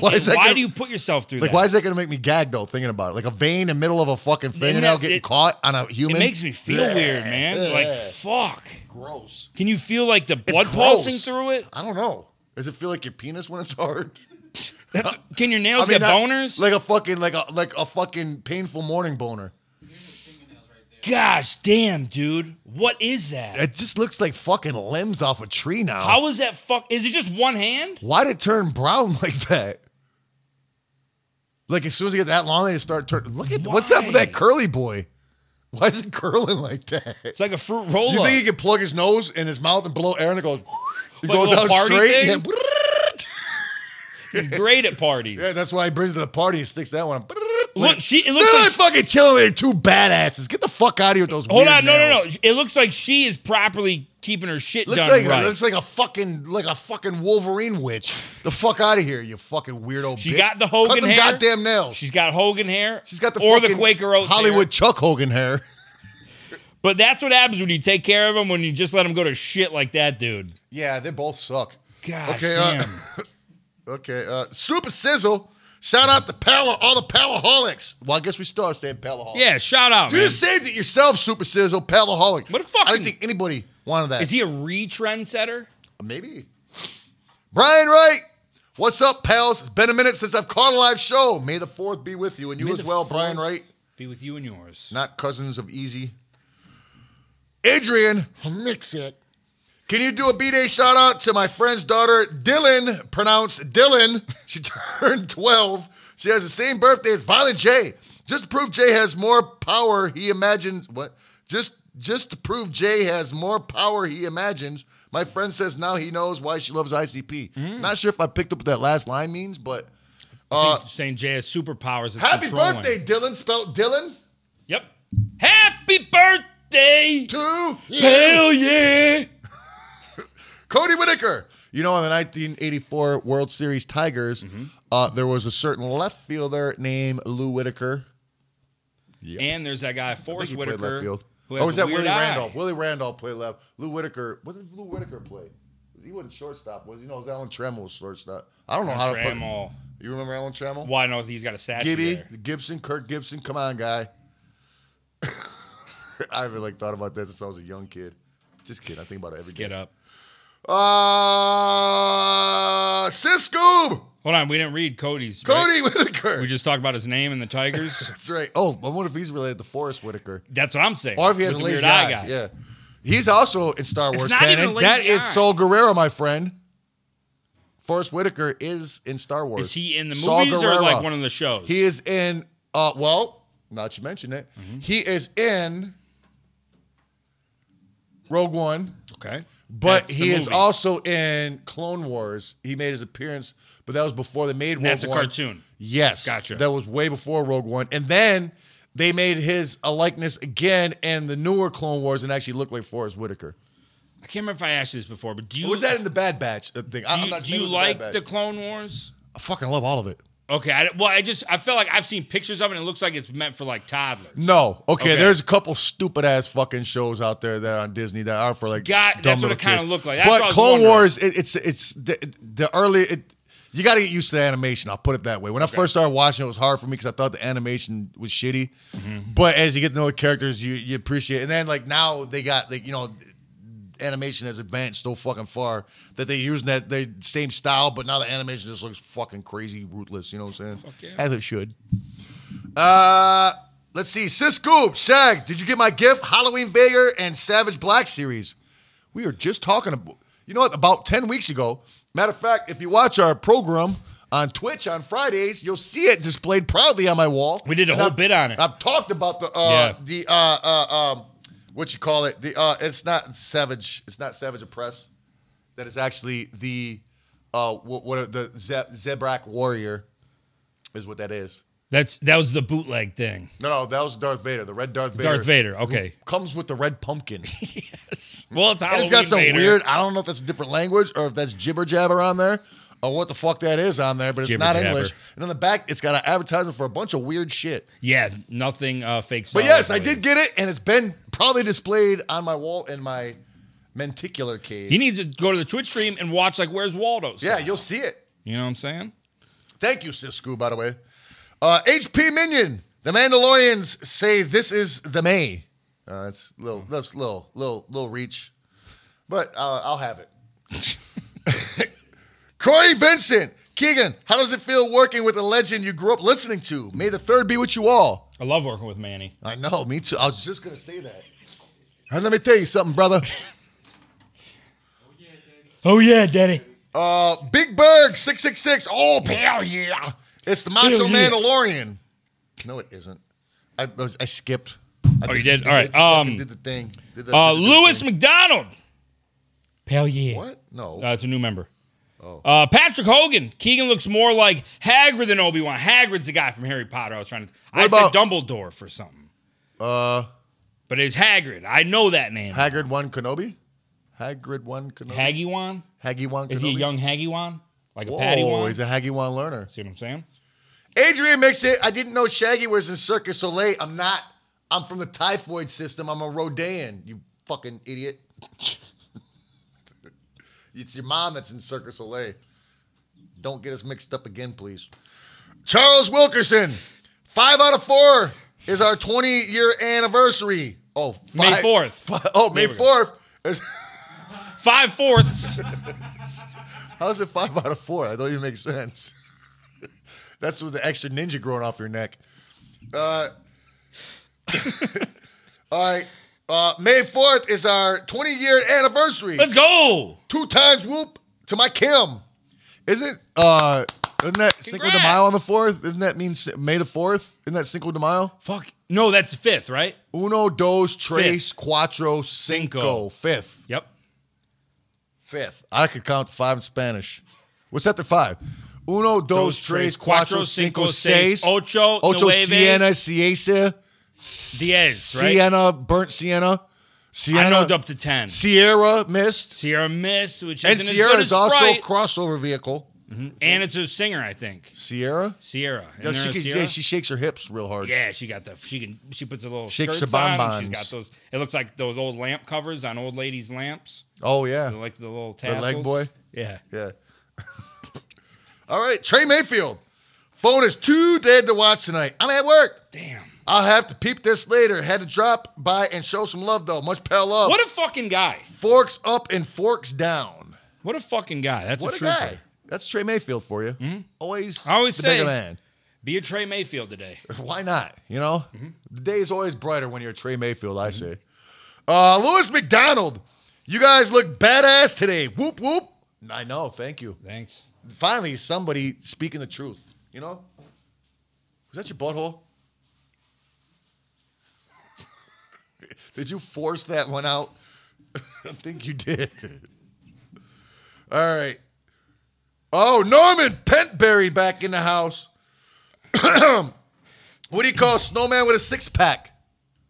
[SPEAKER 2] Why?
[SPEAKER 1] and
[SPEAKER 2] is that gonna-
[SPEAKER 1] do you put yourself through
[SPEAKER 2] Like,
[SPEAKER 1] that?
[SPEAKER 2] why is that going to make me gag though? Thinking about it, like a vein in the middle of a fucking fingernail
[SPEAKER 1] that-
[SPEAKER 2] getting
[SPEAKER 1] it-
[SPEAKER 2] caught on a human.
[SPEAKER 1] it makes me feel
[SPEAKER 2] Yeah.
[SPEAKER 1] weird, man.
[SPEAKER 2] Yeah.
[SPEAKER 1] Like fuck.
[SPEAKER 2] gross.
[SPEAKER 1] Can you feel like the
[SPEAKER 2] It's
[SPEAKER 1] blood
[SPEAKER 2] gross.
[SPEAKER 1] pulsing through it?
[SPEAKER 2] I don't know. Does it feel like your penis when it's hard?
[SPEAKER 1] That's, can your nails get
[SPEAKER 2] not-
[SPEAKER 1] boners?
[SPEAKER 2] Like a fucking like a like a fucking painful morning boner.
[SPEAKER 1] Gosh damn, dude. What is that?
[SPEAKER 2] It just looks like fucking limbs off a tree now.
[SPEAKER 1] How is that fuck? Is it just one hand?
[SPEAKER 2] Why'd it turn brown like that? Like as soon as you get that long, they just start turning. Look at what's up with
[SPEAKER 1] Why?
[SPEAKER 2] that curly boy? Why is it curling like that?
[SPEAKER 1] It's like a fruit roll
[SPEAKER 2] You
[SPEAKER 1] up.
[SPEAKER 2] think he could plug his nose in his mouth and blow air and it goes, it
[SPEAKER 1] Like a
[SPEAKER 2] goes
[SPEAKER 1] little
[SPEAKER 2] out
[SPEAKER 1] party
[SPEAKER 2] straight?
[SPEAKER 1] thing?
[SPEAKER 2] and-
[SPEAKER 1] He's great at parties.
[SPEAKER 2] Yeah, that's why he brings it to the party and sticks that one. up.
[SPEAKER 1] Look, she- it looks
[SPEAKER 2] They're
[SPEAKER 1] like-
[SPEAKER 2] not fucking chilling. They're two badasses. Get the fuck out of here with those
[SPEAKER 1] Hold
[SPEAKER 2] weird
[SPEAKER 1] on, no, no,
[SPEAKER 2] nails.
[SPEAKER 1] no. It looks like she is properly keeping her shit
[SPEAKER 2] Looks
[SPEAKER 1] done
[SPEAKER 2] like,
[SPEAKER 1] right.
[SPEAKER 2] looks like a fucking like a fucking Wolverine witch. The fuck out of here, you fucking weirdo
[SPEAKER 1] She
[SPEAKER 2] bitch.
[SPEAKER 1] got the Hogan
[SPEAKER 2] Cut them
[SPEAKER 1] hair.
[SPEAKER 2] goddamn nails.
[SPEAKER 1] She's got Hogan hair.
[SPEAKER 2] She's got the
[SPEAKER 1] or the
[SPEAKER 2] fucking
[SPEAKER 1] Quaker Oats hair.
[SPEAKER 2] Hollywood Chuck Hogan hair.
[SPEAKER 1] But that's what happens when you take care of them. When you just let them go to shit like that, dude.
[SPEAKER 2] Yeah, they both suck.
[SPEAKER 1] Gosh
[SPEAKER 2] Okay, uh,
[SPEAKER 1] damn.
[SPEAKER 2] Okay, uh, Super Sizzle. Shout out to Pala, all the Palaholics. Well, I guess we start staying Palaholics.
[SPEAKER 1] yeah, shout out,
[SPEAKER 2] You
[SPEAKER 1] man.
[SPEAKER 2] just saved it yourself, Super Sizzle, Palaholic.
[SPEAKER 1] What a
[SPEAKER 2] I
[SPEAKER 1] fucking-
[SPEAKER 2] didn't think anybody wanted that.
[SPEAKER 1] Is he a re-trend setter?
[SPEAKER 2] Maybe. Brian Wright. What's up, pals? It's been a minute since I've caught a live show. May the 4th be with you and you
[SPEAKER 1] May
[SPEAKER 2] as
[SPEAKER 1] the
[SPEAKER 2] well, Brian
[SPEAKER 1] 4th.
[SPEAKER 2] Wright.
[SPEAKER 1] Be with you and yours.
[SPEAKER 2] Not cousins of Easy. Adrian, mix it. Can you do a B-Day shout out to my friend's daughter, Dylan, pronounced Dylan? She turned 12. She has the same birthday as Violent J. Just to prove Jay has more power, he imagines what? Just just to prove Jay has more power he imagines, my friend says now he knows why she loves ICP. Not sure if I picked up what that last line means, but
[SPEAKER 1] I think St. Jay has superpowers. that's
[SPEAKER 2] Uh, happy
[SPEAKER 1] controlling.
[SPEAKER 2] birthday, Dylan, spelled Dylan.
[SPEAKER 1] Yep. Happy birthday.
[SPEAKER 2] Two.
[SPEAKER 1] Hell yeah.
[SPEAKER 2] Cody Whitaker. You know, in the 1984 World Series Tigers,
[SPEAKER 1] Mm-hmm.
[SPEAKER 2] uh, there was a certain left fielder named Lou Whitaker.
[SPEAKER 1] And there's that guy,
[SPEAKER 2] I think
[SPEAKER 1] Forrest
[SPEAKER 2] he played left
[SPEAKER 1] Whitaker,
[SPEAKER 2] field.
[SPEAKER 1] Who
[SPEAKER 2] Oh,
[SPEAKER 1] has
[SPEAKER 2] was
[SPEAKER 1] a
[SPEAKER 2] that
[SPEAKER 1] weird
[SPEAKER 2] Willie
[SPEAKER 1] eye.
[SPEAKER 2] Randolph? Willie Randolph played left. Lou Whitaker. What did Lou Whitaker play? He wasn't shortstop, was he? No, it was Alan Trammell was shortstop. I don't know how to put.
[SPEAKER 1] Trammell.
[SPEAKER 2] You remember Alan Trammell?
[SPEAKER 1] Why not? He's got a statue
[SPEAKER 2] Gibby,
[SPEAKER 1] there.
[SPEAKER 2] Gibson, Kirk Gibson. Come on, guy. I haven't like thought about that since I was a young kid. Just kidding. I think about it every day.
[SPEAKER 1] Get up.
[SPEAKER 2] Uh, Siskoob,
[SPEAKER 1] Hold on, we didn't read Cody's. right?
[SPEAKER 2] Cody Whitaker.
[SPEAKER 1] We just talked about his name and the Tigers.
[SPEAKER 2] That's right. Oh, I wonder if he's related to Forrest Whitaker.
[SPEAKER 1] That's what I'm saying.
[SPEAKER 2] Or if he has a
[SPEAKER 1] With the
[SPEAKER 2] lazy
[SPEAKER 1] weird
[SPEAKER 2] eye.
[SPEAKER 1] eye guy.
[SPEAKER 2] Yeah. He's also in Star Wars
[SPEAKER 1] not even
[SPEAKER 2] canon.
[SPEAKER 1] a lazy
[SPEAKER 2] That is
[SPEAKER 1] eye.
[SPEAKER 2] Sol Guerrero, my friend. Forrest Whitaker is in Star Wars.
[SPEAKER 1] Is he in the
[SPEAKER 2] Saul
[SPEAKER 1] movies or like
[SPEAKER 2] Guerrero.
[SPEAKER 1] one of the shows?
[SPEAKER 2] He is in uh well, now that you mention it. He is in Rogue One,
[SPEAKER 1] okay.
[SPEAKER 2] but
[SPEAKER 1] That's the
[SPEAKER 2] he is
[SPEAKER 1] movie.
[SPEAKER 2] also in Clone Wars. He made his appearance, but that was before they made Rogue
[SPEAKER 1] That's a
[SPEAKER 2] One.
[SPEAKER 1] cartoon.
[SPEAKER 2] Yes.
[SPEAKER 1] Gotcha.
[SPEAKER 2] That was way before Rogue One. And then they made his a likeness again in the newer Clone Wars and actually looked like Forrest Whitaker.
[SPEAKER 1] I can't remember if I asked you this before, but do you
[SPEAKER 2] was that in the Bad Batch uh, thing? I,
[SPEAKER 1] do
[SPEAKER 2] I'm
[SPEAKER 1] you,
[SPEAKER 2] not
[SPEAKER 1] do
[SPEAKER 2] sure it
[SPEAKER 1] you
[SPEAKER 2] was the
[SPEAKER 1] like
[SPEAKER 2] Bad
[SPEAKER 1] the
[SPEAKER 2] Batch.
[SPEAKER 1] Clone Wars?
[SPEAKER 2] I fucking love all of it.
[SPEAKER 1] Okay. I, well, I just I feel like I've seen pictures of it. and It looks like it's meant for like toddlers.
[SPEAKER 2] No. Okay,
[SPEAKER 1] Okay.
[SPEAKER 2] there's a couple stupid ass fucking shows out there that on Disney that are for like
[SPEAKER 1] God,
[SPEAKER 2] dumb
[SPEAKER 1] that's what
[SPEAKER 2] little
[SPEAKER 1] it kinda
[SPEAKER 2] kids.
[SPEAKER 1] looked like. That's what I
[SPEAKER 2] but
[SPEAKER 1] was
[SPEAKER 2] Clone
[SPEAKER 1] wondering.
[SPEAKER 2] Wars, it, it's it's the, the early. It, you got to get used to the animation. I'll put it that way. When I first started watching, it was hard for me because I thought the animation was shitty.
[SPEAKER 1] Mm-hmm.
[SPEAKER 2] But as you get to know the characters, you you appreciate. It. And then like now they got like you know. Animation has advanced so fucking far that they're using that they same style, but now the animation just looks fucking crazy, rootless. You know what I'm saying?
[SPEAKER 1] yeah.
[SPEAKER 2] As it should. Uh, let's see. Siscoop, Shags, did you get my gift? Halloween Vader and Savage Black series. We were just talking about, you know what, about 10 weeks ago. Matter of fact, if you watch our program on Twitch on Fridays, you'll see it displayed proudly on my wall.
[SPEAKER 1] We did a
[SPEAKER 2] And
[SPEAKER 1] whole
[SPEAKER 2] I've-
[SPEAKER 1] bit on it.
[SPEAKER 2] I've talked about the, uh,
[SPEAKER 1] Yeah.
[SPEAKER 2] the, uh, uh, um, what you call it? The, uh, it's not Savage, it's not Savage Oppress. That is actually the, uh, what, what the Ze- Zebrak Warrior is what that is.
[SPEAKER 1] That's that was the bootleg thing.
[SPEAKER 2] No, no, that was Darth Vader, the red Darth Vader.
[SPEAKER 1] Darth Vader. Okay.
[SPEAKER 2] comes with the red pumpkin.
[SPEAKER 1] Mm-hmm. Well, it's
[SPEAKER 2] and
[SPEAKER 1] Halloween
[SPEAKER 2] it's got some
[SPEAKER 1] Vader.
[SPEAKER 2] weird. I don't know if that's a different language or if that's gibber jabber on there or what the fuck that is on there, but it's
[SPEAKER 1] Gibber
[SPEAKER 2] not
[SPEAKER 1] jabber.
[SPEAKER 2] English. And on the back, it's got an advertisement for a bunch of weird shit.
[SPEAKER 1] Yeah, nothing uh, fake.
[SPEAKER 2] But yes, I did get it, and it's been probably displayed on my wall in my menticular cave.
[SPEAKER 1] He needs to go to the Twitch stream and watch like Where's Waldo's.
[SPEAKER 2] yeah, you'll see it.
[SPEAKER 1] You know what I'm saying?
[SPEAKER 2] Thank you, Siskoo, by the way. Uh, HP Minion, the Mandalorians say this is the May. Uh, that's little, that's little, little, little reach, but uh, I'll have it. Corey Vincent, Keegan, how does it feel working with a legend you grew up listening to? May the third be with you all.
[SPEAKER 1] I love working with Manny.
[SPEAKER 2] I know, me too. I was just gonna say that. And let me tell you something, brother.
[SPEAKER 7] Oh yeah, Daddy.
[SPEAKER 2] Uh, Big Berg, six six six. Oh, hell yeah! It's the Macho
[SPEAKER 7] Hell yeah.
[SPEAKER 2] Mandalorian. No, it isn't. I, I was, I skipped. I
[SPEAKER 1] Oh, you did?
[SPEAKER 2] I
[SPEAKER 1] All right,
[SPEAKER 2] fucking
[SPEAKER 1] um,
[SPEAKER 2] did the thing. Did the,
[SPEAKER 1] Uh,
[SPEAKER 2] did the
[SPEAKER 1] Lewis
[SPEAKER 2] thing.
[SPEAKER 1] McDonald.
[SPEAKER 7] Hell yeah.
[SPEAKER 2] What? No.
[SPEAKER 1] Uh, it's a new member.
[SPEAKER 2] Oh.
[SPEAKER 1] Uh, Patrick Hogan. Keegan looks more like Hagrid than Obi Wan. Hagrid's the guy from Harry Potter. I was trying to. I
[SPEAKER 2] about-
[SPEAKER 1] said Dumbledore for something.
[SPEAKER 2] Uh,
[SPEAKER 1] But it's Hagrid. I know that name.
[SPEAKER 2] Haggard one Kenobi. Haggard one Kenobi.
[SPEAKER 1] Haggy Wan?
[SPEAKER 2] Haggy one.
[SPEAKER 1] Is
[SPEAKER 2] Kenobi?
[SPEAKER 1] he a young Haggy Wan? Like a
[SPEAKER 2] Whoa,
[SPEAKER 1] Paddy Wan?
[SPEAKER 2] he's a Haggy one learner.
[SPEAKER 1] See what I'm saying?
[SPEAKER 2] Adrian makes it. I didn't know Shaggy was in Circus Soleil. I'm not. I'm from the typhoid system. I'm a Rodan. You fucking idiot. it's your mom that's in Circus Soleil. Don't get us mixed up again, please. Charles Wilkerson. Five out of four is our 20 year anniversary. Oh,
[SPEAKER 1] May
[SPEAKER 2] five-
[SPEAKER 1] 4th.
[SPEAKER 2] fi- oh, May 4th. Is-
[SPEAKER 1] Five fourths.
[SPEAKER 2] How is it five out of four? That don't even make sense. That's with the extra ninja growing off your neck. Uh, all right. Uh, May 4th is our 20 year anniversary.
[SPEAKER 1] Let's go.
[SPEAKER 2] Two times whoop to my Kim. Isn't uh isn't that Cinco de Mayo on the 4th? Isn't that mean Ci- May the 4th? Isn't that Cinco de Mayo?
[SPEAKER 1] Fuck. No, that's the fifth, right?
[SPEAKER 2] Uno, dos, tres, cuatro,
[SPEAKER 1] Cinco.
[SPEAKER 2] cinco. Fifth.
[SPEAKER 1] Yep.
[SPEAKER 2] Fifth. I could count to five in Spanish. What's that? The five. Uno, dos, tres, cuatro, cinco, seis.
[SPEAKER 1] ocho,
[SPEAKER 2] Ocho,
[SPEAKER 1] nueve,
[SPEAKER 2] Sienna, Ciesa,
[SPEAKER 1] diez, right?
[SPEAKER 2] Sienna, burnt Sienna,
[SPEAKER 1] I
[SPEAKER 2] Sienna,
[SPEAKER 1] know up to ten.
[SPEAKER 2] Sierra, missed,
[SPEAKER 1] Sierra Miss, which
[SPEAKER 2] and
[SPEAKER 1] isn't
[SPEAKER 2] Sierra
[SPEAKER 1] as
[SPEAKER 2] is
[SPEAKER 1] good as
[SPEAKER 2] also a
[SPEAKER 1] Sprite.
[SPEAKER 2] crossover vehicle.
[SPEAKER 1] And it's a singer, I think.
[SPEAKER 2] Sierra?
[SPEAKER 1] Sierra. Isn't
[SPEAKER 2] Yeah,
[SPEAKER 1] there
[SPEAKER 2] she
[SPEAKER 1] a
[SPEAKER 2] can,
[SPEAKER 1] Sierra?
[SPEAKER 2] yeah, she shakes her hips real hard.
[SPEAKER 1] Yeah, she got the she can she puts a little
[SPEAKER 2] Shakes
[SPEAKER 1] skirts
[SPEAKER 2] the
[SPEAKER 1] on. and She's
[SPEAKER 2] bonbons.
[SPEAKER 1] got those. It looks like those old lamp covers on old ladies' lamps,
[SPEAKER 2] Oh yeah.
[SPEAKER 1] like the little
[SPEAKER 2] The
[SPEAKER 1] tassels.
[SPEAKER 2] leg boy?
[SPEAKER 1] Yeah.
[SPEAKER 2] Yeah. All right, Trey Mayfield. Phone is too dead to watch tonight. I'm at work.
[SPEAKER 1] Damn.
[SPEAKER 2] I'll have to peep this later. Had to drop by and show some love though. Much pal love.
[SPEAKER 1] What a fucking guy.
[SPEAKER 2] forks up and forks down.
[SPEAKER 1] What a fucking guy. That's
[SPEAKER 2] What
[SPEAKER 1] a
[SPEAKER 2] a
[SPEAKER 1] trooper.
[SPEAKER 2] guy. That's Trey Mayfield for you. Always,
[SPEAKER 1] I always
[SPEAKER 2] the
[SPEAKER 1] say-
[SPEAKER 2] bigger man.
[SPEAKER 1] Be a Trey Mayfield today.
[SPEAKER 2] Why not? You know,
[SPEAKER 1] Mm-hmm.
[SPEAKER 2] the day is always brighter when you're Trey Mayfield. I say. Uh, Lewis McDonald, you guys look badass today. Whoop whoop. I know. Thank you.
[SPEAKER 1] Thanks.
[SPEAKER 2] Finally, somebody speaking the truth. You know. Was that your butthole? did you force that one out? I think you did. All right. Oh, Norman Pentberry back in the house. what do you call a snowman with a six pack?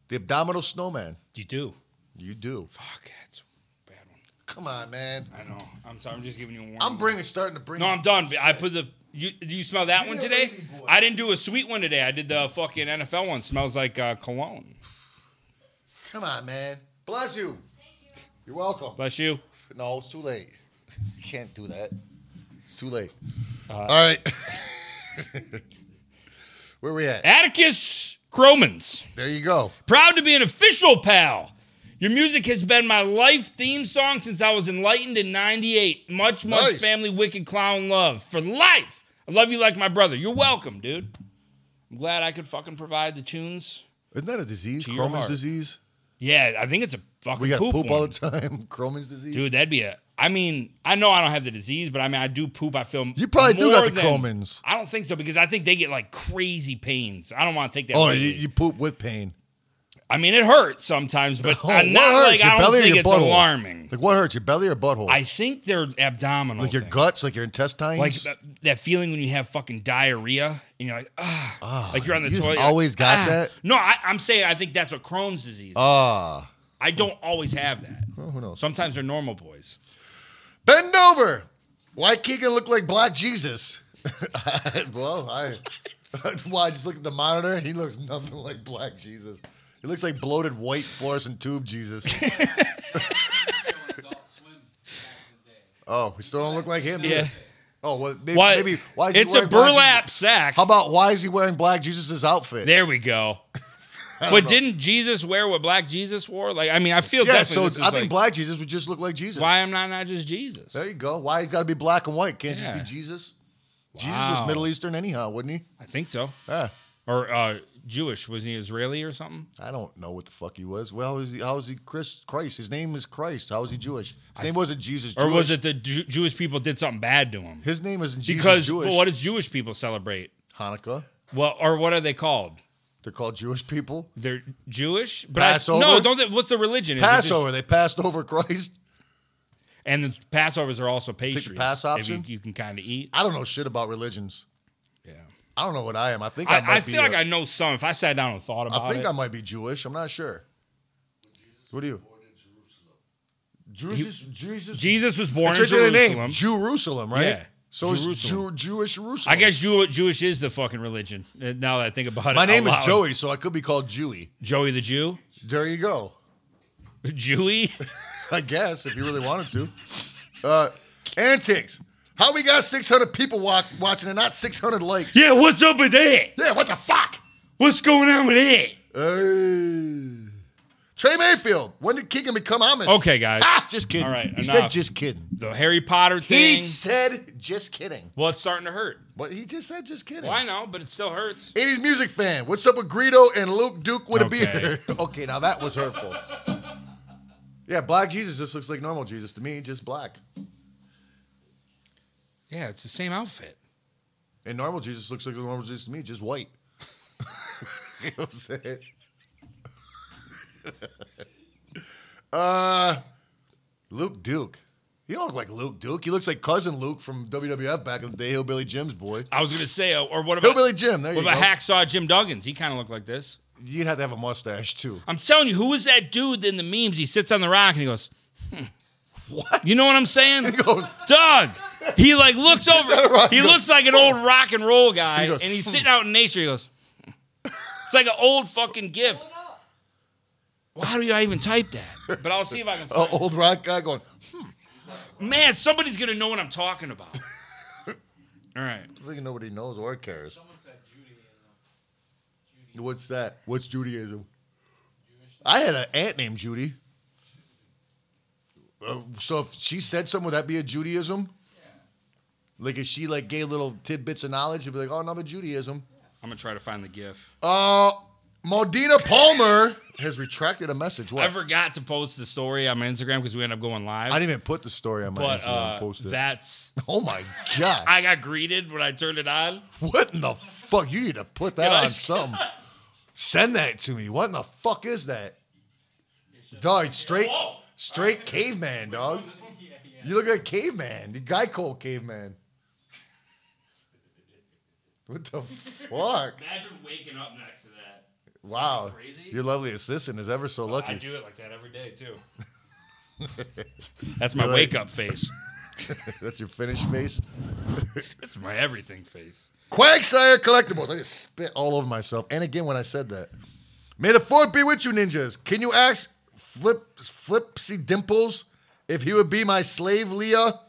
[SPEAKER 2] The abdominal snowman.
[SPEAKER 1] You do.
[SPEAKER 2] You do.
[SPEAKER 1] Fuck, that's a bad one.
[SPEAKER 2] Come on, man.
[SPEAKER 1] I know. I'm sorry. I'm just giving you a warning.
[SPEAKER 2] I'm bringing, starting to bring.
[SPEAKER 1] No, I'm done. I put the. You, do you smell that one
[SPEAKER 2] did a
[SPEAKER 1] today?
[SPEAKER 2] lazy boy.
[SPEAKER 1] I didn't do a sweet one today. I did the fucking NFL one. Smells like uh, cologne.
[SPEAKER 2] Come on, man. Bless you. You're welcome.
[SPEAKER 1] Bless you.
[SPEAKER 2] No, it's too late. You can't do that. It's too late.
[SPEAKER 1] Uh,
[SPEAKER 2] All right. Where we at?
[SPEAKER 1] Atticus Cromans.
[SPEAKER 2] There you go.
[SPEAKER 1] Proud to be an official pal. Your music has been my life theme song since I was enlightened in 98. Much, much
[SPEAKER 2] Nice.
[SPEAKER 1] family, wicked clown love for life. I love you like my brother. You're welcome, dude. I'm glad I could fucking provide the tunes.
[SPEAKER 2] Isn't that a disease?
[SPEAKER 1] To your
[SPEAKER 2] Crohn's
[SPEAKER 1] heart.
[SPEAKER 2] disease?
[SPEAKER 1] Yeah, I think it's a fucking
[SPEAKER 2] We got
[SPEAKER 1] poop,
[SPEAKER 2] poop, all
[SPEAKER 1] one.
[SPEAKER 2] the time. Crohn's disease?
[SPEAKER 1] Dude, that'd be a. I mean, I know I don't have the disease, but I mean, I do poop. I feel
[SPEAKER 2] You probably do got
[SPEAKER 1] more
[SPEAKER 2] the
[SPEAKER 1] than-
[SPEAKER 2] Crohn's.
[SPEAKER 1] I don't think so because I think they get like crazy pains. I don't want to take that.
[SPEAKER 2] Oh,
[SPEAKER 1] lightly.
[SPEAKER 2] you, you poop with pain.
[SPEAKER 1] I mean, it hurts sometimes, but
[SPEAKER 2] Oh,
[SPEAKER 1] I'm
[SPEAKER 2] what
[SPEAKER 1] Uh, not
[SPEAKER 2] hurts,
[SPEAKER 1] like
[SPEAKER 2] your
[SPEAKER 1] I don't
[SPEAKER 2] belly or
[SPEAKER 1] think
[SPEAKER 2] your
[SPEAKER 1] it's
[SPEAKER 2] butthole?
[SPEAKER 1] alarming.
[SPEAKER 2] Like what hurts? Your belly or butthole?
[SPEAKER 1] I think they're abdominal.
[SPEAKER 2] like your
[SPEAKER 1] things.
[SPEAKER 2] guts? Like your intestines?
[SPEAKER 1] Like that, that feeling when you have fucking diarrhea and you're like, ah, like you're on the
[SPEAKER 2] you just
[SPEAKER 1] toilet.
[SPEAKER 2] always
[SPEAKER 1] you're like, "Ah."
[SPEAKER 2] got that?
[SPEAKER 1] No, I, I'm saying I think that's what Crohn's disease. is.
[SPEAKER 2] Ah. Oh,
[SPEAKER 1] I don't always have that.
[SPEAKER 2] who knows?
[SPEAKER 1] Sometimes they're normal boys.
[SPEAKER 2] Bend over. Why Keegan look like Black Jesus? well, I. Why? Just look at the monitor. He looks nothing like Black Jesus. He looks like bloated white fluorescent tube Jesus.
[SPEAKER 8] Adult Swim back in the day.
[SPEAKER 2] Oh, we still don't look like him. do we? Oh, well, maybe,
[SPEAKER 1] Why?
[SPEAKER 2] maybe why is he
[SPEAKER 1] it's a
[SPEAKER 2] wearing Black
[SPEAKER 1] burlap
[SPEAKER 2] Jesus?
[SPEAKER 1] sack.
[SPEAKER 2] How about why is he wearing Black Jesus' outfit?
[SPEAKER 1] There we go.
[SPEAKER 2] I don't
[SPEAKER 1] But
[SPEAKER 2] know.
[SPEAKER 1] didn't Jesus wear what Black Jesus wore? Like, I mean, I feel
[SPEAKER 2] yeah? So
[SPEAKER 1] definitely.
[SPEAKER 2] I
[SPEAKER 1] this is
[SPEAKER 2] think
[SPEAKER 1] like,
[SPEAKER 2] Black Jesus would just look like Jesus.
[SPEAKER 1] why am I not just Jesus?
[SPEAKER 2] There you go. Why he's got to be black and white? Can't just
[SPEAKER 1] Yeah.
[SPEAKER 2] be Jesus. Jesus was
[SPEAKER 1] Wow.
[SPEAKER 2] Middle Eastern anyhow, wouldn't he?
[SPEAKER 1] I think so.
[SPEAKER 2] Yeah.
[SPEAKER 1] Or uh, Jewish? Wasn't he Israeli or something?
[SPEAKER 2] I don't know what the fuck he was. Well, how is he, how is he Chris, Christ? His name is Christ. How is he Jewish? His name wasn't Jesus.
[SPEAKER 1] Or
[SPEAKER 2] Jewish.
[SPEAKER 1] was it the Ju- Jewish people did something bad to him?
[SPEAKER 2] His name isn't Jesus
[SPEAKER 1] Because
[SPEAKER 2] Jewish.
[SPEAKER 1] well, what does Jewish people celebrate?
[SPEAKER 2] Hanukkah?
[SPEAKER 1] Well, or what are they called?
[SPEAKER 2] They're called Jewish people.
[SPEAKER 1] They're Jewish, but I-
[SPEAKER 2] Passover?
[SPEAKER 1] no, don't. They, what's the religion? Is it just-
[SPEAKER 2] Passover. They passed over Christ.
[SPEAKER 1] and the Passovers are also pastries.
[SPEAKER 2] pass
[SPEAKER 1] if
[SPEAKER 2] option?
[SPEAKER 1] you, you can kind of eat.
[SPEAKER 2] I don't know shit about religions.
[SPEAKER 1] Yeah,
[SPEAKER 2] I don't know what I am. I think I, might
[SPEAKER 1] I, I
[SPEAKER 2] be
[SPEAKER 1] feel like
[SPEAKER 2] a-
[SPEAKER 1] I know some. If I sat down and thought about
[SPEAKER 2] I think
[SPEAKER 1] it,
[SPEAKER 2] I might be Jewish. I'm not sure. What are you? Jesus, Jesus,
[SPEAKER 1] Jesus was born
[SPEAKER 2] That's
[SPEAKER 1] in
[SPEAKER 2] right there, the
[SPEAKER 1] Jerusalem.
[SPEAKER 2] name. Jerusalem, right?
[SPEAKER 1] Yeah,
[SPEAKER 2] So it's Jew,
[SPEAKER 1] Jerusalem.
[SPEAKER 2] Jewish Jerusalem.
[SPEAKER 1] I guess Jew, Jewish is the fucking religion. uh, Now that I think about it,
[SPEAKER 2] my
[SPEAKER 1] out
[SPEAKER 2] name is
[SPEAKER 1] loud.
[SPEAKER 2] Joey, so I could be called Jewy.
[SPEAKER 1] Joey the Jew,
[SPEAKER 2] There you go.
[SPEAKER 1] Jewy.
[SPEAKER 2] I guess if you really wanted to. Uh, antics. How we got 600 people wa- watching and not 600 likes?
[SPEAKER 7] Yeah, what's up with that?
[SPEAKER 2] Yeah, what the fuck?
[SPEAKER 7] What's going on with that?
[SPEAKER 2] Hey. Trey Mayfield. When did Keegan become Amish?
[SPEAKER 1] Okay, guys,
[SPEAKER 2] Ah, just kidding.
[SPEAKER 1] All right,
[SPEAKER 2] he said
[SPEAKER 1] enough.
[SPEAKER 2] just kidding.
[SPEAKER 1] the Harry Potter
[SPEAKER 2] He
[SPEAKER 1] thing.
[SPEAKER 2] said just kidding.
[SPEAKER 1] Well, it's starting to hurt.
[SPEAKER 2] But he just said just kidding.
[SPEAKER 1] Well, I know, but it still hurts.
[SPEAKER 2] 80s music fan. What's up with Greedo and Luke Duke with
[SPEAKER 1] Okay.
[SPEAKER 2] a beard? okay, now that was hurtful. yeah, Black Jesus just looks like normal Jesus to me, just black.
[SPEAKER 1] Yeah, it's the same outfit.
[SPEAKER 2] And normal Jesus looks like normal Jesus to me, just white. you know what I'm saying? uh, Luke Duke. He don't look like Luke Duke. He looks like cousin Luke from WWF back in the day, Hillbilly Jim's boy.
[SPEAKER 1] I was gonna say, uh, or what about
[SPEAKER 2] Hillbilly Jim, there
[SPEAKER 1] what
[SPEAKER 2] you go.
[SPEAKER 1] about Hacksaw Jim Duggins? He kind of looked like this.
[SPEAKER 2] You'd have to have a mustache too.
[SPEAKER 1] I'm telling you, who is that dude in the memes? He sits on the rock and he goes,
[SPEAKER 2] What?
[SPEAKER 1] "Hmm." You know what I'm saying?
[SPEAKER 2] He goes,
[SPEAKER 1] Doug. He like looks
[SPEAKER 2] on the
[SPEAKER 1] over.
[SPEAKER 2] rock,
[SPEAKER 1] He
[SPEAKER 2] he goes, "Hmm."
[SPEAKER 1] looks like an old rock and roll guy,
[SPEAKER 2] He goes,
[SPEAKER 1] and he's
[SPEAKER 2] "Hmm."
[SPEAKER 1] sitting out in nature. He goes, "It's like an old fucking gif." Why do I even type that? But I'll see if I can.
[SPEAKER 2] uh,
[SPEAKER 1] Find it.
[SPEAKER 2] old rock guy going,
[SPEAKER 1] Man, somebody's gonna know what I'm talking about. All right,
[SPEAKER 2] I think nobody knows or cares. What's that? What's Judaism? I had an aunt named Judy. Uh, so if she said something, would that be a Judaism? Like if she like gave little tidbits of knowledge, it'd be like, oh, another Judaism.
[SPEAKER 1] I'm gonna try to find the gif.
[SPEAKER 2] Uh, Maudina Palmer has retracted a message. What?
[SPEAKER 1] I forgot to post the story on my Instagram because we ended up going live.
[SPEAKER 2] I didn't even put the story on my
[SPEAKER 1] but
[SPEAKER 2] Instagram.
[SPEAKER 1] uh,
[SPEAKER 2] posted.
[SPEAKER 1] that's
[SPEAKER 2] oh my god!
[SPEAKER 1] I got greeted when I turned it on.
[SPEAKER 2] what in the fuck? You need to put that
[SPEAKER 1] Can I-
[SPEAKER 2] on something. Send that to me. What in the fuck is that? Dog, straight,
[SPEAKER 1] Whoa.
[SPEAKER 2] straight caveman, dog. You look like a caveman, the Geico caveman. What the fuck?
[SPEAKER 1] Imagine waking up next to that.
[SPEAKER 2] Wow,
[SPEAKER 1] Crazy?
[SPEAKER 2] your lovely assistant is ever so
[SPEAKER 1] I
[SPEAKER 2] lucky.
[SPEAKER 1] do it like that every day too. That's my
[SPEAKER 2] Really?
[SPEAKER 1] wake up face.
[SPEAKER 2] That's your finished face.
[SPEAKER 1] That's my everything face.
[SPEAKER 2] Quagsire Collectibles. I just spit all over myself. And again, when I said that, may the fourth be with you, ninjas. Can you ask Flip Flipsy Dimples if he would be my slave, Leah?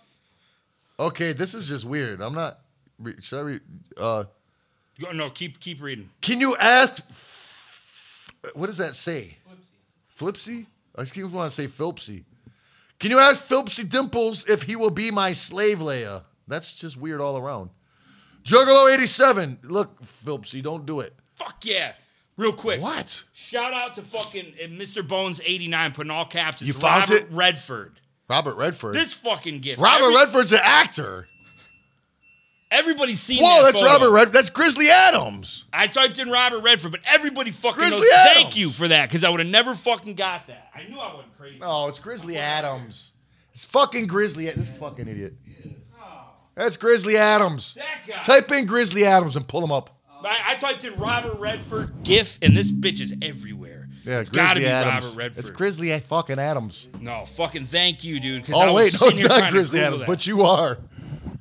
[SPEAKER 2] Okay, this is just weird. I'm not. re- Should I read? Uh,
[SPEAKER 1] Go, no, keep keep reading.
[SPEAKER 2] can you ask? What does that say? Flipsy. I just keep want to say Philpsy. Can you ask Philpsy Dimples if he will be my slave, Leia? That's just weird all around. Juggalo 87. Look, Philpsy, don't do it.
[SPEAKER 1] Fuck yeah. Real quick.
[SPEAKER 2] What?
[SPEAKER 1] Shout out to fucking uh, Mr. Bones 89 putting all caps. It's
[SPEAKER 2] You found
[SPEAKER 1] Robert
[SPEAKER 2] it?
[SPEAKER 1] Redford.
[SPEAKER 2] Robert Redford.
[SPEAKER 1] This fucking gift.
[SPEAKER 2] Robert Redford's an actor.
[SPEAKER 1] Everybody's seen
[SPEAKER 2] Whoa,
[SPEAKER 1] that
[SPEAKER 2] that's
[SPEAKER 1] photo.
[SPEAKER 2] Robert Redford. That's Grizzly Adams.
[SPEAKER 1] I typed in Robert Redford, but everybody fucking
[SPEAKER 2] Grizzly
[SPEAKER 1] knows.
[SPEAKER 2] Adams.
[SPEAKER 1] Thank you for that, because I would have never fucking got that. I knew I wasn't crazy.
[SPEAKER 2] Oh, it's Grizzly Adams. It's fucking Grizzly. This fucking idiot. That's Grizzly Adams.
[SPEAKER 1] That guy.
[SPEAKER 2] Type in Grizzly Adams and pull him up.
[SPEAKER 1] I, I typed in Robert Redford GIF, and this bitch is everywhere.
[SPEAKER 2] Yeah,
[SPEAKER 1] it's
[SPEAKER 2] Grizzly
[SPEAKER 1] gotta be
[SPEAKER 2] Adams.
[SPEAKER 1] Robert Redford.
[SPEAKER 2] It's Grizzly fucking Adams.
[SPEAKER 1] No, fucking thank you, dude. 'cause I
[SPEAKER 2] Oh
[SPEAKER 1] was
[SPEAKER 2] wait, no,
[SPEAKER 1] sitting
[SPEAKER 2] it's
[SPEAKER 1] here trying
[SPEAKER 2] not
[SPEAKER 1] to
[SPEAKER 2] Grizzly
[SPEAKER 1] Google
[SPEAKER 2] Adams,
[SPEAKER 1] that.
[SPEAKER 2] but you are.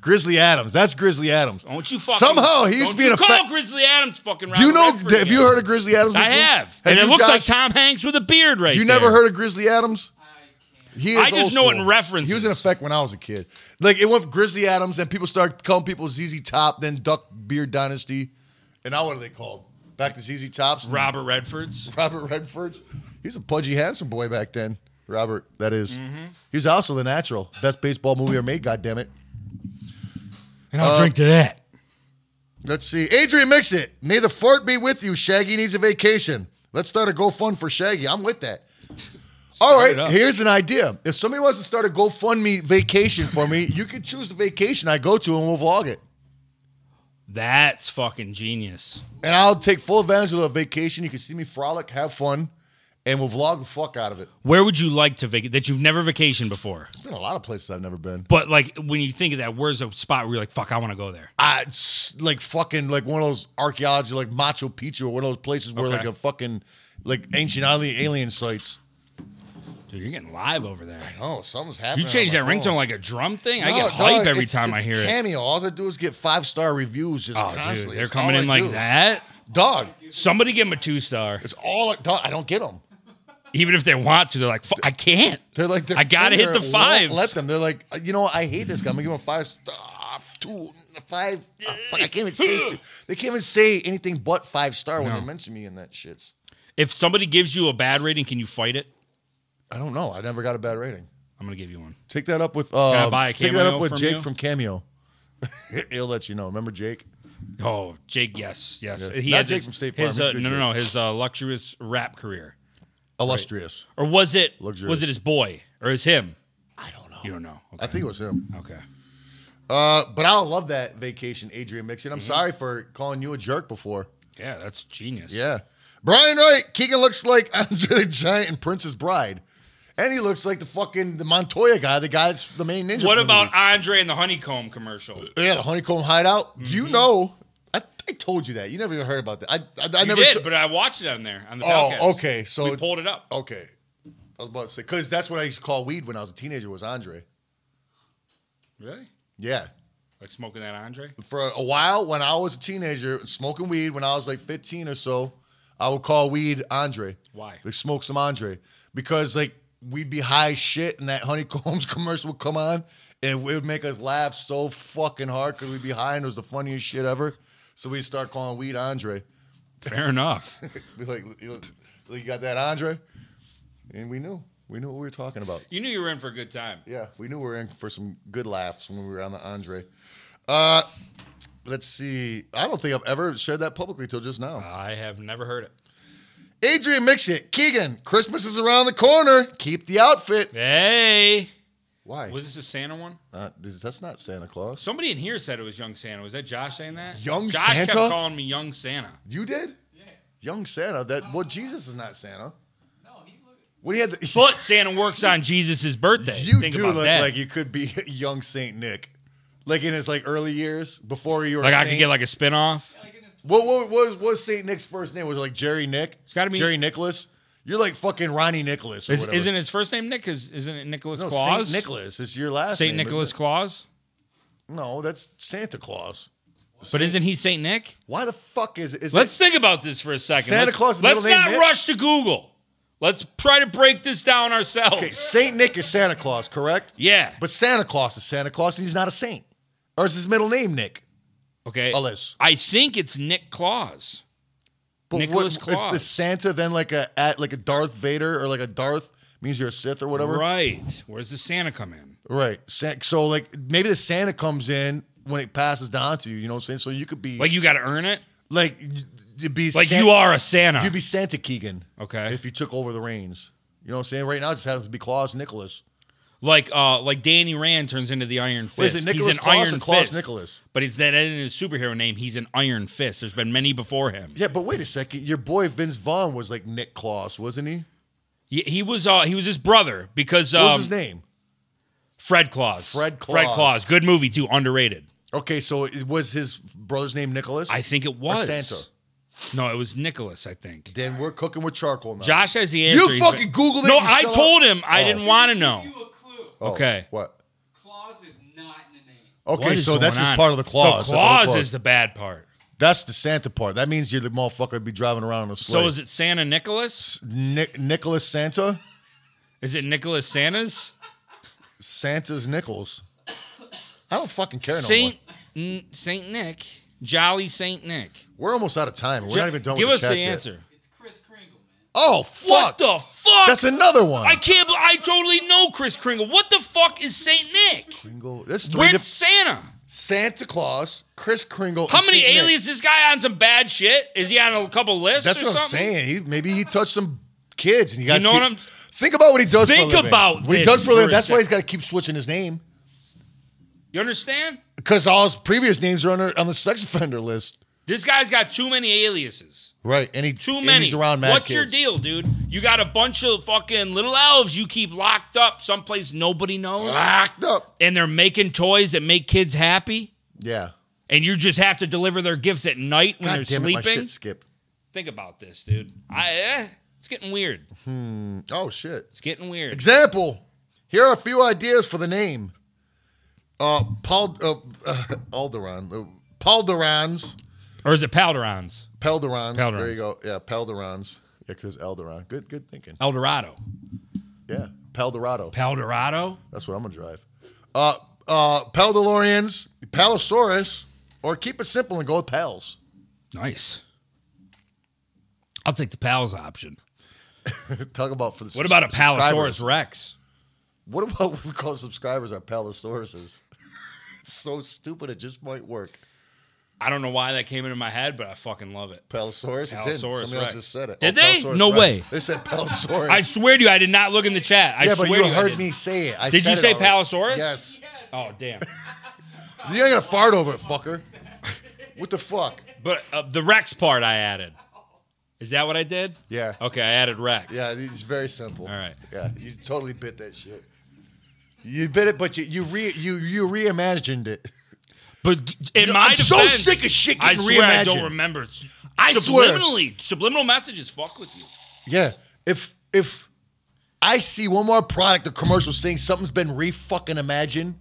[SPEAKER 2] Grizzly Adams. That's Grizzly Adams.
[SPEAKER 1] Don't you fucking
[SPEAKER 2] Somehow he's
[SPEAKER 1] don't
[SPEAKER 2] being
[SPEAKER 1] you
[SPEAKER 2] a
[SPEAKER 1] call
[SPEAKER 2] fa-
[SPEAKER 1] Grizzly Adams fucking. Robert
[SPEAKER 2] Do you know?
[SPEAKER 1] Redford
[SPEAKER 2] Have you
[SPEAKER 1] again.
[SPEAKER 2] heard of Grizzly Adams?
[SPEAKER 1] I
[SPEAKER 2] before?
[SPEAKER 1] have, and
[SPEAKER 2] you,
[SPEAKER 1] it looks like
[SPEAKER 2] Josh?
[SPEAKER 1] Tom Hanks with a beard right
[SPEAKER 2] You never
[SPEAKER 1] there.
[SPEAKER 2] heard of Grizzly Adams? He is
[SPEAKER 1] I just
[SPEAKER 2] old
[SPEAKER 1] know it in
[SPEAKER 2] school.
[SPEAKER 1] references.
[SPEAKER 2] He was in effect when I was a kid. Like it went from Grizzly Adams, then people started calling people ZZ Top, then Duck Beard Dynasty, and now what are they called? Back to ZZ Tops, and
[SPEAKER 1] Robert Redford's.
[SPEAKER 2] Robert Redford's. He's a pudgy, handsome boy back then. Robert, that is.
[SPEAKER 1] Mm-hmm.
[SPEAKER 2] He's also the natural. Best baseball movie ever made. God damn it.
[SPEAKER 7] And
[SPEAKER 2] Uh,
[SPEAKER 7] I'll drink to that.
[SPEAKER 2] Let's see. Adrian Mix it. May the fort be with you. Shaggy needs a vacation. Let's start a GoFund for Shaggy. I'm with that. All
[SPEAKER 1] it
[SPEAKER 2] right,
[SPEAKER 1] up.
[SPEAKER 2] here's an idea. If somebody wants to start a GoFundMe vacation for me, you can choose the vacation I go to and we'll vlog it.
[SPEAKER 1] That's fucking genius.
[SPEAKER 2] And I'll take full advantage of the vacation. You can see me frolic, have fun, and we'll vlog the fuck out of it.
[SPEAKER 1] Where would you like to vacation that you've never vacationed before?
[SPEAKER 2] There's been a lot of places I've never been.
[SPEAKER 1] But like when you think of that, where's a spot where you're like, fuck, I want to go there?
[SPEAKER 2] I it's like fucking like one of those archaeology like Machu Picchu or one of those places where
[SPEAKER 1] Okay.
[SPEAKER 2] like a fucking like ancient alien alien sites.
[SPEAKER 1] Dude, you're getting live over there.
[SPEAKER 2] Oh, something's happening.
[SPEAKER 1] You change that
[SPEAKER 2] on my phone.
[SPEAKER 1] ringtone like a drum thing. I
[SPEAKER 2] oh. No,
[SPEAKER 1] get
[SPEAKER 2] dog,
[SPEAKER 1] hype every
[SPEAKER 2] it's-
[SPEAKER 1] time I
[SPEAKER 2] it's
[SPEAKER 1] hear it.
[SPEAKER 2] Cameo. All they do is get five star reviews just
[SPEAKER 1] Oh, dude,
[SPEAKER 2] constantly.
[SPEAKER 1] they're
[SPEAKER 2] It's
[SPEAKER 1] coming
[SPEAKER 2] all
[SPEAKER 1] in
[SPEAKER 2] I
[SPEAKER 1] like
[SPEAKER 2] do.
[SPEAKER 1] that.
[SPEAKER 2] Dog,
[SPEAKER 1] Somebody give them a two star,
[SPEAKER 2] it's all I, dog, I don't get them.
[SPEAKER 1] even if they want to. They're like, "Fuck, I can't.
[SPEAKER 2] They're like,
[SPEAKER 1] I gotta hit the
[SPEAKER 2] five.
[SPEAKER 1] fives.
[SPEAKER 2] Let them. They're like, "Uh, you know, what? I hate this guy. I'm gonna give him a five star, two, five. ah, fuck, I can't even say. Two. They can't even say anything but five star when
[SPEAKER 1] No.
[SPEAKER 2] they mention me in that shits.
[SPEAKER 1] If somebody gives you a bad rating, can you fight it?
[SPEAKER 2] I don't know. I never got a bad rating.
[SPEAKER 1] I'm gonna give you one.
[SPEAKER 2] Take that up with. Uh,
[SPEAKER 1] Can I buy a
[SPEAKER 2] take that
[SPEAKER 1] Cameo
[SPEAKER 2] up with
[SPEAKER 1] from
[SPEAKER 2] Jake
[SPEAKER 1] you?
[SPEAKER 2] from Cameo. He'll let you know. Remember Jake?
[SPEAKER 1] Oh, Jake, yes, yes.
[SPEAKER 2] Yes.
[SPEAKER 1] He
[SPEAKER 2] Not
[SPEAKER 1] had
[SPEAKER 2] Jake
[SPEAKER 1] his-
[SPEAKER 2] from State Farm,
[SPEAKER 1] His,
[SPEAKER 2] he's
[SPEAKER 1] uh,
[SPEAKER 2] good
[SPEAKER 1] no, no, no. His uh, luxurious rap career,
[SPEAKER 2] Illustrious.
[SPEAKER 1] or was it?
[SPEAKER 2] Luxurious.
[SPEAKER 1] Was it his boy or is him?
[SPEAKER 2] I don't know.
[SPEAKER 1] You don't know. Okay.
[SPEAKER 2] I think it was him.
[SPEAKER 1] okay.
[SPEAKER 2] Uh, but I love that vacation, Adrian Mixon.
[SPEAKER 1] Mm-hmm.
[SPEAKER 2] I'm sorry for calling you a jerk before.
[SPEAKER 1] Yeah, that's genius.
[SPEAKER 2] Yeah. Brian Wright, Keegan looks like Andre the Giant and Princess Bride. And he looks like the fucking the Montoya guy, the guy that's the main ninja.
[SPEAKER 1] What
[SPEAKER 2] from the
[SPEAKER 1] about Andre and the honeycomb commercial?
[SPEAKER 2] movie. Yeah, the honeycomb hideout? Do
[SPEAKER 1] Mm-hmm.
[SPEAKER 2] you know? I, I told you that. You never even heard about that. I I, I
[SPEAKER 1] I
[SPEAKER 2] never
[SPEAKER 1] did,
[SPEAKER 2] to-
[SPEAKER 1] but I watched it on there on the
[SPEAKER 2] Oh,
[SPEAKER 1] podcast.
[SPEAKER 2] okay, so-
[SPEAKER 1] we pulled it up.
[SPEAKER 2] Okay. I was about to say because that's what I used to call weed when I was a teenager was Andre.
[SPEAKER 1] Really?
[SPEAKER 2] Yeah,
[SPEAKER 1] Like smoking that Andre?
[SPEAKER 2] for a while when I was a teenager smoking weed when I was like 15 or so, I would call weed Andre.
[SPEAKER 1] Why?
[SPEAKER 2] Like smoke some Andre because like we'd be high as shit and that Honeycombs commercial would come on and it would make us laugh so fucking hard because we'd be high and it was the funniest shit ever. So we'd start calling weed Andre.
[SPEAKER 1] Fair enough.
[SPEAKER 2] Be like, you you got that Andre? And we knew. We knew what we were talking about.
[SPEAKER 1] You knew you were in for a good time.
[SPEAKER 2] Yeah, we knew we were in for some good laughs when we were on the Andre. Uh, let's see. I don't think I've ever shared that publicly till just now.
[SPEAKER 1] I have never heard it.
[SPEAKER 2] Adrian Mixit, Keegan, Christmas is around the corner. Keep the outfit.
[SPEAKER 1] Hey.
[SPEAKER 2] Why?
[SPEAKER 1] Was this a Santa one?
[SPEAKER 2] Uh, this- that's not Santa Claus.
[SPEAKER 1] Somebody in here said it was Young Santa. Was that Josh saying that?
[SPEAKER 2] Young
[SPEAKER 1] Josh kept
[SPEAKER 2] Santa?
[SPEAKER 1] calling me Young Santa.
[SPEAKER 2] You did? Yeah. Young Santa. That well, Jesus is not Santa.
[SPEAKER 8] No, he look.
[SPEAKER 2] What he had the
[SPEAKER 1] But Santa works on Jesus' birthday.
[SPEAKER 2] You
[SPEAKER 1] Think
[SPEAKER 2] do
[SPEAKER 1] about
[SPEAKER 2] look
[SPEAKER 1] that.
[SPEAKER 2] like you could be young Saint Nick, like in his like early years before you were.
[SPEAKER 1] Like
[SPEAKER 2] a
[SPEAKER 1] I could
[SPEAKER 2] saint.
[SPEAKER 1] get like a spinoff.
[SPEAKER 8] Like in his
[SPEAKER 2] What what what was, what was Saint Nick's first name? Was it like Jerry Nick? It's
[SPEAKER 1] gotta be-
[SPEAKER 2] Jerry Nicholas. You're like fucking Ronnie Nicholas or
[SPEAKER 1] Is,
[SPEAKER 2] whatever.
[SPEAKER 1] isn't his first name Nick? Is, isn't it Nicholas
[SPEAKER 2] no,
[SPEAKER 1] Claus?
[SPEAKER 2] Saint Nicholas. It's your last
[SPEAKER 1] Saint
[SPEAKER 2] name, isn't
[SPEAKER 1] Nicholas
[SPEAKER 2] it?
[SPEAKER 1] Claus?
[SPEAKER 2] No, that's Santa Claus.
[SPEAKER 1] But isn't he Saint Nick?
[SPEAKER 2] Why the fuck is it? Is
[SPEAKER 1] Let's
[SPEAKER 2] it,
[SPEAKER 1] think about this for a second.
[SPEAKER 2] Santa
[SPEAKER 1] let's,
[SPEAKER 2] Claus' middle
[SPEAKER 1] Let's
[SPEAKER 2] name
[SPEAKER 1] not
[SPEAKER 2] Nick?
[SPEAKER 1] rush to Google. Let's try to break this down ourselves.
[SPEAKER 2] okay, Saint Nick is Santa Claus, correct?
[SPEAKER 1] Yeah.
[SPEAKER 2] But Santa Claus is Santa Claus, and he's not a saint. Or is his middle name Nick?
[SPEAKER 1] okay.
[SPEAKER 2] Ellis.
[SPEAKER 1] I think it's Nick Claus.
[SPEAKER 2] But
[SPEAKER 1] Nicholas
[SPEAKER 2] It's the
[SPEAKER 1] Claus.
[SPEAKER 2] Santa then like a at like a Darth Vader or like a Darth means you're a Sith or whatever.
[SPEAKER 1] Right. Where's the Santa come in?
[SPEAKER 2] Right. Sa- So like maybe the Santa comes in when it passes down to you. You know what I'm saying? So you could be
[SPEAKER 1] Like you got to earn it.
[SPEAKER 2] like you'd be
[SPEAKER 1] Like
[SPEAKER 2] San-
[SPEAKER 1] you are a Santa.
[SPEAKER 2] You'd be Santa Keegan.
[SPEAKER 1] Okay.
[SPEAKER 2] If you took over the reins, you know what I'm saying. Right now, it just happens to be Claus Nicholas.
[SPEAKER 1] like uh like Danny Rand turns into the Iron Fist.
[SPEAKER 2] What is it, Nicholas
[SPEAKER 1] he's an
[SPEAKER 2] Claus or
[SPEAKER 1] Iron
[SPEAKER 2] Claus
[SPEAKER 1] Fist.
[SPEAKER 2] Nicholas?
[SPEAKER 1] But it's that in his superhero name. He's an Iron Fist. There's been many before him.
[SPEAKER 2] Yeah, but wait a second. Your boy Vince Vaughn was like Nick Claus, wasn't he?
[SPEAKER 1] He, he was uh he was his brother because
[SPEAKER 2] What
[SPEAKER 1] um,
[SPEAKER 2] was his name?
[SPEAKER 1] Fred Claus.
[SPEAKER 2] Fred
[SPEAKER 1] Fred
[SPEAKER 2] Claus.
[SPEAKER 1] Claus. Good movie too. Underrated.
[SPEAKER 2] Okay, so it was his brother's name Nicholas.
[SPEAKER 1] I think it
[SPEAKER 2] Or
[SPEAKER 1] was
[SPEAKER 2] Santa.
[SPEAKER 1] No, it was Nicholas. I think.
[SPEAKER 2] Then we're cooking with charcoal now.
[SPEAKER 1] Josh has the answer.
[SPEAKER 2] You
[SPEAKER 1] He's
[SPEAKER 2] fucking Googled it,
[SPEAKER 1] No,
[SPEAKER 2] you
[SPEAKER 1] I
[SPEAKER 2] shut up.
[SPEAKER 1] told him I didn't want to know.
[SPEAKER 8] Give you a clue.
[SPEAKER 2] Oh,
[SPEAKER 1] okay.
[SPEAKER 2] What?
[SPEAKER 8] Claus is not in the name.
[SPEAKER 1] What
[SPEAKER 2] Okay,
[SPEAKER 1] is
[SPEAKER 2] so that's
[SPEAKER 1] going
[SPEAKER 2] just
[SPEAKER 1] on?
[SPEAKER 2] part of the Claus.
[SPEAKER 1] So
[SPEAKER 2] That's all
[SPEAKER 1] Claus is the bad part.
[SPEAKER 2] That's the Santa part. That means you're the motherfucker would be driving around on a sleigh.
[SPEAKER 1] So is it Santa Nicholas?
[SPEAKER 2] Nick- Nicholas Santa?
[SPEAKER 1] Is it Nicholas Santa's?
[SPEAKER 2] Santa's Nichols. I don't fucking care no more.
[SPEAKER 1] Saint N- Saint Nick, Jolly Saint Nick.
[SPEAKER 2] We're almost out of time. We're
[SPEAKER 1] Jo-
[SPEAKER 2] not even done
[SPEAKER 1] Give
[SPEAKER 2] with
[SPEAKER 1] us
[SPEAKER 2] the
[SPEAKER 1] the
[SPEAKER 2] chats yet.
[SPEAKER 1] answer.
[SPEAKER 8] It's Chris Kringle, man.
[SPEAKER 2] Oh fuck!
[SPEAKER 1] What the fuck?
[SPEAKER 2] That's another one.
[SPEAKER 1] I can't. bel- I totally know Chris Kringle. What the fuck is Saint Nick?
[SPEAKER 2] Kringle. That's three
[SPEAKER 1] Where's
[SPEAKER 2] diff-
[SPEAKER 1] Santa?
[SPEAKER 2] Santa Claus, Chris Kringle.
[SPEAKER 1] How
[SPEAKER 2] and
[SPEAKER 1] many
[SPEAKER 2] Saint Nick.
[SPEAKER 1] aliens? This guy on some bad shit? Is he on a couple lists
[SPEAKER 2] That's
[SPEAKER 1] or
[SPEAKER 2] what I'm
[SPEAKER 1] something?
[SPEAKER 2] saying. He, maybe he touched some kids, and he got.
[SPEAKER 1] know what I'm-
[SPEAKER 2] Think about what he does.
[SPEAKER 1] Think
[SPEAKER 2] for a living.
[SPEAKER 1] about
[SPEAKER 2] what he
[SPEAKER 1] this
[SPEAKER 2] does for a
[SPEAKER 1] for
[SPEAKER 2] living.
[SPEAKER 1] a
[SPEAKER 2] That's why
[SPEAKER 1] sec.
[SPEAKER 2] he's got to keep switching his name
[SPEAKER 1] You understand?
[SPEAKER 2] because all his previous names are on, the- on the sex offender list.
[SPEAKER 1] This guy's got too many aliases.
[SPEAKER 2] Right, and he
[SPEAKER 1] Too
[SPEAKER 2] and
[SPEAKER 1] many.
[SPEAKER 2] He's around mad
[SPEAKER 1] What's
[SPEAKER 2] kids.
[SPEAKER 1] your deal, dude? You got a bunch of fucking little elves you keep locked up someplace nobody knows,
[SPEAKER 2] Locked up.
[SPEAKER 1] and they're making toys that make kids happy.
[SPEAKER 2] Yeah.
[SPEAKER 1] and you just have to deliver their gifts at night when
[SPEAKER 2] God
[SPEAKER 1] they're
[SPEAKER 2] damn it, my
[SPEAKER 1] sleeping.
[SPEAKER 2] shit skipped.
[SPEAKER 1] Think about this, dude. I eh, it's getting weird.
[SPEAKER 2] Oh shit.
[SPEAKER 1] It's getting weird.
[SPEAKER 2] Example. Here are a few ideas for the name. Uh, Paul uh, uh, Alderon, uh, Palderons,
[SPEAKER 1] Or is it Palderons?
[SPEAKER 2] Pelderons. There
[SPEAKER 1] Pelderons.
[SPEAKER 2] you go. Yeah, Pelderons. Yeah, because Elderon. Good, good thinking.
[SPEAKER 1] El Dorado.
[SPEAKER 2] Yeah, Peldorado.
[SPEAKER 1] Paldorado?
[SPEAKER 2] That's what I'm gonna drive. Uh, uh, Peldalorians, Palosaurus, or keep it simple and go with pals.
[SPEAKER 1] Nice. I'll take the pals option.
[SPEAKER 2] Talk about for the.
[SPEAKER 1] What about a
[SPEAKER 2] subscribers.
[SPEAKER 1] Palosaurus Rex?
[SPEAKER 2] What about what we call subscribers our Palosauruses? so stupid it just might work.
[SPEAKER 1] I don't know why that came into my head, but I fucking love it.
[SPEAKER 2] Palosaurus. It did.
[SPEAKER 1] Palosaurus
[SPEAKER 2] Somebody else
[SPEAKER 1] Rex.
[SPEAKER 2] just said it.
[SPEAKER 1] Did they?
[SPEAKER 2] Palosaurus
[SPEAKER 1] No
[SPEAKER 2] Rex.
[SPEAKER 1] way.
[SPEAKER 2] They said Palosaurus.
[SPEAKER 1] I swear to you, I did not look in the chat. I
[SPEAKER 2] yeah,
[SPEAKER 1] swear
[SPEAKER 2] but you
[SPEAKER 1] to you, I
[SPEAKER 2] heard
[SPEAKER 1] didn't.
[SPEAKER 2] me say it. I
[SPEAKER 1] Did
[SPEAKER 2] said
[SPEAKER 1] you say
[SPEAKER 2] it already.
[SPEAKER 1] Palosaurus?
[SPEAKER 2] Yes.
[SPEAKER 1] Oh damn!
[SPEAKER 2] You ain't gonna fart over it, fucker. what the fuck?
[SPEAKER 1] But uh, the Rex part I added. Is that what I did?
[SPEAKER 2] Yeah.
[SPEAKER 1] Okay, I added Rex.
[SPEAKER 2] Yeah, it's very simple.
[SPEAKER 1] All right.
[SPEAKER 2] Yeah, you totally bit that shit. You bit it, but you you re you you reimagined it.
[SPEAKER 1] But g- in
[SPEAKER 2] You know,
[SPEAKER 1] my
[SPEAKER 2] I'm
[SPEAKER 1] defense,
[SPEAKER 2] so sick of shit
[SPEAKER 1] I
[SPEAKER 2] getting
[SPEAKER 1] swear I don't
[SPEAKER 2] reimagined.
[SPEAKER 1] remember. S-
[SPEAKER 2] I swear.
[SPEAKER 1] subliminally, subliminal messages fuck with you.
[SPEAKER 2] Yeah. If if I see one more product or commercial saying something's been re fucking imagined.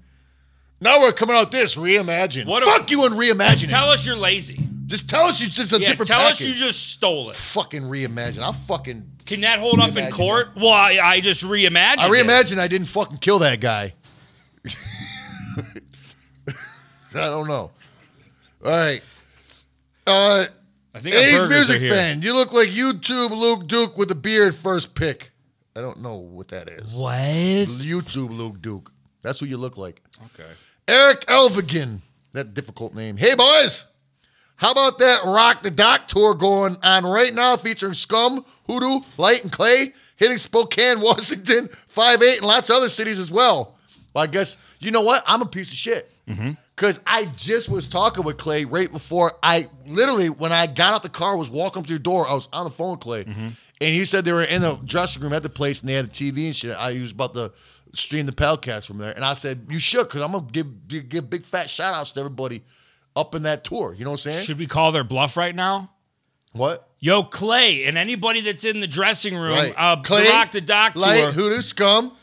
[SPEAKER 2] Now we're coming out this reimagined.
[SPEAKER 1] What a-
[SPEAKER 2] Fuck you and reimagining.
[SPEAKER 1] Tell us you're lazy.
[SPEAKER 2] just tell us you just a
[SPEAKER 1] Yeah,
[SPEAKER 2] different
[SPEAKER 1] tell us
[SPEAKER 2] package.
[SPEAKER 1] you just stole it.
[SPEAKER 2] fucking reimagine. I'll fucking.
[SPEAKER 1] Can that hold up in
[SPEAKER 2] Reimagine
[SPEAKER 1] court? Well, I, I just reimagined.
[SPEAKER 2] I
[SPEAKER 1] it.
[SPEAKER 2] reimagine I didn't fucking kill that guy. I don't know. All right. Uh,
[SPEAKER 1] I think our
[SPEAKER 2] 80s
[SPEAKER 1] burgers
[SPEAKER 2] music
[SPEAKER 1] are here.
[SPEAKER 2] fan. You look like YouTube Luke Duke with a beard first pick. I don't know what that is.
[SPEAKER 1] What?
[SPEAKER 2] YouTube Luke Duke. That's what you look like.
[SPEAKER 1] Okay.
[SPEAKER 2] Eric Elvigan. That difficult name. Hey, boys. How about that Rock the Doc tour going on right now featuring Scum, Hoodoo, Light, and Clay hitting Spokane, Washington, 5 8, and lots of other cities as well? Well, I guess, you know what? I'm a piece of shit. Because I just was talking with Clay right before I literally, when I got out the car, was walking up to your door, I was on the phone with Clay. And he said they were in the dressing room at the place and they had the TV and shit. I was about to stream the podcast from there. And I said, You should, because I'm going to give, give big fat shout outs to everybody up in that tour. You know what I'm saying?
[SPEAKER 1] Should we call their bluff right now?
[SPEAKER 2] What?
[SPEAKER 1] Yo, Clay, and anybody that's in the dressing room,
[SPEAKER 2] Right.
[SPEAKER 1] uh,
[SPEAKER 2] Clay,
[SPEAKER 1] the Rock the Doc
[SPEAKER 2] Light,
[SPEAKER 1] tour,
[SPEAKER 2] Hoodoo, Scum.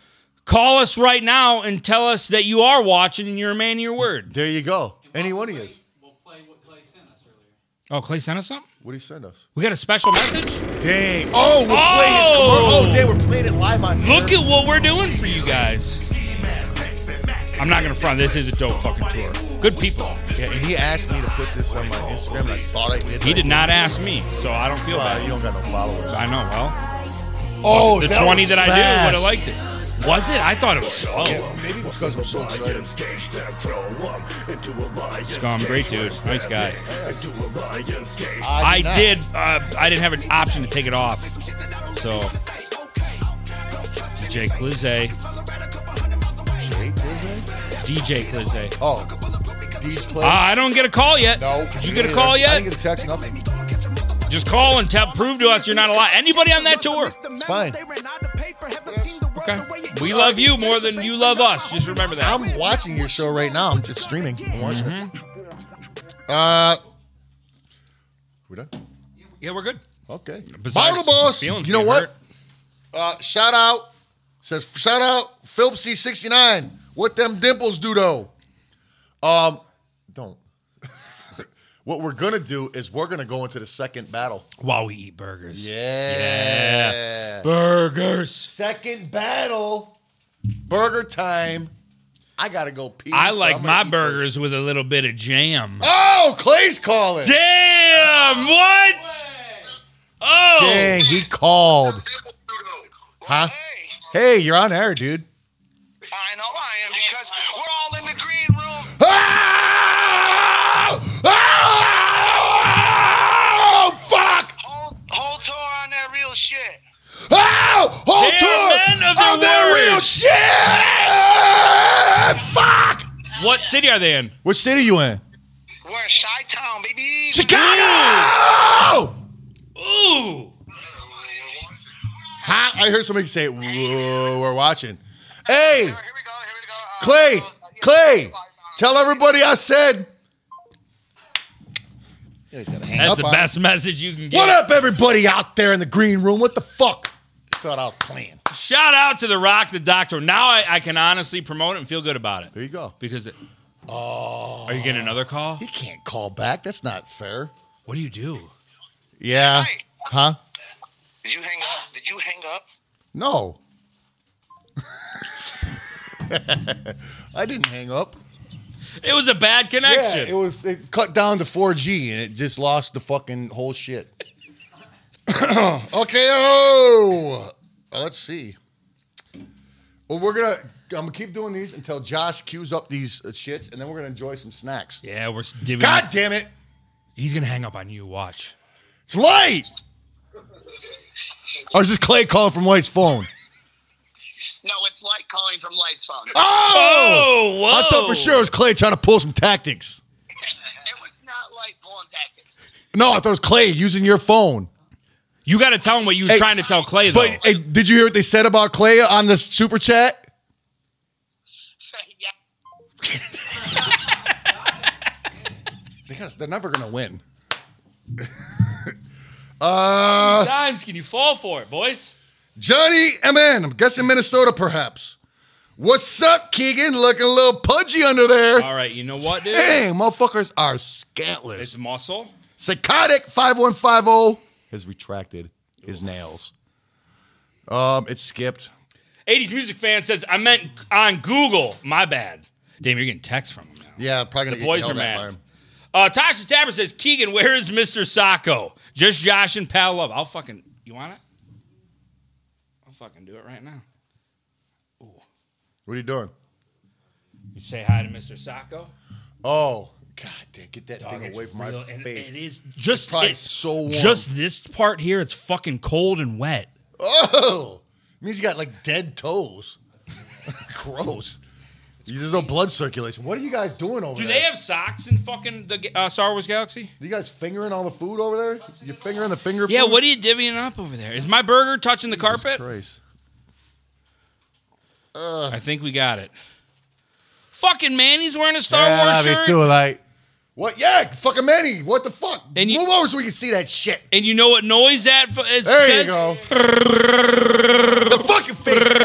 [SPEAKER 1] call us right now and tell us that you are watching and you're a man of your word.
[SPEAKER 2] There you go. Any
[SPEAKER 8] We'll
[SPEAKER 2] one of
[SPEAKER 8] play-
[SPEAKER 2] you.
[SPEAKER 8] We'll play what Clay sent us earlier.
[SPEAKER 1] Oh, Clay sent us something?
[SPEAKER 2] What do you send us?
[SPEAKER 1] We got a special message?
[SPEAKER 3] Dang.
[SPEAKER 2] Oh, we're playing his
[SPEAKER 1] Oh!
[SPEAKER 2] commercial. Oh, they were playing it live on air.
[SPEAKER 1] Look at what we're doing for you guys. I'm not going to front. This is a dope fucking tour. Good people.
[SPEAKER 2] Yeah, and he asked me to put this on my Instagram. and I thought I did.
[SPEAKER 1] He
[SPEAKER 2] but I
[SPEAKER 1] did not ask me, so I don't feel
[SPEAKER 2] Uh,
[SPEAKER 1] bad.
[SPEAKER 2] you don't got no followers.
[SPEAKER 1] I know, well.
[SPEAKER 2] Oh,
[SPEAKER 1] The 20 that I did would have liked it. Was it? I thought it was slow.
[SPEAKER 2] Maybe because I'm so excited.
[SPEAKER 1] Scum, great dude. Nice guy.
[SPEAKER 2] I
[SPEAKER 1] I
[SPEAKER 2] did not.
[SPEAKER 1] did. Uh, I didn't have an option to take it off. So, DJ Clizze. DJ Clizze.
[SPEAKER 2] Oh, these plays.
[SPEAKER 1] Uh, I don't get a call yet.
[SPEAKER 2] no.
[SPEAKER 1] Did you get a
[SPEAKER 2] neither.
[SPEAKER 1] call
[SPEAKER 2] I
[SPEAKER 1] yet?
[SPEAKER 2] didn't get a text. Nothing.
[SPEAKER 1] Just call and tell, prove to us you're not alive. Anybody on that tour?
[SPEAKER 2] It's fine.
[SPEAKER 1] Okay. We love you more than you love us. Just remember that.
[SPEAKER 2] I'm watching your show right now. I'm just streaming. I'm watching
[SPEAKER 1] Mm-hmm.
[SPEAKER 2] it. Uh, we done?
[SPEAKER 1] yeah, we're good.
[SPEAKER 2] Okay.
[SPEAKER 1] Besides
[SPEAKER 2] Bottle boss. You
[SPEAKER 1] feelings
[SPEAKER 2] know
[SPEAKER 1] being
[SPEAKER 2] what?
[SPEAKER 1] hurt.
[SPEAKER 2] Uh, shout out says shout out Philip C69. What them dimples do though? Um, don't. what we're gonna do is we're gonna go into the second battle.
[SPEAKER 1] While we eat burgers.
[SPEAKER 2] Yeah.
[SPEAKER 1] Burgers.
[SPEAKER 2] Second battle. Burger time. I gotta go pee.
[SPEAKER 1] I
[SPEAKER 2] but
[SPEAKER 1] like
[SPEAKER 2] I'm
[SPEAKER 1] my
[SPEAKER 2] gonna eat
[SPEAKER 1] burgers with a little bit of jam.
[SPEAKER 2] this. Oh, Clay's calling.
[SPEAKER 1] Damn! What? Oh!
[SPEAKER 2] Dang, he called. Huh? Hey, you're on air, dude.
[SPEAKER 9] I know I am because we're all in the green room.
[SPEAKER 2] Ah! Oh, fuck!
[SPEAKER 9] Hold, hold tour on that real shit.
[SPEAKER 2] Oh, hold
[SPEAKER 1] They
[SPEAKER 2] to
[SPEAKER 1] are
[SPEAKER 2] it.
[SPEAKER 1] men of their
[SPEAKER 2] Oh, they're
[SPEAKER 1] word.
[SPEAKER 2] real shit. Fuck.
[SPEAKER 1] What city are they in?
[SPEAKER 2] What city you in?
[SPEAKER 9] We're Chi Town, baby.
[SPEAKER 2] Chicago.
[SPEAKER 1] Ooh!
[SPEAKER 2] Huh? I heard somebody say, "Whoa, we're watching." Hey,
[SPEAKER 9] Here we go. Here we go. Uh,
[SPEAKER 2] Clay,
[SPEAKER 9] uh, yeah,
[SPEAKER 2] Clay,
[SPEAKER 9] uh,
[SPEAKER 2] tell everybody I said.
[SPEAKER 1] That's
[SPEAKER 2] up
[SPEAKER 1] the
[SPEAKER 2] on-
[SPEAKER 1] best message you can get.
[SPEAKER 2] What up, everybody out there in the green room? What the fuck? Thought I was playing.
[SPEAKER 1] Shout out to The Rock, The Doctor. Now I, I can honestly promote it and feel good about it.
[SPEAKER 2] There you go.
[SPEAKER 1] Because it. Oh. Are you getting another call?
[SPEAKER 2] He can't call back. That's not fair.
[SPEAKER 1] What do you do?
[SPEAKER 2] Yeah.
[SPEAKER 9] Hey,
[SPEAKER 2] Huh?
[SPEAKER 9] did you hang up? Did you hang up?
[SPEAKER 2] No. I didn't hang up.
[SPEAKER 1] It was a bad connection.
[SPEAKER 2] Yeah, it was it cut down to 4G and it just lost the fucking whole shit. okay, oh, let's see. Well, we're gonna. I'm gonna keep doing these until Josh cues up these uh, shits, and then we're gonna enjoy some snacks.
[SPEAKER 1] Yeah, we're divvying.
[SPEAKER 2] God damn it!
[SPEAKER 1] He's gonna hang up on you. Watch.
[SPEAKER 2] It's light. Or Oh, is this Clay calling from Light's phone?
[SPEAKER 9] No, it's like calling from Light's phone.
[SPEAKER 2] Oh,
[SPEAKER 1] Oh, whoa!
[SPEAKER 2] I thought for sure it was Clay trying to pull some tactics.
[SPEAKER 9] It was not Light pulling tactics.
[SPEAKER 2] No, I thought it was Clay using your phone.
[SPEAKER 1] You got to tell him what you were
[SPEAKER 2] Hey,
[SPEAKER 1] trying to tell Clay though.
[SPEAKER 2] But hey, did you hear what they said about Clay on the super chat?
[SPEAKER 9] yeah.
[SPEAKER 2] They gotta, they're never gonna win. uh,
[SPEAKER 1] Times can you fall for it, boys?
[SPEAKER 2] Johnny MN, I'm guessing Minnesota perhaps. What's up, Keegan? Looking a little pudgy under there.
[SPEAKER 1] All right, you know what, dude?
[SPEAKER 2] Dang, motherfuckers are
[SPEAKER 1] It's
[SPEAKER 2] scantless.
[SPEAKER 1] muscle.
[SPEAKER 2] Psychotic 5150 oh. has retracted his nails. Um, it skipped.
[SPEAKER 1] 80s music fan says, I meant on Google. My bad. Damn, you're getting texts from him now.
[SPEAKER 2] Yeah, probably gonna
[SPEAKER 1] The
[SPEAKER 2] get
[SPEAKER 1] boys
[SPEAKER 2] yelled
[SPEAKER 1] are
[SPEAKER 2] at
[SPEAKER 1] mad.
[SPEAKER 2] by him.
[SPEAKER 1] Uh, Tasha Tapper says, Keegan, where is Mr. Sacco? Just Josh and Pal Love. I'll fucking, you want it? I'll fucking do it right now.
[SPEAKER 2] What are you doing?
[SPEAKER 1] You say hi to Mr. Sacco.
[SPEAKER 2] Oh, god damn, get that
[SPEAKER 1] Dog,
[SPEAKER 2] thing
[SPEAKER 1] it's
[SPEAKER 2] away from my
[SPEAKER 1] real- and
[SPEAKER 2] face.
[SPEAKER 1] It is just
[SPEAKER 2] probably
[SPEAKER 1] it's
[SPEAKER 2] so warm.
[SPEAKER 1] Just this part here, it's fucking cold and wet.
[SPEAKER 2] Oh, means you got like dead toes. Gross. There's no blood circulation. What are you guys doing over
[SPEAKER 1] Do
[SPEAKER 2] there?
[SPEAKER 1] they have socks in fucking the ga- uh, Star Wars Galaxy?
[SPEAKER 2] you guys fingering all the food over there? You fingering the finger?
[SPEAKER 1] Yeah,
[SPEAKER 2] food?
[SPEAKER 1] what are you divvying up over there? Is my burger touching the carpet?
[SPEAKER 2] Christ.
[SPEAKER 1] I think we got it. Fucking man, he's wearing a Star
[SPEAKER 2] Yeah,
[SPEAKER 1] Wars
[SPEAKER 2] that'd be
[SPEAKER 1] shirt.
[SPEAKER 2] too light. What? Yeah, fucking Manny. What the fuck?
[SPEAKER 1] And you-
[SPEAKER 2] Move over so we can see that shit.
[SPEAKER 1] And you know what noise that fu- it
[SPEAKER 2] There
[SPEAKER 1] says?
[SPEAKER 2] you go. the fucking face. Stop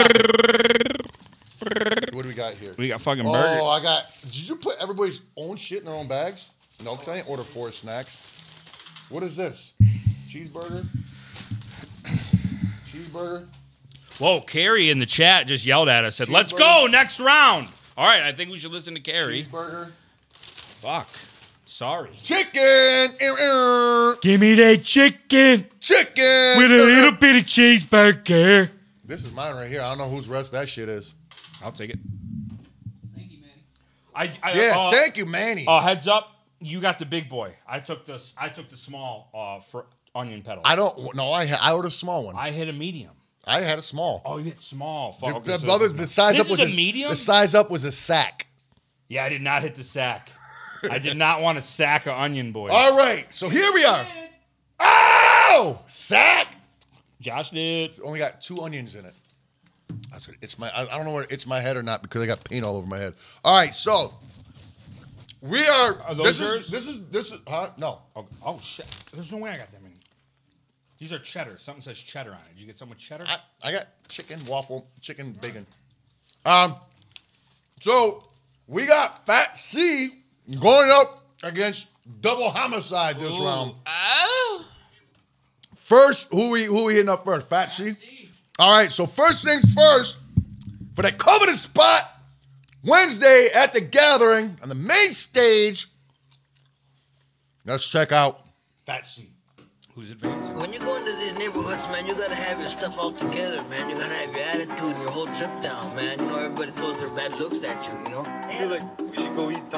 [SPEAKER 2] it. what do we got here?
[SPEAKER 1] We got fucking burgers.
[SPEAKER 2] Oh, I got. Did you put everybody's own shit in their own bags? No, 'cause I didn't order four snacks. What is this? Cheeseburger. Cheeseburger.
[SPEAKER 1] Whoa, Carrie in the chat just yelled at us. Said, "Let's go next round." All right, I think we should listen to Carrie.
[SPEAKER 2] Cheeseburger.
[SPEAKER 1] Fuck. Sorry.
[SPEAKER 2] Chicken. Er, er,
[SPEAKER 7] Give me that chicken
[SPEAKER 2] Chicken.
[SPEAKER 7] with a
[SPEAKER 2] Er, er.
[SPEAKER 7] little bit of cheeseburger.
[SPEAKER 2] This is mine right here. I don't know whose rest that shit is.
[SPEAKER 1] I'll take it. Thank you, man. I, I
[SPEAKER 2] Yeah,
[SPEAKER 1] uh,
[SPEAKER 2] thank you, Manny.
[SPEAKER 1] Uh, heads up, you got the big boy. I took the I took the small uh, for onion petal.
[SPEAKER 2] I don't. No, I ha- I ordered a small one.
[SPEAKER 1] I hit a medium.
[SPEAKER 2] I had a small.
[SPEAKER 1] Oh, you hit small. Fuck. okay,
[SPEAKER 2] the,
[SPEAKER 1] so
[SPEAKER 2] the other-
[SPEAKER 1] this
[SPEAKER 2] the
[SPEAKER 1] is-
[SPEAKER 2] size
[SPEAKER 1] this
[SPEAKER 2] up was
[SPEAKER 1] is a medium.
[SPEAKER 2] The size up was a sack.
[SPEAKER 1] yeah, I did not hit the sack. I did not want a sack of onion boys.
[SPEAKER 2] All right, so here we are. Oh, sack.
[SPEAKER 1] Josh did.
[SPEAKER 2] only got two onions in it. That's what, it's my. I, I don't know where it's my head or not because I got paint all over my head. All right, so we are.
[SPEAKER 1] Are those
[SPEAKER 2] this
[SPEAKER 1] yours?
[SPEAKER 2] is this is this is huh? No,
[SPEAKER 1] Oh, oh shit! There's no way I got that many. These are cheddar. Something says cheddar on it. Did you get some with cheddar?
[SPEAKER 2] I, I got chicken waffle, chicken bacon. Um, so we got Fat C going up against double homicide this round.
[SPEAKER 1] Oh.
[SPEAKER 2] First, who we who we hitting up first? Fat C. All right. So first things first, for that coveted spot, Wednesday at the gathering on the main stage. Let's check out Fat C.
[SPEAKER 1] Who's advancing?
[SPEAKER 10] When you go into these neighborhoods, man, you gotta have your stuff all together, man. You gotta have your attitude and your whole trip down, man. You know, everybody throws their bad looks at you, you know? Wanna teach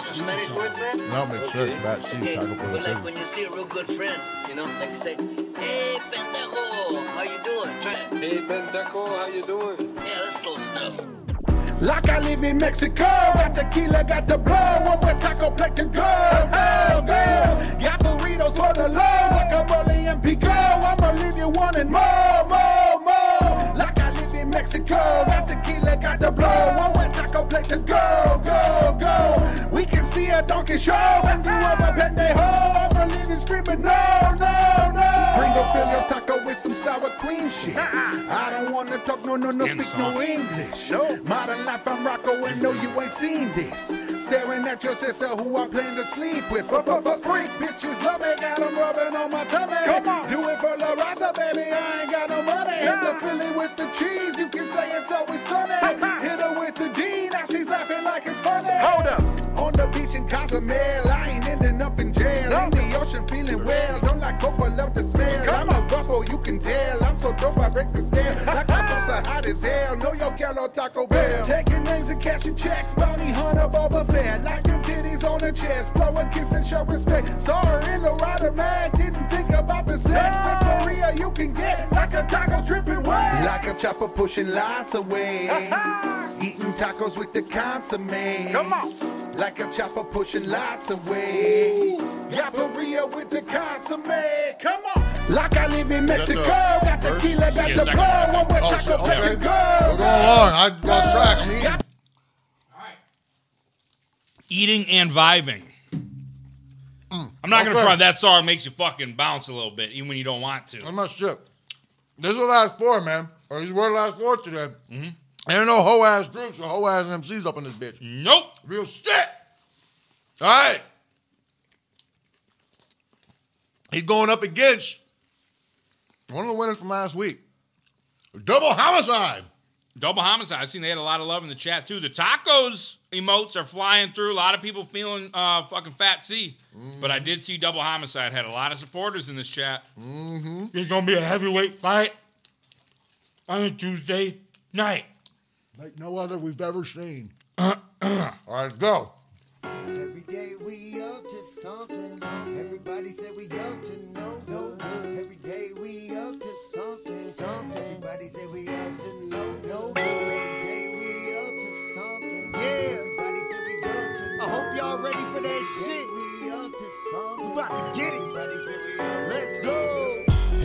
[SPEAKER 10] us many words, man?
[SPEAKER 2] Now make sure it's Fat C.
[SPEAKER 10] Okay,
[SPEAKER 2] Taco for the
[SPEAKER 10] eh, but like
[SPEAKER 2] thing.
[SPEAKER 10] when you see a real good friend, you know, like you say, hey, pendejo, how you doing? Try it.
[SPEAKER 9] Hey, Ben Deco, how you doing?
[SPEAKER 10] Yeah, that's close enough.
[SPEAKER 3] Like I live in Mexico, got tequila, got the blood, one more taco, black and gold. Oh, damn, got burritos for the love, like I'm rolling in Pico. I'ma leave you wanting more, more, more. Like I live in Mexico, got tequila, got the blood, one more taco, black and go, go, go. We can see a donkey show, and you are a pendejo. I'ma leave you screaming, no, no, no. Bring a Philly taco with some sour cream shit. I don't wanna talk, no, no, no, speak no English. Modern life, I'm Rocco, and no, you ain't seen this. Staring at your sister who I plan to sleep with. For, for, for freak bitches love me, got 'em rubbing on my tummy. Do it for La Raza, baby, I ain't got no money. Hit the Philly with the cheese, you can say it's always sunny. Hit her with the G, now she's laughing like it's funny. Hold up. On the beach in Cozumel, I ain't ending up in jail. In the ocean, feeling well. Don't like coca, love the smell. I'm a buffalo, you can tell. I'm so dope, I break the scale. Like my salsa, hot as hell. Know your gal Taco Bell. Taking names and cashing checks. Bounty hunter, Boba Fett. Like them titties on the chest. Blow a kiss and show respect. Saw her in the rider, man. Didn't think about the sex. Best Maria you can get. Like a taco dripping wet. Like a chopper pushing lies away. Eating tacos with the consomme. Come on. Like a chopper pushing lots away. Yaparia with the consomme. Come on. Like I live in Mexico. Got
[SPEAKER 2] verse?
[SPEAKER 3] tequila, got
[SPEAKER 1] Yeah,
[SPEAKER 3] the
[SPEAKER 1] second.
[SPEAKER 3] blood. One with
[SPEAKER 2] Oh,
[SPEAKER 3] taco,
[SPEAKER 2] shit,
[SPEAKER 3] black
[SPEAKER 2] okay.
[SPEAKER 3] and
[SPEAKER 2] We're
[SPEAKER 3] gold.
[SPEAKER 2] going on. I lost track. I'm eating.
[SPEAKER 1] Eating and vibing. I'm not gonna
[SPEAKER 2] Okay.
[SPEAKER 1] front. That song makes you fucking bounce a little bit, even when you don't want to.
[SPEAKER 2] I'm not sure. This is the last four, man. Or these were the last four today. Mm-hmm. Ain't no hoe ass groups or hoe ass MCs up in this bitch.
[SPEAKER 1] Nope.
[SPEAKER 2] Real shit. All right. He's going up against one of the winners from last week. Double homicide.
[SPEAKER 1] Double homicide. I've seen they had a lot of love in the chat too. The tacos emotes are flying through. A lot of people feeling uh, fucking fat C. But I did see double homicide had a lot of supporters in this chat.
[SPEAKER 7] There's gonna be a heavyweight fight on a Tuesday night.
[SPEAKER 2] Like no other we've ever seen. All right, go.
[SPEAKER 11] Every day we up to something. Everybody said we up to no good. Every day we up to something. Something. Everybody said we up to no no good. Every day we up to something. Yeah. Everybody said we up to. I hope y'all ready for that shit. We up to something. about to get it. Everybody said we up. Let's go.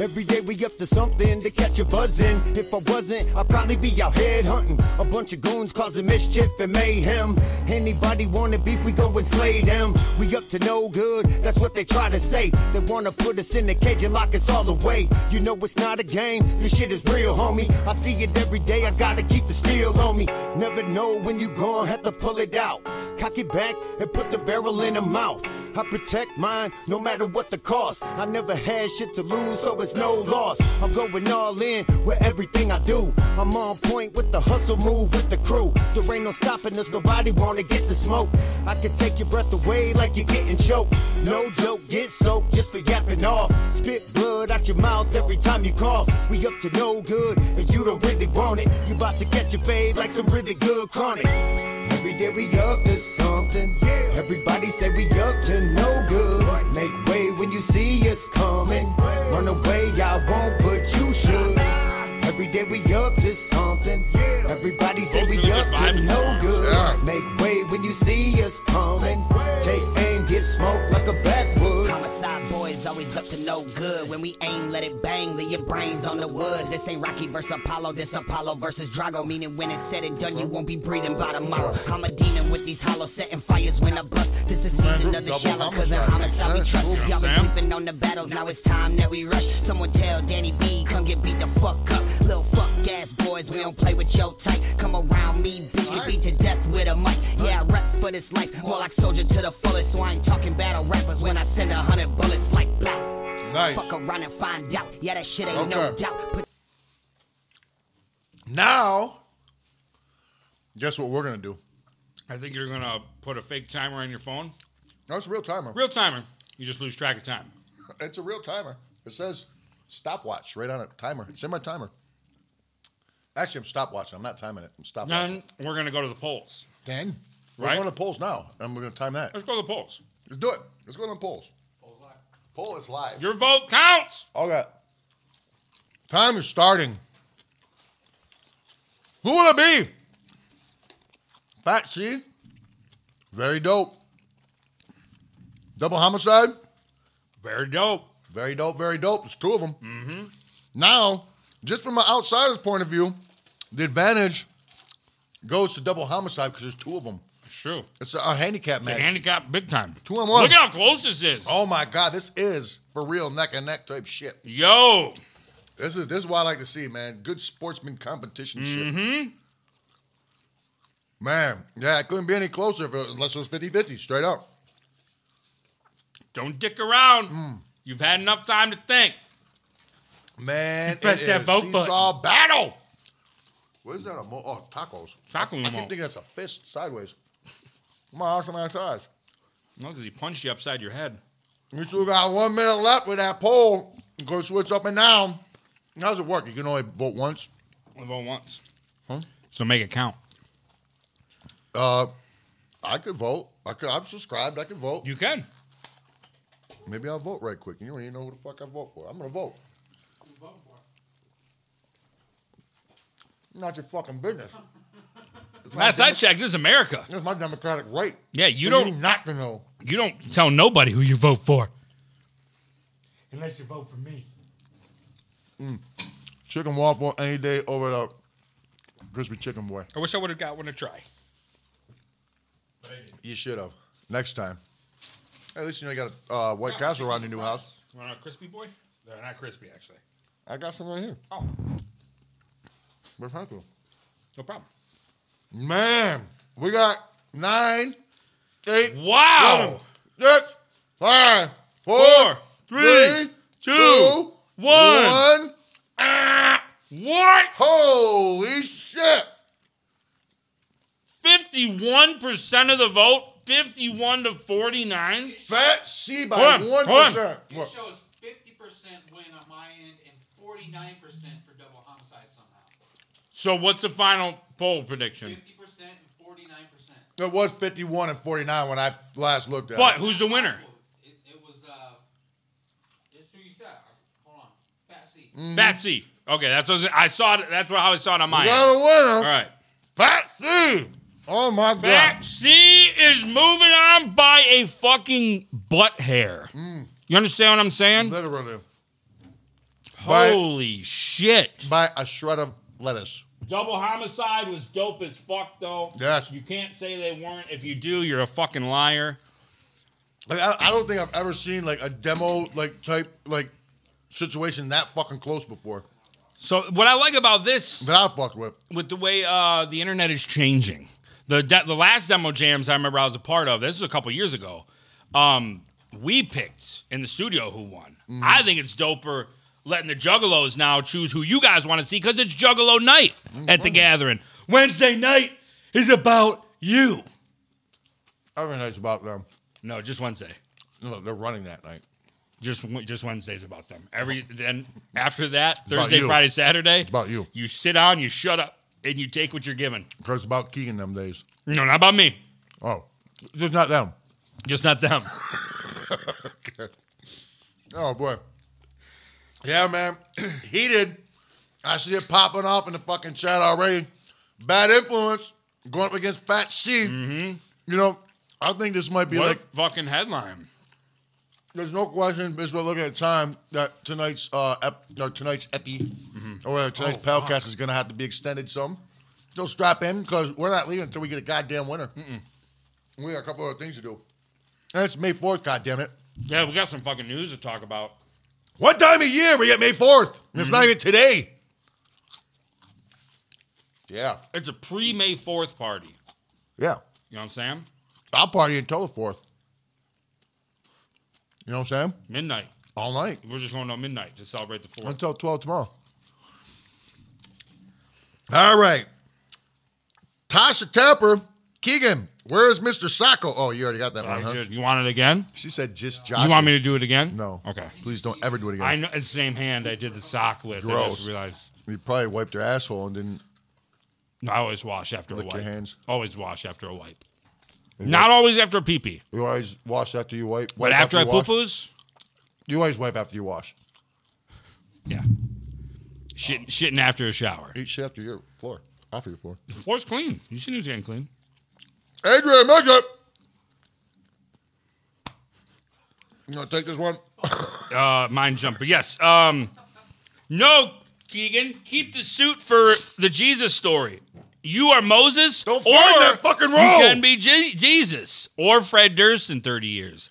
[SPEAKER 11] Every day we up to something to catch a buzzin'. If I wasn't, I'd probably be out head hunting. A bunch of goons causing mischief and mayhem. Anybody wanna beef, we go and slay them. We up to no good, that's what they try to say. They wanna put us in a cage and lock us all away. You know it's not a game, this shit is real, homie. I see it every day, I gotta keep the steel on me. Never know when you gon' have to pull it out. Cock it back and put the barrel in the mouth. I protect mine no matter what the cost. I never had shit to lose, so it's no loss. I'm going all in with everything I do. I'm on point with the hustle move with the crew. There ain't no stopping us, nobody wanna get the smoke. I can take your breath away like you're getting choked. No joke, get soaked just for yapping off. Spit blood out your mouth every time you cough. We up to no good, and you don't really want it. You about to catch a fade like some really good chronic. Every day we up to something. Everybody say we up to no good. Make way when you see us coming. Run away, I won't, but you should. Every day we up to something. Everybody say we up to no good. Make way when you see us coming. Take aim, get smoked like a backwood.
[SPEAKER 6] Homicide boys always up to no good. When we aim, let it bang, leave your brains on the wood. This ain't Rocky versus Apollo, this Apollo versus Drago. Meaning when it's said and done, you won't be breathing by tomorrow. I'm a demon with these hollow setting fires when I bust. This is season of the shallow, cause in homicide we trust. Y'all been sleeping on the battles, now it's time that we rush. Someone tell Danny B, come get beat the fuck up. Little fuck ass boys, we don't play with your type. Come around me, bitch, get beat to death with a mic. Yeah, I rep for this life, more like soldier to the fullest. So I ain't talking battle rappers when I send a hundred bullets like black.
[SPEAKER 2] Nice.
[SPEAKER 6] Fuck around and find out. Yeah, that shit ain't no
[SPEAKER 2] Okay.
[SPEAKER 6] doubt. Put
[SPEAKER 2] Now, guess what we're gonna do?
[SPEAKER 1] I think you're gonna put a fake timer on your phone.
[SPEAKER 2] That's a real timer.
[SPEAKER 1] Real timer. You just lose track of time.
[SPEAKER 2] It's a real timer. It says stopwatch right on it. Timer. It's in my timer. Actually, I'm stopwatching. I'm not timing it. I'm stopwatching.
[SPEAKER 1] Then we're gonna go to the polls.
[SPEAKER 2] Then
[SPEAKER 1] Right.
[SPEAKER 2] we're going to polls now, and we're going to time that.
[SPEAKER 1] Let's go to the polls.
[SPEAKER 2] Let's do it. Let's go to the polls. Poll is live.
[SPEAKER 1] Your vote counts.
[SPEAKER 2] Okay. Time is starting. Who will it be? Fat C. Very dope. Double homicide.
[SPEAKER 1] Very dope.
[SPEAKER 2] Very dope, very dope. There's two of them. Mm-hmm. Now, just from an outsider's point of view, the advantage goes to double homicide because there's two of them.
[SPEAKER 1] It's true.
[SPEAKER 2] It's a, a handicap
[SPEAKER 1] The
[SPEAKER 2] match.
[SPEAKER 1] handicap big time.
[SPEAKER 2] Two on one.
[SPEAKER 1] Look at how close this is.
[SPEAKER 2] oh my god, this is for real neck and neck type shit.
[SPEAKER 1] Yo.
[SPEAKER 2] This is this is what I like to see, man. Good sportsman competition shit. Man, yeah, it couldn't be any closer if it, unless it was 50-50, straight up.
[SPEAKER 1] Don't dick around. You've had enough time to think.
[SPEAKER 2] Man,
[SPEAKER 7] press
[SPEAKER 2] it
[SPEAKER 7] that
[SPEAKER 2] is
[SPEAKER 7] vote
[SPEAKER 2] seesaw battle. What is that? A mo- oh, tacos.
[SPEAKER 1] Taco
[SPEAKER 2] I, I
[SPEAKER 1] remote.
[SPEAKER 2] keep thinking that's a fist sideways. My awesome ass size.
[SPEAKER 1] No, because he punched you upside your head.
[SPEAKER 2] We still got one minute left with that poll. Go switch up and down. How does it work? You can only vote once.
[SPEAKER 1] I vote once. So make it count.
[SPEAKER 2] Uh, I could vote. I could, I'm subscribed. I could vote.
[SPEAKER 1] You can.
[SPEAKER 2] Maybe I'll vote right quick. You don't even know who the fuck I vote for. I'm gonna vote. Not your fucking business. It's my
[SPEAKER 1] Last I
[SPEAKER 2] demo-
[SPEAKER 1] checked, this is America.
[SPEAKER 2] It's my democratic right.
[SPEAKER 1] Yeah, you
[SPEAKER 2] For
[SPEAKER 1] don't
[SPEAKER 2] not to know.
[SPEAKER 1] you don't tell nobody who you vote for.
[SPEAKER 7] Unless you vote for me.
[SPEAKER 2] Chicken waffle any day over the crispy chicken boy.
[SPEAKER 1] I wish I would have got one to try.
[SPEAKER 2] You should have. Next time. At least you know you got a uh, white castle around your new house.
[SPEAKER 1] You want a crispy boy? They're not crispy, actually.
[SPEAKER 2] I got some right here.
[SPEAKER 1] Oh.
[SPEAKER 2] Where's Michael?
[SPEAKER 1] No problem.
[SPEAKER 2] Man, we got nine, eight,
[SPEAKER 1] Wow.
[SPEAKER 2] seven, six, five, four,
[SPEAKER 1] Four, three, two, one.
[SPEAKER 2] one. Ah.
[SPEAKER 1] What?
[SPEAKER 2] Holy shit!
[SPEAKER 1] 51% of the vote, 51 to 49.
[SPEAKER 2] Fat C by
[SPEAKER 1] Hold on, hold
[SPEAKER 2] 1%.
[SPEAKER 1] on.
[SPEAKER 8] It shows 50% win on my end and 49% for double homicide somehow.
[SPEAKER 1] So what's the final poll prediction?
[SPEAKER 8] 50% and 49%.
[SPEAKER 2] It was 51 and 49 when I last looked at
[SPEAKER 1] But
[SPEAKER 2] it.
[SPEAKER 1] who's the winner?
[SPEAKER 8] It, it was, uh, it's who you said. Hold on. Patsy.
[SPEAKER 1] Mm. Mm-hmm. Fatsy. Okay, that's what I was- I saw it. That's how I saw it on my
[SPEAKER 2] We got a
[SPEAKER 1] end.
[SPEAKER 2] winner.
[SPEAKER 1] All right.
[SPEAKER 2] Fat C! Oh my god.
[SPEAKER 1] Fat C is moving on by a fucking butt hair. You understand what I'm saying?
[SPEAKER 2] Literally. By-
[SPEAKER 1] Holy shit.
[SPEAKER 2] By a shred of lettuce.
[SPEAKER 1] Double homicide was dope as fuck, though.
[SPEAKER 2] Yes.
[SPEAKER 1] You can't say they weren't. If you do, you're a fucking liar.
[SPEAKER 2] Like I, I don't think I've ever seen like a demo like type like situation that fucking close before
[SPEAKER 1] So what I like about this,
[SPEAKER 2] that I fucked with.
[SPEAKER 1] with the way uh, the internet is changing, the de- the last demo jams I remember I was a part of. This was a couple years ago. Um, we picked in the studio who won.
[SPEAKER 2] Mm-hmm.
[SPEAKER 1] I think it's doper letting the juggalos now choose who you guys want to see because it's juggalo night
[SPEAKER 2] Mm-hmm.
[SPEAKER 1] at the gathering. Wednesday night is about you.
[SPEAKER 2] Everything night's about them.
[SPEAKER 1] No, just Wednesday.
[SPEAKER 2] No, they're running that night.
[SPEAKER 1] Just just Wednesdays about them. Every then after that Thursday,
[SPEAKER 2] you.
[SPEAKER 1] Friday, Saturday.
[SPEAKER 2] It's about you.
[SPEAKER 1] You sit down, you shut up, and you take what you're given.
[SPEAKER 2] Because it's about Keegan them days.
[SPEAKER 1] No, not about me.
[SPEAKER 2] Oh. Just not them.
[SPEAKER 1] Just not them.
[SPEAKER 2] Oh boy. Yeah, man. Heated. I see it popping off in the fucking chat already. Bad influence going up against Fat C. You know, I think this might be
[SPEAKER 1] Mm-hmm.
[SPEAKER 2] like
[SPEAKER 1] what a fucking headline.
[SPEAKER 2] There's no question, as we're looking at time, that tonight's uh, ep, or tonight's epi, or uh, tonight's
[SPEAKER 1] Oh,
[SPEAKER 2] podcast is going to have to be extended some. So strap in because we're not leaving until we get a goddamn winner. We got a couple other things to do, and it's May Fourth. Goddamn it!
[SPEAKER 1] Yeah, we got some fucking news to talk about.
[SPEAKER 2] One time a year we get May Fourth, and it's not even today. Yeah,
[SPEAKER 1] It's a pre May 4th party.
[SPEAKER 2] yeah.
[SPEAKER 1] You know what I'm saying?
[SPEAKER 2] I'll party until the fourth. You know what I'm saying?
[SPEAKER 1] Midnight.
[SPEAKER 2] All night
[SPEAKER 1] We're just going to midnight to celebrate the 4th.
[SPEAKER 2] until twelve tomorrow. All right. Tasha Tapper, Keegan, where is Mr. Sacco? Oh, you already got that one,
[SPEAKER 1] Alright,
[SPEAKER 2] huh?
[SPEAKER 1] dude, You want it again?
[SPEAKER 2] She said just Josh.
[SPEAKER 1] You want me to do it again?
[SPEAKER 2] No.
[SPEAKER 1] Okay.
[SPEAKER 2] Please don't ever do it again.
[SPEAKER 1] I know it's the same hand I did the sock with. I
[SPEAKER 2] Gross.
[SPEAKER 1] just realized.
[SPEAKER 2] You probably wiped your asshole and didn't.
[SPEAKER 1] No, I always wash after
[SPEAKER 2] Lick
[SPEAKER 1] a
[SPEAKER 2] your
[SPEAKER 1] wipe.
[SPEAKER 2] hands.
[SPEAKER 1] Always wash after a wipe. Not always after a pee pee,
[SPEAKER 2] You always wash after you wipe.
[SPEAKER 1] but
[SPEAKER 2] wipe
[SPEAKER 1] after, I
[SPEAKER 2] you
[SPEAKER 1] poo
[SPEAKER 2] wash.
[SPEAKER 1] poos,
[SPEAKER 2] You always wipe after you wash.
[SPEAKER 1] yeah. Shit, shitting after a shower.
[SPEAKER 2] Eat shit after your floor. Off of your floor.
[SPEAKER 1] The floor's clean. You shouldn't getting clean.
[SPEAKER 2] Adrian, measure. You gonna take this one?
[SPEAKER 1] Uh, mine jump. But yes. Um, no, Keegan, keep the suit for the Jesus story. You are Moses,
[SPEAKER 2] Don't fart in
[SPEAKER 1] or
[SPEAKER 2] that fucking
[SPEAKER 1] you
[SPEAKER 2] roll.
[SPEAKER 1] can be Je- Jesus or Fred Durst in thirty years.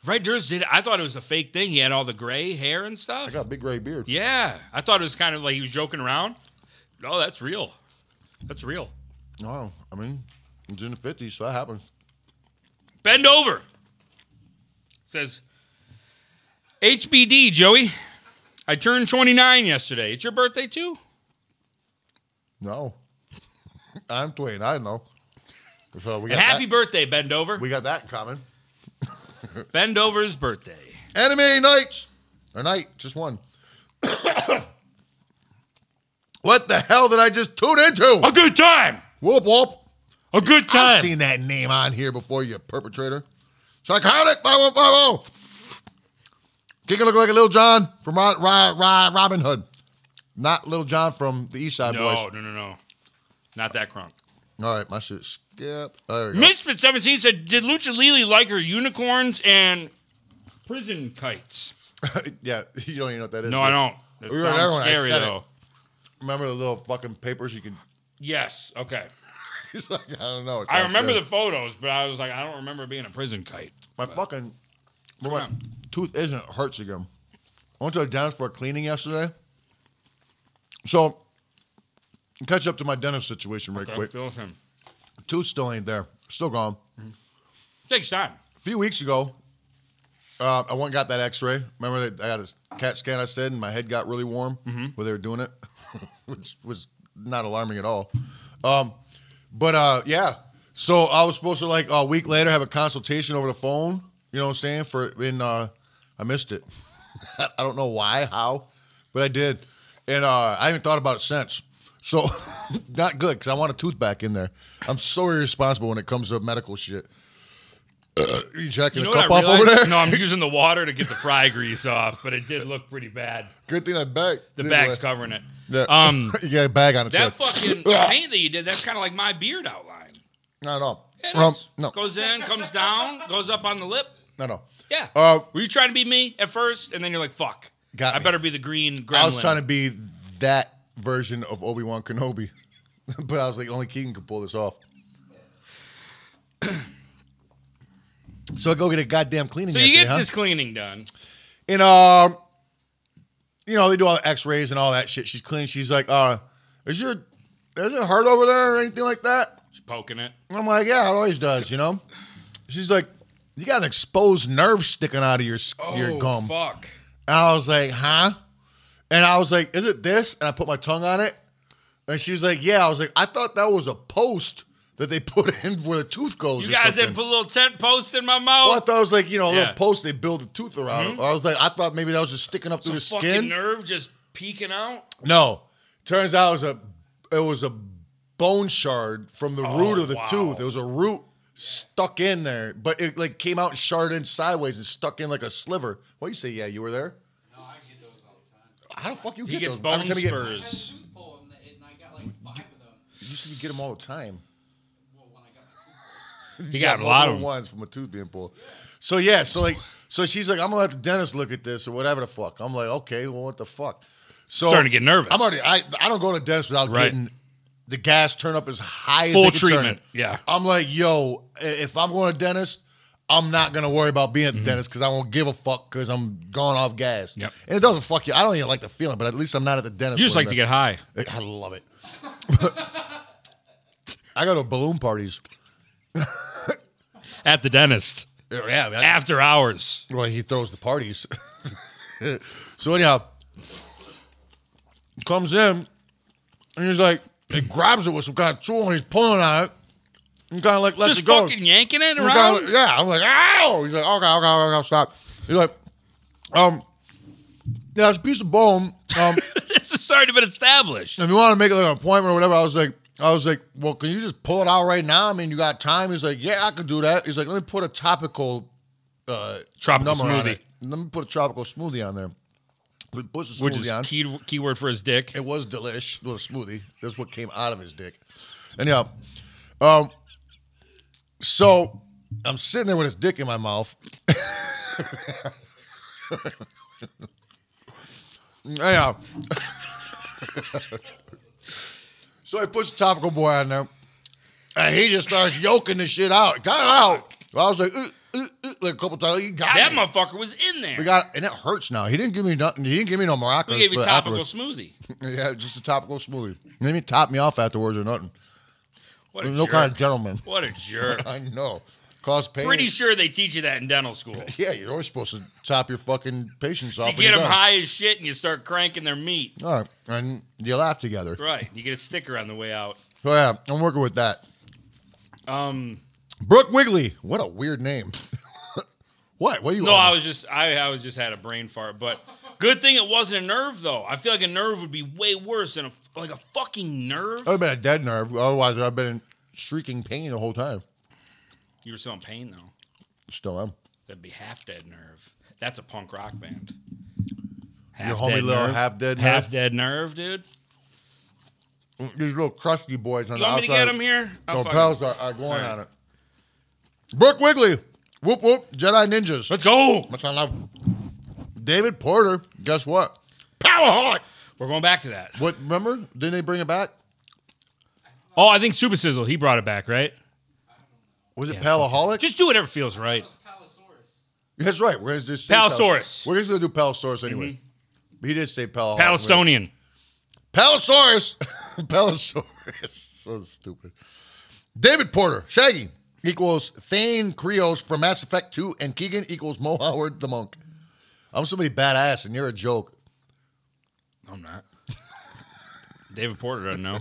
[SPEAKER 1] Fred Durst did. I thought it was a fake thing. He had all the gray hair and stuff.
[SPEAKER 2] I got a big gray beard.
[SPEAKER 1] yeah, I thought it was kind of like he was joking around. No, that's real. That's real.
[SPEAKER 2] No, I mean, it's in the 50s, so that happens.
[SPEAKER 1] Bend over. Says HBD, Joey. I turned 29 yesterday. It's your birthday too?
[SPEAKER 2] No. I'm 29, though. So we got
[SPEAKER 1] And happy
[SPEAKER 2] that.
[SPEAKER 1] birthday, Bend Over.
[SPEAKER 2] We got that in common.
[SPEAKER 1] Bend Over's birthday.
[SPEAKER 2] Anime nights. Or night, just one. what the hell did I just tune into?
[SPEAKER 1] A good time.
[SPEAKER 2] Whoop whoop.
[SPEAKER 1] A good
[SPEAKER 2] I've
[SPEAKER 1] time.
[SPEAKER 2] seen that name on here before, you perpetrator. Psychotic 5150. oh. Kicking look like a little John from Ro- Ro- Ro- Robin Hood. Not little John from the East Side
[SPEAKER 1] No,
[SPEAKER 2] Boys.
[SPEAKER 1] no, no, no. Not that crunk.
[SPEAKER 2] All right, my shit skip. Oh, There we go.
[SPEAKER 1] Misfit 17 said, Did Lucha Lili like her unicorns and prison kites?
[SPEAKER 2] yeah, you don't even know what that is.
[SPEAKER 1] No,
[SPEAKER 2] do
[SPEAKER 1] I
[SPEAKER 2] you?
[SPEAKER 1] don't. That
[SPEAKER 2] We were there
[SPEAKER 1] sounds
[SPEAKER 2] when I
[SPEAKER 1] scary,
[SPEAKER 2] said it.
[SPEAKER 1] though.
[SPEAKER 2] Remember the little fucking papers you can.
[SPEAKER 1] Yes. Okay.
[SPEAKER 2] He's like, I don't know. It's
[SPEAKER 1] I
[SPEAKER 2] all
[SPEAKER 1] remember
[SPEAKER 2] shit.
[SPEAKER 1] the photos, but I was like, I don't remember being a prison kite.
[SPEAKER 2] My fucking Well, my tooth isn't. It hurts again. I went to the dentist for a cleaning yesterday. So, catch up to my dentist situation right
[SPEAKER 1] Okay,
[SPEAKER 2] quick.
[SPEAKER 1] feel him.
[SPEAKER 2] Tooth still ain't there. Still gone.
[SPEAKER 1] Takes time.
[SPEAKER 2] A few weeks ago, uh, I went and got that x ray. Remember, that I got a CAT scan, I said, and my head got really warm
[SPEAKER 1] Mm-hmm.
[SPEAKER 2] where they were doing it, which was not alarming at all. Um, but uh, yeah, so I was supposed to, like, a week later have a consultation over the phone, you know what I'm saying? For in, uh, I missed it. I don't know why, how, but I did. And uh, I haven't thought about it since. So, not good because I want a tooth back in there. I'm so irresponsible when it comes to medical shit. you jacking
[SPEAKER 1] You know
[SPEAKER 2] a
[SPEAKER 1] what
[SPEAKER 2] cup
[SPEAKER 1] I
[SPEAKER 2] off
[SPEAKER 1] realized?
[SPEAKER 2] over there?
[SPEAKER 1] No, I'm using the water to get the fry grease off, but it did look pretty bad.
[SPEAKER 2] Good thing that bag.
[SPEAKER 1] The
[SPEAKER 2] didn't
[SPEAKER 1] bag's
[SPEAKER 2] work.
[SPEAKER 1] covering it.
[SPEAKER 2] Yeah.
[SPEAKER 1] Um,
[SPEAKER 2] you got a bag on it.
[SPEAKER 1] that fucking paint that you did, that's kind of like my beard outline.
[SPEAKER 2] Not at all.
[SPEAKER 1] It
[SPEAKER 2] Um,
[SPEAKER 1] is.
[SPEAKER 2] no,
[SPEAKER 1] Goes in, comes down, goes up on the lip.
[SPEAKER 2] no, no.
[SPEAKER 1] Yeah.
[SPEAKER 2] Uh,
[SPEAKER 1] Were you trying to be me at first? And then you're like, fuck.
[SPEAKER 2] Got
[SPEAKER 1] I
[SPEAKER 2] me.
[SPEAKER 1] better be the green gremlin.
[SPEAKER 2] I was trying to be that version of Obi Wan Kenobi, but I was like, only Keegan could pull this off. so I go get a goddamn cleaning.
[SPEAKER 1] So you
[SPEAKER 2] yesterday,
[SPEAKER 1] get
[SPEAKER 2] huh?
[SPEAKER 1] this cleaning done.
[SPEAKER 2] And um, you know, they do all the X-rays and all that shit. She's clean. She's like, uh, is your is it hurt over there or anything like that?
[SPEAKER 1] She's poking it.
[SPEAKER 2] And I'm like, yeah, it always does, you know. She's like, you got an exposed nerve sticking out of your s- your
[SPEAKER 1] Oh,
[SPEAKER 2] gum.
[SPEAKER 1] fuck.
[SPEAKER 2] And I was like, huh? And I was like, is it this? And I put my tongue on it. And she was like, yeah. I was like, I thought that was a post that they put in where the tooth goes.
[SPEAKER 1] You
[SPEAKER 2] or
[SPEAKER 1] guys
[SPEAKER 2] something.
[SPEAKER 1] didn't put a little tent post in my mouth?
[SPEAKER 2] Well, I thought it was like, you know, a
[SPEAKER 1] Yeah. Mm-hmm.
[SPEAKER 2] little post they build a tooth around. it. I was like, I thought maybe that was just sticking up
[SPEAKER 1] Some
[SPEAKER 2] through the
[SPEAKER 1] fucking
[SPEAKER 2] skin.
[SPEAKER 1] nerve just peeking out?
[SPEAKER 2] No. Turns out it was a it was a bone shard from the
[SPEAKER 1] Oh,
[SPEAKER 2] root of the
[SPEAKER 1] wow.
[SPEAKER 2] tooth. It was a root stuck in there, but it like came out and sharded in sideways and stuck in like a sliver. What you say? Yeah, you were there. No, I get those all the time. How the fuck you
[SPEAKER 1] He
[SPEAKER 2] get
[SPEAKER 1] gets
[SPEAKER 2] those?
[SPEAKER 1] bone
[SPEAKER 2] Every time you
[SPEAKER 1] spurs.
[SPEAKER 2] Get, you used to get them all the time.
[SPEAKER 1] He
[SPEAKER 2] You
[SPEAKER 1] got a lot
[SPEAKER 2] multiple
[SPEAKER 1] of 'em.
[SPEAKER 2] ones from a tooth being pulled. So yeah, so like, so she's like, I'm gonna let the dentist look at this or whatever the fuck. I'm like, okay, well, what the fuck? So
[SPEAKER 1] Starting to get nervous.
[SPEAKER 2] I'm already. I, I don't go to the dentist without
[SPEAKER 1] Right.
[SPEAKER 2] getting the gas turn up as high
[SPEAKER 1] Full
[SPEAKER 2] as they can turn
[SPEAKER 1] treatment,
[SPEAKER 2] it.
[SPEAKER 1] yeah.
[SPEAKER 2] I'm like, yo, i- if I'm going to dentist, I'm not gonna worry about being at the dentist because I won't give a fuck because I'm going off gas.
[SPEAKER 1] Mm-hmm. Yep.
[SPEAKER 2] And it doesn't fuck you. I don't even like the feeling, but at least I'm not at the dentist.
[SPEAKER 1] You just
[SPEAKER 2] when
[SPEAKER 1] like
[SPEAKER 2] I'm
[SPEAKER 1] to
[SPEAKER 2] there.
[SPEAKER 1] get high.
[SPEAKER 2] I love it. I go to balloon parties.
[SPEAKER 1] At the dentist.
[SPEAKER 2] Yeah, I-
[SPEAKER 1] After hours.
[SPEAKER 2] Well, he throws the parties. so anyhow, comes in and he's like, he grabs it with some kind of tool and he's pulling on it and kind of like lets
[SPEAKER 1] just
[SPEAKER 2] it go.
[SPEAKER 1] fucking yanking it
[SPEAKER 2] And kinda
[SPEAKER 1] around?
[SPEAKER 2] like- yeah, I'm like, ow! He's like, okay, okay, okay, okay, stop. He's like, um, yeah, it's a piece of bone. Um,
[SPEAKER 1] this has already been established.
[SPEAKER 2] if you want to make like an appointment or whatever, I was like, I was like, well, can you just pull it out right now? I mean, you got time? He's like, yeah, I could do that. He's like, let me put a topical uh,
[SPEAKER 1] Tropical
[SPEAKER 2] number on
[SPEAKER 1] smoothie,
[SPEAKER 2] it. Let me put a tropical smoothie on there. We put the
[SPEAKER 1] which
[SPEAKER 2] smoothie
[SPEAKER 1] is
[SPEAKER 2] on.
[SPEAKER 1] key keyword for his dick.
[SPEAKER 2] It was delish. It was a smoothie. That's what came out of his dick. Anyhow, um, so I'm sitting there with his dick in my mouth. Anyhow, so I puts the topical boy on there, and he just starts yoking the shit out. Got it out. I was like, "Ooh, ooh, ooh," like a couple times. He got
[SPEAKER 1] That
[SPEAKER 2] me.
[SPEAKER 1] motherfucker was in there.
[SPEAKER 2] We got, and it hurts now. He didn't give me nothing. He didn't give me no maracas.
[SPEAKER 1] we gave you
[SPEAKER 2] for
[SPEAKER 1] topical
[SPEAKER 2] afterwards.
[SPEAKER 1] smoothie.
[SPEAKER 2] Yeah, just a topical smoothie. They didn't top me off afterwards or nothing.
[SPEAKER 1] What a
[SPEAKER 2] no
[SPEAKER 1] jerk.
[SPEAKER 2] kind of gentleman.
[SPEAKER 1] What a jerk.
[SPEAKER 2] I know. Cause pain.
[SPEAKER 1] Pretty sure they teach you that in dental school.
[SPEAKER 2] Yeah, you're always supposed to top your fucking patients off.
[SPEAKER 1] You
[SPEAKER 2] when
[SPEAKER 1] get
[SPEAKER 2] you're
[SPEAKER 1] them
[SPEAKER 2] done.
[SPEAKER 1] high as shit and you start cranking their meat.
[SPEAKER 2] All right, and you laugh together.
[SPEAKER 1] Right. You get a sticker on the way out.
[SPEAKER 2] So yeah, I'm working with that.
[SPEAKER 1] Um,
[SPEAKER 2] Brooke Wiggly. What a weird name. what? What are you?
[SPEAKER 1] no,
[SPEAKER 2] on?
[SPEAKER 1] I was just I, I was just had a brain fart, but good thing it wasn't a nerve though. I feel like a nerve would be way worse than a like a fucking nerve.
[SPEAKER 2] I'd have been a dead nerve. Otherwise, I've been in shrieking pain the whole time.
[SPEAKER 1] You were still in pain though.
[SPEAKER 2] Still am.
[SPEAKER 1] That'd be half dead nerve. That's a punk rock band.
[SPEAKER 2] Your homie little half dead nerve.
[SPEAKER 1] half dead nerve, dude.
[SPEAKER 2] These little crusty boys on
[SPEAKER 1] You
[SPEAKER 2] the
[SPEAKER 1] want me to
[SPEAKER 2] outside.
[SPEAKER 1] get 'em here? I'll
[SPEAKER 2] No,
[SPEAKER 1] fuck
[SPEAKER 2] pals are, are going on it. Brooke Wiggly. Whoop whoop. Jedi Ninjas.
[SPEAKER 1] Let's go.
[SPEAKER 2] Much I love. David Porter. Guess what? Power Hawk.
[SPEAKER 1] We're going back to that.
[SPEAKER 2] What? Remember? Didn't they bring it back?
[SPEAKER 1] Oh, I think Super Sizzle he brought it back, right?
[SPEAKER 2] Was it Palaholic?
[SPEAKER 1] Just do whatever feels right.
[SPEAKER 2] That's right. We're gonna just say
[SPEAKER 1] Palosaurus.
[SPEAKER 2] Pal- We're just gonna do Palosaurus anyway. He did say Pal.
[SPEAKER 1] Palestinian.
[SPEAKER 2] Palosaurus. Palosaurus. so stupid. David Porter. Shaggy equals Thane Creos from Mass Effect 2, and Keegan equals Mo Howard the Monk. I'm somebody badass, and you're a joke.
[SPEAKER 1] I'm not. David Porter doesn't know.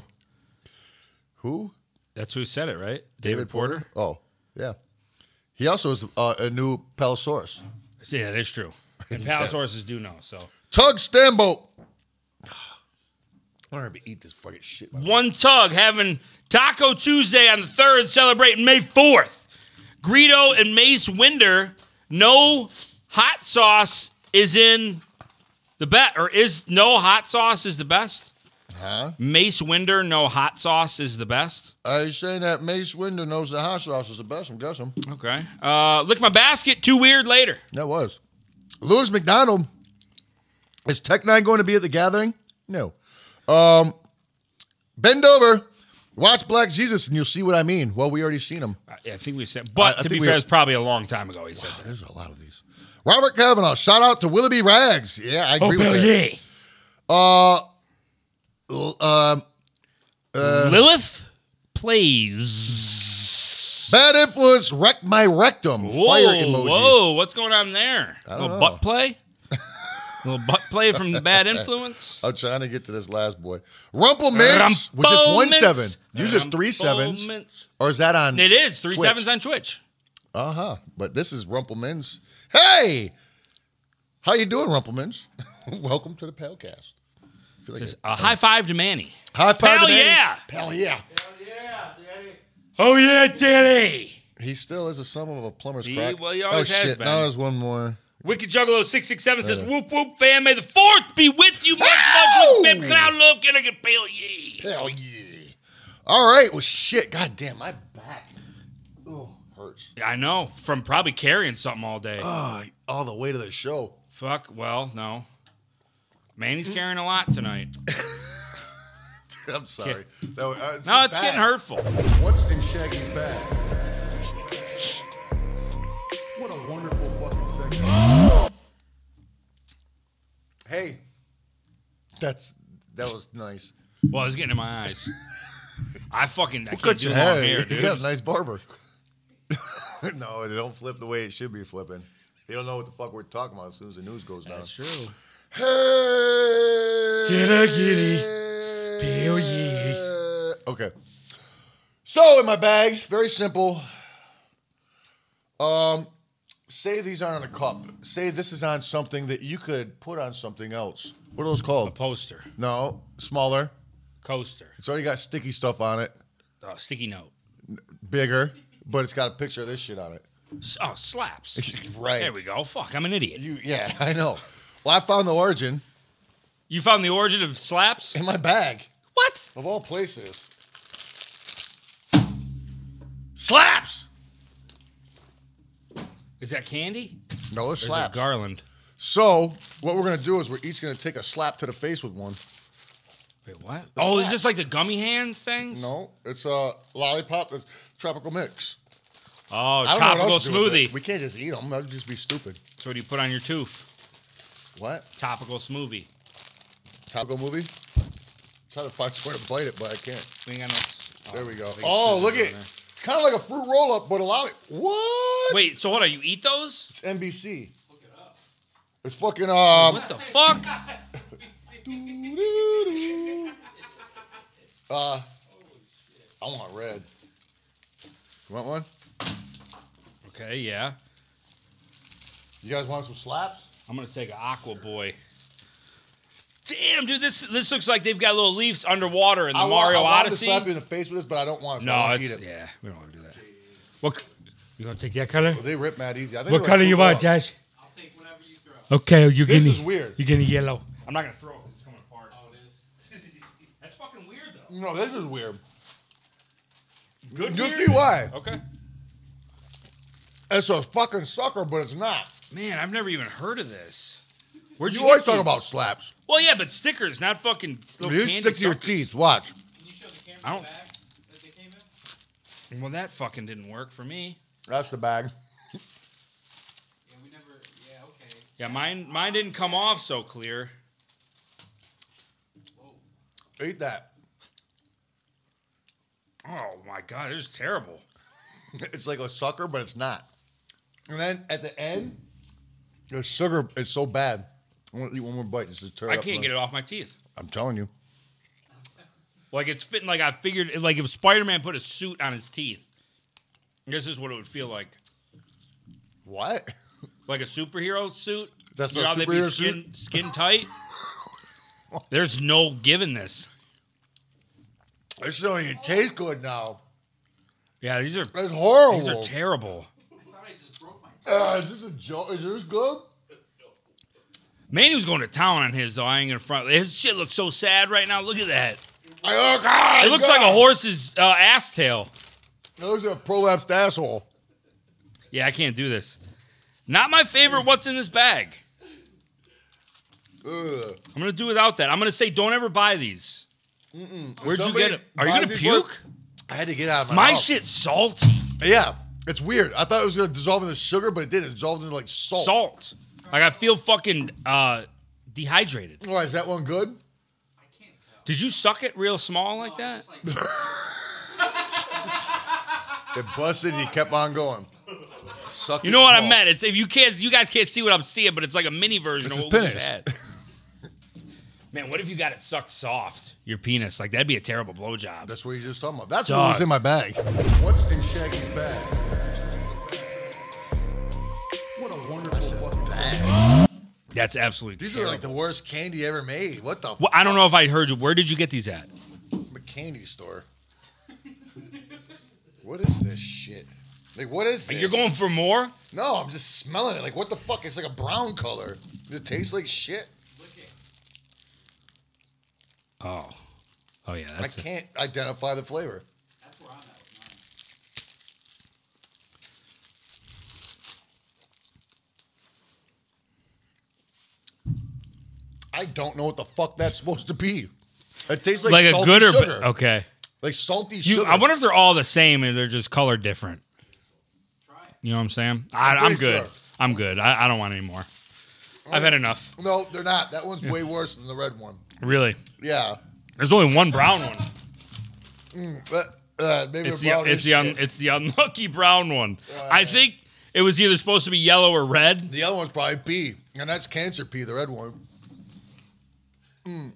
[SPEAKER 2] Who?
[SPEAKER 1] That's who said it, right? David, Porter?
[SPEAKER 2] Oh, yeah. He also is uh, a new Palosaurus.
[SPEAKER 1] Yeah, that is true. And Palosauruses do know. So
[SPEAKER 2] Tug Stamboat. I'm gonna eat this fucking shit.
[SPEAKER 1] one tug having Taco Tuesday on the third, celebrating May fourth. Greedo and Mace Winder. No hot sauce is in the bet, or is no hot sauce is the best?
[SPEAKER 2] Huh?
[SPEAKER 1] Mace Winder, no hot sauce is the best.
[SPEAKER 2] Are you saying that Mace Winder knows the hot sauce is the best? I'm guessing.
[SPEAKER 1] Okay. Uh, lick my basket. Too weird. Later.
[SPEAKER 2] That was. Lewis McDonald. Is Tech Nine going to be at the gathering? No. Um, bend over, watch Black Jesus, and you'll see what I mean. Well, we already seen him.
[SPEAKER 1] I I think we said, but
[SPEAKER 2] I- I
[SPEAKER 1] to
[SPEAKER 2] think
[SPEAKER 1] be
[SPEAKER 2] we-
[SPEAKER 1] fair, it's probably a long time ago. He said that.
[SPEAKER 2] There's a lot of these. Robert Kavanaugh. Shout out to Willoughby Rags. Yeah, I agree
[SPEAKER 1] Oh,
[SPEAKER 2] with that. Uh, l- um, uh,
[SPEAKER 1] Lilith plays.
[SPEAKER 2] Bad influence wrecked my rectum.
[SPEAKER 1] Whoa,
[SPEAKER 2] Fire emoji.
[SPEAKER 1] whoa, what's going on there?
[SPEAKER 2] I don't
[SPEAKER 1] little
[SPEAKER 2] know.
[SPEAKER 1] butt play? little butt play from the bad influence?
[SPEAKER 2] I'm trying to get to this last boy. Rumple Mints, which is one seven.
[SPEAKER 1] Rumplemintz.
[SPEAKER 2] Uses three sevens.
[SPEAKER 1] Rumplemintz.
[SPEAKER 2] Or is that on?
[SPEAKER 1] It is three
[SPEAKER 2] Twitch?
[SPEAKER 1] sevens on Twitch.
[SPEAKER 2] Uh huh. But this is Rumplemans. Hey, how you doing, Rumplemans? Welcome to the Palcast. I feel like
[SPEAKER 1] Says,
[SPEAKER 2] it-
[SPEAKER 1] a high five to Manny.
[SPEAKER 2] High five!
[SPEAKER 1] Hell
[SPEAKER 2] to Manny.
[SPEAKER 1] yeah!
[SPEAKER 2] Hell yeah!
[SPEAKER 7] Oh yeah, Daddy.
[SPEAKER 2] He still is a sum of a plumber's
[SPEAKER 1] He-
[SPEAKER 2] crack.
[SPEAKER 1] well, he always
[SPEAKER 2] oh
[SPEAKER 1] has
[SPEAKER 2] shit!
[SPEAKER 1] been.
[SPEAKER 2] Now there's one more.
[SPEAKER 1] Wicked Juggalo six six seven says,
[SPEAKER 2] Uh.
[SPEAKER 1] "Whoop whoop, fam, may the fourth be with you, much much love, Bib Cloud love, can I get bail ye?"
[SPEAKER 2] Hell yeah! All right. Well, shit. God damn, my back. Oh, hurts.
[SPEAKER 1] I know from probably carrying something all day.
[SPEAKER 2] Oh, all the way to the show.
[SPEAKER 1] Fuck. Well, no. Manny's
[SPEAKER 2] Mm.
[SPEAKER 1] carrying a lot tonight.
[SPEAKER 2] I'm sorry. That was- uh,
[SPEAKER 1] No,
[SPEAKER 2] his
[SPEAKER 1] it's
[SPEAKER 2] back.
[SPEAKER 1] getting hurtful.
[SPEAKER 2] What's in Shaggy's bag? What a wonderful fucking segment. Hey, that's that was nice.
[SPEAKER 1] Well, it's getting in my eyes. I fucking I can't
[SPEAKER 2] Cut
[SPEAKER 1] do
[SPEAKER 2] your
[SPEAKER 1] long
[SPEAKER 2] hair.
[SPEAKER 1] hair,
[SPEAKER 2] you got a
[SPEAKER 1] dude.
[SPEAKER 2] nice barber. no, they don't flip the way it should be flipping. They don't know what the fuck we're talking about as soon as the news goes down. That's
[SPEAKER 1] true.
[SPEAKER 7] Giddy giddy. Peel ye.
[SPEAKER 2] Okay. So in my bag, very simple. Um, say these aren't on a cup. Say this is on something that you could put on something else. What are those
[SPEAKER 1] A
[SPEAKER 2] called?
[SPEAKER 1] poster,
[SPEAKER 2] No, smaller.
[SPEAKER 1] coaster,
[SPEAKER 2] It's already got sticky stuff on it.
[SPEAKER 1] uh, sticky note,
[SPEAKER 2] Bigger, but it's got a picture of this shit on it.
[SPEAKER 1] S- oh slaps.
[SPEAKER 2] Right.
[SPEAKER 1] There we go. Fuck, I'm an idiot.
[SPEAKER 2] You, yeah, I know. Well, I found the origin
[SPEAKER 1] You found the origin of slaps?
[SPEAKER 2] in my bag
[SPEAKER 1] What?
[SPEAKER 2] of all places. Slaps.
[SPEAKER 1] Is that candy?
[SPEAKER 2] No, it's
[SPEAKER 1] Or is it
[SPEAKER 2] slaps.
[SPEAKER 1] Garland.
[SPEAKER 2] So what we're gonna do is we're each gonna take a slap to the face with one.
[SPEAKER 1] Wait, what? Oh, is this like the gummy hands things?
[SPEAKER 2] No, it's a lollipop that's tropical mix.
[SPEAKER 1] Oh,
[SPEAKER 2] I don't know what
[SPEAKER 1] topical
[SPEAKER 2] else to do with it.
[SPEAKER 1] smoothie.
[SPEAKER 2] We can't just eat them. That'd just be stupid.
[SPEAKER 1] So what do you put on your tooth?
[SPEAKER 2] What?
[SPEAKER 1] Topical smoothie.
[SPEAKER 2] Topical movie? Try to find somewhere to bite it, but I can't.
[SPEAKER 1] We ain't got no. s-
[SPEAKER 2] There we go.
[SPEAKER 1] I think
[SPEAKER 2] Oh,
[SPEAKER 1] scissors
[SPEAKER 2] look
[SPEAKER 1] on
[SPEAKER 2] at
[SPEAKER 1] there.
[SPEAKER 2] kind of like a fruit roll up, but a lollipop. What?
[SPEAKER 1] Wait, so hold on. You eat those?
[SPEAKER 2] It's NBC. It's fucking um.
[SPEAKER 1] What the fuck?
[SPEAKER 2] Uh, I want red. You want one?
[SPEAKER 1] Okay, yeah.
[SPEAKER 2] You guys want some slaps?
[SPEAKER 1] I'm gonna take an Aqua Boy. Damn, dude, this this looks like they've got little leaves underwater in the
[SPEAKER 2] I wa-
[SPEAKER 1] Mario
[SPEAKER 2] I wanted
[SPEAKER 1] Odyssey.
[SPEAKER 2] To slap you in the face with this, but I don't want. to. I
[SPEAKER 1] no,
[SPEAKER 2] wanna
[SPEAKER 1] it's,
[SPEAKER 2] eat it.
[SPEAKER 1] yeah, we don't want to do that.
[SPEAKER 7] What? c- You gonna take that color?
[SPEAKER 2] Well, they rip mad easy. I think
[SPEAKER 7] What
[SPEAKER 2] they're
[SPEAKER 7] color
[SPEAKER 2] like
[SPEAKER 7] you
[SPEAKER 2] fruit
[SPEAKER 7] want,
[SPEAKER 2] roll-up.
[SPEAKER 7] Josh? Okay, you
[SPEAKER 2] This
[SPEAKER 7] getting
[SPEAKER 2] is weird.
[SPEAKER 7] You getting yellow?
[SPEAKER 1] I'm not gonna throw it. 'cause It's coming apart. Oh, it is. That's fucking weird though.
[SPEAKER 2] No, this is weird.
[SPEAKER 1] Good.
[SPEAKER 2] Just
[SPEAKER 1] weird?
[SPEAKER 2] see why.
[SPEAKER 1] Okay.
[SPEAKER 2] It's a fucking sucker, but it's not.
[SPEAKER 1] Man, I've never even heard of this. Where'd
[SPEAKER 2] You,
[SPEAKER 1] you,
[SPEAKER 2] always
[SPEAKER 1] get
[SPEAKER 2] talk
[SPEAKER 1] these?
[SPEAKER 2] about slaps.
[SPEAKER 1] Well, yeah, but stickers, not fucking. Little
[SPEAKER 2] you
[SPEAKER 1] candy
[SPEAKER 2] stick to your
[SPEAKER 1] suckers.
[SPEAKER 2] teeth. Watch.
[SPEAKER 1] I don't. f- Well, that fucking didn't work for me.
[SPEAKER 2] That's the bag.
[SPEAKER 1] Yeah, mine mine didn't come off so clear.
[SPEAKER 2] Eat that.
[SPEAKER 1] Oh my god, it is terrible.
[SPEAKER 2] it's like a sucker, but it's not. And then at the end, the sugar is so bad. I want to eat one more bite just to tear
[SPEAKER 1] I can't get it off my teeth.
[SPEAKER 2] I'm telling you.
[SPEAKER 1] Like it's fitting. Like I figured. Like if Spider Man put a suit on his teeth, this is what it would feel like.
[SPEAKER 2] What?
[SPEAKER 1] Like a superhero suit.
[SPEAKER 2] That's
[SPEAKER 1] you
[SPEAKER 2] a
[SPEAKER 1] know how they be
[SPEAKER 2] superhero
[SPEAKER 1] skin skin tight. There's no giving this.
[SPEAKER 2] This don't even taste good now.
[SPEAKER 1] Yeah, these are
[SPEAKER 2] That's horrible.
[SPEAKER 1] These are terrible.
[SPEAKER 2] Uh, is this a joke? Is this good?
[SPEAKER 1] Manny was going to town on his. Though I ain't gonna front. His shit looks so sad right now. Look at that.
[SPEAKER 2] Oh, God,
[SPEAKER 1] it looks like a
[SPEAKER 2] God.
[SPEAKER 1] horse's uh, ass tail.
[SPEAKER 2] Those are a prolapsed asshole.
[SPEAKER 1] Yeah, I can't do this. Not my favorite. What's in this bag?
[SPEAKER 2] Ugh.
[SPEAKER 1] I'm gonna do without that. I'm gonna say don't ever buy these.
[SPEAKER 2] Mm-mm.
[SPEAKER 1] Where'd you
[SPEAKER 2] Somebody
[SPEAKER 1] get it? Are you
[SPEAKER 2] buys
[SPEAKER 1] gonna
[SPEAKER 2] these Oh.
[SPEAKER 1] puke?
[SPEAKER 2] work- I had to get out of my
[SPEAKER 1] My
[SPEAKER 2] mouth.
[SPEAKER 1] shit's salty.
[SPEAKER 2] Yeah, it's weird. I thought it was gonna dissolve into sugar, but it didn't. It dissolved into like salt.
[SPEAKER 1] Salt. Like I feel fucking uh, dehydrated.
[SPEAKER 2] Why is that one good?
[SPEAKER 1] Did you suck it real small like that?
[SPEAKER 2] It busted. He kept on going. Sucked
[SPEAKER 1] You
[SPEAKER 2] it
[SPEAKER 1] know what I
[SPEAKER 2] small.
[SPEAKER 1] meant? It's if you can't, you guys can't see what I'm seeing, but it's like a mini version
[SPEAKER 2] This
[SPEAKER 1] of
[SPEAKER 2] is
[SPEAKER 1] what we
[SPEAKER 2] penis.
[SPEAKER 1] just had. Man, what if you got it sucked soft? Your penis, like that'd be a terrible blowjob.
[SPEAKER 2] That's what you just talking about. That's what
[SPEAKER 1] Dog.
[SPEAKER 2] was in my bag. What's in Shaggy's bag? What a wonderful fucking bag.
[SPEAKER 1] That's absolutely.
[SPEAKER 2] These are like the worst candy ever made. What the
[SPEAKER 1] Well, I don't know if I heard you. Where did you get these at?
[SPEAKER 2] From a candy store. what is this shit? Like, what is this?
[SPEAKER 1] You're going for more?
[SPEAKER 2] No, I'm just smelling it. Like, what the fuck? It's like a brown color. Does it taste like shit?
[SPEAKER 1] Oh, oh yeah. That's
[SPEAKER 2] I
[SPEAKER 1] it.
[SPEAKER 2] can't identify the flavor. I don't know what the fuck that's supposed to be. It tastes like,
[SPEAKER 1] Like, a
[SPEAKER 2] salty
[SPEAKER 1] good or ba-
[SPEAKER 2] sugar.
[SPEAKER 1] okay.
[SPEAKER 2] Like salty
[SPEAKER 1] You,
[SPEAKER 2] sugar.
[SPEAKER 1] I wonder if they're all the same and they're just color different. You know what I'm saying? I,
[SPEAKER 2] I'm
[SPEAKER 1] I'm
[SPEAKER 2] pretty
[SPEAKER 1] good.
[SPEAKER 2] sure.
[SPEAKER 1] I'm good. I, I don't want any more. I've had enough.
[SPEAKER 2] No, they're not. That one's
[SPEAKER 1] Yeah.
[SPEAKER 2] way worse than the red one.
[SPEAKER 1] Really.
[SPEAKER 2] Yeah.
[SPEAKER 1] There's only one brown one.
[SPEAKER 2] Mm, but, uh, maybe
[SPEAKER 1] It's
[SPEAKER 2] a
[SPEAKER 1] the
[SPEAKER 2] brown
[SPEAKER 1] it's
[SPEAKER 2] is
[SPEAKER 1] the un,
[SPEAKER 2] shit.
[SPEAKER 1] it's the unlucky brown one.
[SPEAKER 2] Uh,
[SPEAKER 1] I think it was either supposed to be yellow or red.
[SPEAKER 2] The other one's probably pea, and that's cancer pea, the red one. Mm.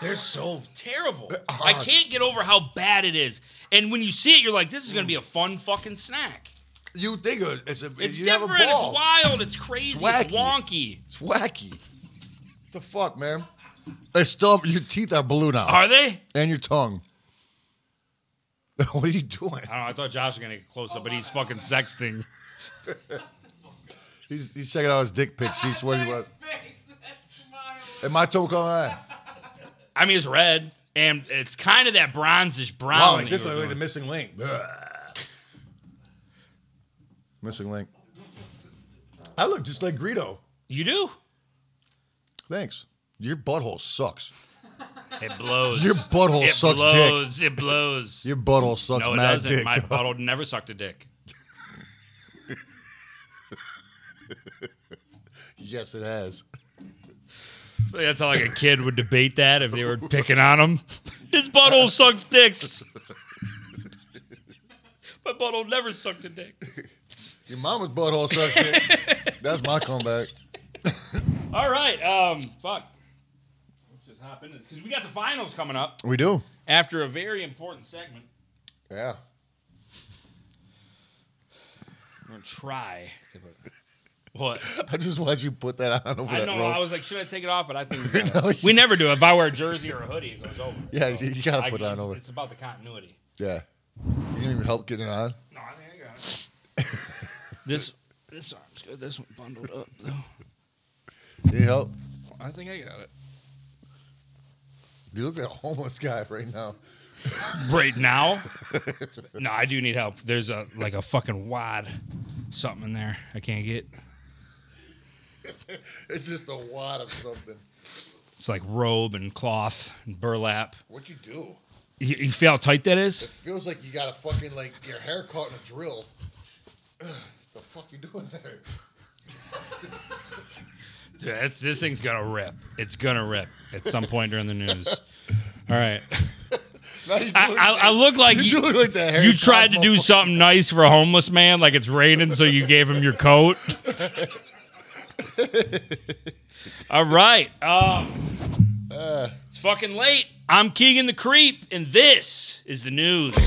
[SPEAKER 1] They're so terrible. I can't get over how bad it is. And when you see it, you're like, this is gonna be a fun fucking snack.
[SPEAKER 2] You think it- it's a
[SPEAKER 1] It's
[SPEAKER 2] you have a
[SPEAKER 1] different. It's
[SPEAKER 2] ball.
[SPEAKER 1] wild. It's crazy. It's,
[SPEAKER 2] wacky.
[SPEAKER 1] wonky.
[SPEAKER 2] It's wacky. The fuck, man. They still your teeth are blue now.
[SPEAKER 1] Are they?
[SPEAKER 2] And your tongue. what are you doing?
[SPEAKER 1] I don't know. I thought Josh was gonna get close up, but he's fucking sexting.
[SPEAKER 2] He's, he's checking out his dick pics. He's sweating. What? Am I talking on that?
[SPEAKER 1] I mean, it's red, and it's kind of that bronzish brown.
[SPEAKER 2] Wow,
[SPEAKER 1] that
[SPEAKER 2] like this
[SPEAKER 1] you were
[SPEAKER 2] is like the
[SPEAKER 1] doing.
[SPEAKER 2] missing link. Missing link. I look just like Greedo.
[SPEAKER 1] You do.
[SPEAKER 2] Thanks. Your butthole sucks.
[SPEAKER 1] It blows.
[SPEAKER 2] Your butthole
[SPEAKER 1] it
[SPEAKER 2] sucks dick.
[SPEAKER 1] blows, It blows.
[SPEAKER 2] Your butthole sucks
[SPEAKER 1] No, it
[SPEAKER 2] mad
[SPEAKER 1] doesn't.
[SPEAKER 2] dick,
[SPEAKER 1] My
[SPEAKER 2] dog.
[SPEAKER 1] butthole never sucked a dick.
[SPEAKER 2] Yes, it has.
[SPEAKER 1] That's how like a kid would debate that if they were picking on him. His butthole sucks dicks. My butthole never sucked a dick.
[SPEAKER 2] Your mama's butthole sucks dick. That's my comeback.
[SPEAKER 1] All right. Um. Fuck. Let's just hop into this because we got the finals coming up
[SPEAKER 2] We do.
[SPEAKER 1] after a very important segment.
[SPEAKER 2] Yeah.
[SPEAKER 1] I'm gonna try. To put... What?
[SPEAKER 2] I just watched you put that on over
[SPEAKER 1] I
[SPEAKER 2] that
[SPEAKER 1] know.
[SPEAKER 2] rope.
[SPEAKER 1] I was like, should I take it off? But I think we, gotta- we never do. If I wear a jersey or a hoodie, it goes over.
[SPEAKER 2] yeah, you, you gotta
[SPEAKER 1] I-
[SPEAKER 2] put it on
[SPEAKER 1] it's-
[SPEAKER 2] over.
[SPEAKER 1] It's about the continuity.
[SPEAKER 2] Yeah. You didn't even help getting it on.
[SPEAKER 1] No, I think I got it. this this arm's good. This one bundled up though.
[SPEAKER 2] You need help?
[SPEAKER 1] I think I got it.
[SPEAKER 2] You look like a homeless guy right now.
[SPEAKER 1] Right now? no, I do need help. There's a like a fucking wad something in there. I can't get.
[SPEAKER 2] It's just a wad of something.
[SPEAKER 1] It's like robe and cloth and burlap.
[SPEAKER 2] What you do?
[SPEAKER 1] You, you feel how tight that is?
[SPEAKER 2] Feels like you got a fucking like your hair caught in a drill. the fuck you doing there?
[SPEAKER 1] Dude, that's, this thing's gonna rip. It's gonna rip at some point during the news. All right.
[SPEAKER 2] Now you do
[SPEAKER 1] I,
[SPEAKER 2] look
[SPEAKER 1] I, I look like
[SPEAKER 2] you
[SPEAKER 1] you,
[SPEAKER 2] do look like that Harry
[SPEAKER 1] you tried to
[SPEAKER 2] Potter motherfucker.
[SPEAKER 1] do something nice for a homeless man, like it's raining, so you gave him your coat. All right. Um, it's fucking late. I'm Keegan the Creep, and this is the news. Dude,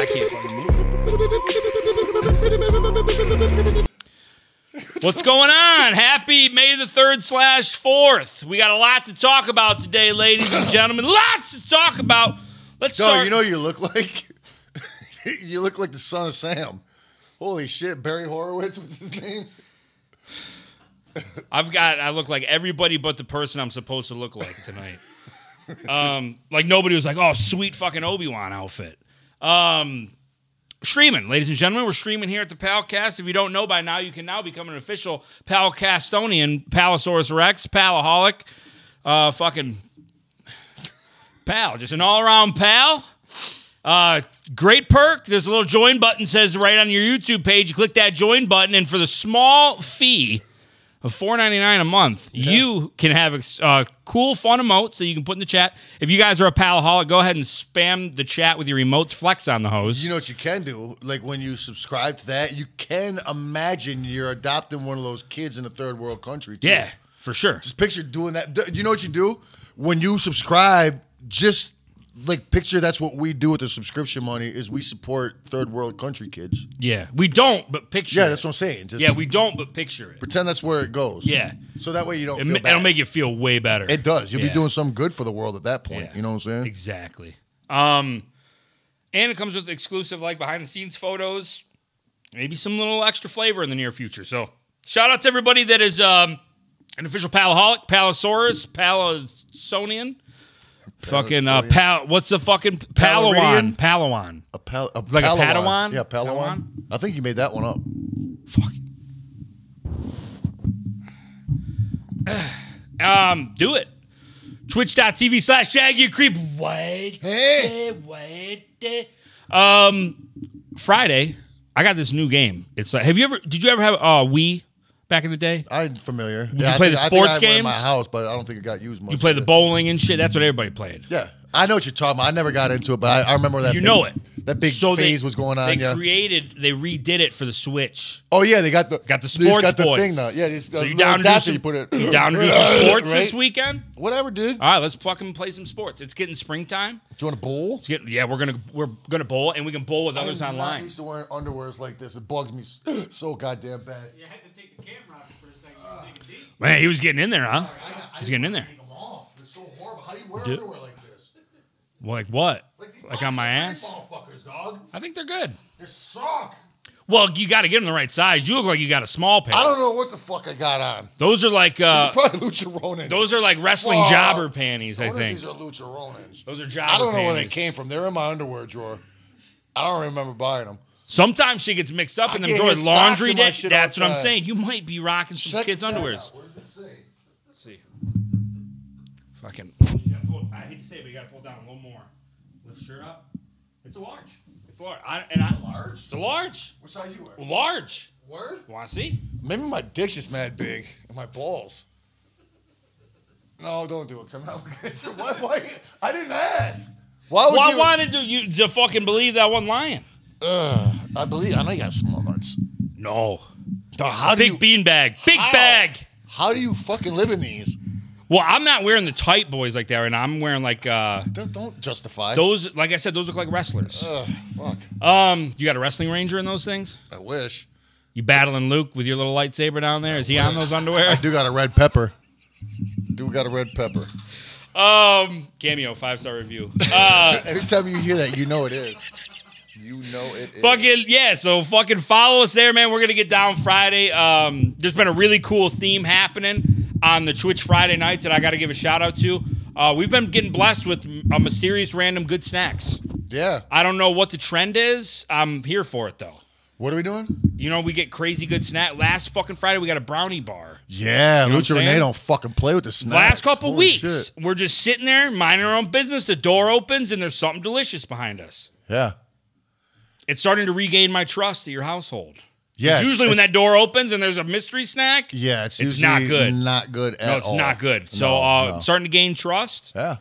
[SPEAKER 1] I can't fucking move. What's going on? Happy May the 3rd slash 4th. We got a lot to talk about today, ladies and gentlemen. Lots to talk about. Let's
[SPEAKER 2] No,
[SPEAKER 1] start.
[SPEAKER 2] you know what you look like? you look like the son of Sam. Holy shit, Barry Horowitz, what's his name?
[SPEAKER 1] I've got. I look like everybody but the person I'm supposed to look like tonight. um, like nobody was like, "Oh, sweet fucking Obi Wan outfit." Um, streaming, ladies and gentlemen, we're streaming here at the Palcast. If you don't know by now, you can now become an official Palcastonian, Palosaurus Rex, Palaholic, uh, fucking pal, just an all around pal. Uh, great perk. There's a little join button says right on your YouTube page. You click that join button, and for the small fee of four ninety nine a month, you can have ex- uh, cool, fun emotes that you can put in the chat. If you guys are a palaholic, go ahead and spam the chat with your emotes. Flex on the hose.
[SPEAKER 2] You know what you can do? Like when you subscribe to that, you can imagine you're adopting one of those kids in a third world country. Too.
[SPEAKER 1] yeah, for sure.
[SPEAKER 2] Just picture doing that. D- You know what you do? When you subscribe, just like picture that's what we do with the subscription money is we support third world country kids.
[SPEAKER 1] Yeah, we don't, but picture.
[SPEAKER 2] Yeah,
[SPEAKER 1] it.
[SPEAKER 2] that's what I'm saying. Just
[SPEAKER 1] yeah, we don't, but picture it.
[SPEAKER 2] pretend that's where it goes.
[SPEAKER 1] Yeah.
[SPEAKER 2] So that way you don't
[SPEAKER 1] It
[SPEAKER 2] feel
[SPEAKER 1] ma-
[SPEAKER 2] bad.
[SPEAKER 1] it'll make you feel way better.
[SPEAKER 2] It does. You'll
[SPEAKER 1] Yeah.
[SPEAKER 2] be doing something good for the world at that point.
[SPEAKER 1] Yeah.
[SPEAKER 2] You know what I'm saying?
[SPEAKER 1] Exactly. Um, and it comes with exclusive like behind the scenes photos, maybe some little extra flavor in the near future. So shout out to everybody that is um, an official palaholic, palosaurus, palasonian, fucking uh, pal. What's the fucking palawan?
[SPEAKER 2] Paloridian?
[SPEAKER 1] Palawan.
[SPEAKER 2] A pal- a
[SPEAKER 1] Like a Padawan?
[SPEAKER 2] Palawan. Yeah, Palawan.
[SPEAKER 1] Palawan?
[SPEAKER 2] I think you made that one up.
[SPEAKER 1] Um, do it. Twitch.tv slash Shaggy Creep. What? Hey. What? Um, Friday, I got this new game. It's like, have you ever? Did you ever have uh Wii back in the day?
[SPEAKER 2] I'm familiar.
[SPEAKER 1] you play
[SPEAKER 2] I think,
[SPEAKER 1] the sports
[SPEAKER 2] I think I had one in my
[SPEAKER 1] games?
[SPEAKER 2] house, but I don't think it got used much.
[SPEAKER 1] You play the
[SPEAKER 2] Yeah.
[SPEAKER 1] bowling and shit. That's what everybody played.
[SPEAKER 2] Yeah, I know what you're talking about. I never got into it, but I, I remember that.
[SPEAKER 1] You
[SPEAKER 2] big-
[SPEAKER 1] know it.
[SPEAKER 2] That big
[SPEAKER 1] So they-
[SPEAKER 2] phase was going on.
[SPEAKER 1] They
[SPEAKER 2] yeah.
[SPEAKER 1] created, they redid it for the Switch.
[SPEAKER 2] oh yeah, they got the
[SPEAKER 1] Got the
[SPEAKER 2] they just
[SPEAKER 1] sports
[SPEAKER 2] got the
[SPEAKER 1] boys.
[SPEAKER 2] thing now. Yeah, they just,
[SPEAKER 1] So
[SPEAKER 2] uh,
[SPEAKER 1] you
[SPEAKER 2] little
[SPEAKER 1] down to do
[SPEAKER 2] adapter,
[SPEAKER 1] some,
[SPEAKER 2] you put it.
[SPEAKER 1] you down to do some sports this Uh,
[SPEAKER 2] Right?
[SPEAKER 1] weekend?
[SPEAKER 2] Whatever, dude.
[SPEAKER 1] All right, let's fucking play some sports. It's getting springtime.
[SPEAKER 2] Do you want a bowl?
[SPEAKER 1] It's getting, yeah, we're gonna we're gonna bowl and we can bowl with others
[SPEAKER 2] I'm not
[SPEAKER 1] online.
[SPEAKER 2] used to wearing underwears like this. It bugs me s- so goddamn bad.
[SPEAKER 8] You had to take the camera off for a second. You were thinking deep.
[SPEAKER 1] Man, he was getting in there, huh? He's getting in there.
[SPEAKER 2] Take them off. They're so horrible. How do you wear
[SPEAKER 1] Dude.
[SPEAKER 2] underwear like this?
[SPEAKER 1] Like what?
[SPEAKER 2] these
[SPEAKER 1] Like on my
[SPEAKER 2] boxer
[SPEAKER 1] ass?
[SPEAKER 2] brief Motherfuckers, dog.
[SPEAKER 1] I think they're good.
[SPEAKER 2] They suck.
[SPEAKER 1] Well, you got to get them the right size. You look like you got a small pair.
[SPEAKER 2] I don't know what the fuck I got on.
[SPEAKER 1] Those are like uh,
[SPEAKER 2] It's probably Lucharonin.
[SPEAKER 1] those are like wrestling
[SPEAKER 2] Well,
[SPEAKER 1] jobber panties. I think
[SPEAKER 2] These are Lucharonins.
[SPEAKER 1] those are jobber.
[SPEAKER 2] I don't know where they
[SPEAKER 1] panties.
[SPEAKER 2] came from. They're in my underwear drawer. I don't remember buying them.
[SPEAKER 1] Sometimes she gets mixed up
[SPEAKER 2] I
[SPEAKER 1] in them
[SPEAKER 2] can't
[SPEAKER 1] drawers.
[SPEAKER 2] get
[SPEAKER 1] Laundry
[SPEAKER 2] socks in my
[SPEAKER 1] day.
[SPEAKER 2] shit
[SPEAKER 1] That's what I'm
[SPEAKER 2] outside.
[SPEAKER 1] saying. You might be rocking some kids' underwears.
[SPEAKER 2] What does it say?
[SPEAKER 1] Let's see. Fucking. I hate to say it, but you gotta pull down a little more. Lift shirt up. It's a large. It's large. I, and I, large. It's a large.
[SPEAKER 2] What size you wear?
[SPEAKER 1] Large.
[SPEAKER 2] Word?
[SPEAKER 1] Want to see?
[SPEAKER 2] Maybe my dick's just mad big and my balls. No, don't do it. 'cause I'm not looking at you. Why, why? I didn't ask. Why would
[SPEAKER 1] Well, I
[SPEAKER 2] you?
[SPEAKER 1] wanted to you to fucking believe that one lion.
[SPEAKER 2] Ugh, I believe. I know you got small nuts.
[SPEAKER 1] No.
[SPEAKER 2] Dog, how do
[SPEAKER 1] Big
[SPEAKER 2] you?
[SPEAKER 1] beanbag. Big
[SPEAKER 2] How?
[SPEAKER 1] bag.
[SPEAKER 2] How do you fucking live in these?
[SPEAKER 1] Well, I'm not wearing the tight boys like that right now. I'm wearing like uh
[SPEAKER 2] Don't, don't justify.
[SPEAKER 1] those like I said, those look like wrestlers.
[SPEAKER 2] Ugh, fuck.
[SPEAKER 1] Um, you got a wrestling ranger in those things?
[SPEAKER 2] I wish.
[SPEAKER 1] You battling Luke with your little lightsaber down there? Is he on those underwear?
[SPEAKER 2] I do got a red pepper. Do got a red pepper.
[SPEAKER 1] Um cameo, five star review. Uh
[SPEAKER 2] Every time you hear that, you know it is. You know it is.
[SPEAKER 1] fucking yeah, so fucking follow us there, man. We're gonna get down Friday. Um there's been a really cool theme happening on the Twitch Friday nights that I gotta give a shout out to. Uh, we've been getting blessed with a mysterious random good snacks.
[SPEAKER 2] Yeah.
[SPEAKER 1] I don't know what the trend is. I'm here for it though.
[SPEAKER 2] What are we doing?
[SPEAKER 1] You know, we get crazy good snack. Last fucking Friday, we got a brownie bar.
[SPEAKER 2] Yeah,
[SPEAKER 1] what
[SPEAKER 2] Lucha
[SPEAKER 1] I'm saying?
[SPEAKER 2] Renee don't fucking play with the snacks.
[SPEAKER 1] Last couple
[SPEAKER 2] Holy
[SPEAKER 1] weeks,
[SPEAKER 2] shit.
[SPEAKER 1] we're just sitting there minding our own business. The door opens and there's something delicious behind us.
[SPEAKER 2] Yeah.
[SPEAKER 1] it's starting to regain my trust at your household. 'Cause
[SPEAKER 2] Yeah, it's-
[SPEAKER 1] Usually when
[SPEAKER 2] it's-
[SPEAKER 1] that door opens and there's a mystery snack,
[SPEAKER 2] Yeah, it's,
[SPEAKER 1] it's not
[SPEAKER 2] usually
[SPEAKER 1] good.
[SPEAKER 2] Not good at
[SPEAKER 1] no, it's
[SPEAKER 2] all.
[SPEAKER 1] not good. So
[SPEAKER 2] No,
[SPEAKER 1] uh,
[SPEAKER 2] no.
[SPEAKER 1] I'm starting to gain trust.
[SPEAKER 2] Yeah. So what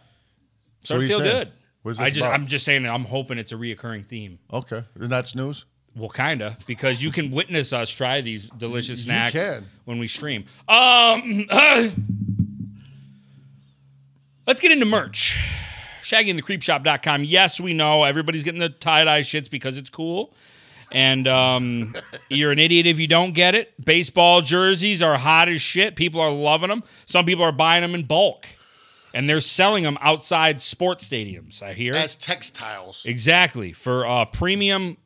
[SPEAKER 1] Starting
[SPEAKER 2] are
[SPEAKER 1] to
[SPEAKER 2] you
[SPEAKER 1] feel
[SPEAKER 2] saying?
[SPEAKER 1] good.
[SPEAKER 2] What is
[SPEAKER 1] I
[SPEAKER 2] this
[SPEAKER 1] just
[SPEAKER 2] about?
[SPEAKER 1] I'm just saying I'm hoping it's a reoccurring theme.
[SPEAKER 2] Okay, and that's news.
[SPEAKER 1] Well, kinda, because you can witness us try these delicious
[SPEAKER 2] You
[SPEAKER 1] snacks
[SPEAKER 2] can.
[SPEAKER 1] when we stream. Um, let's get into merch. Shaggyandthecreepshop.com. Yes, we know everybody's getting the tie dye shits because it's cool, and um, you're an idiot if you don't get it. Baseball jerseys are hot as shit. People are loving them. Some people are buying them in bulk, and they're selling them outside sports stadiums. I hear
[SPEAKER 2] As textiles.
[SPEAKER 1] Exactly. For uh premium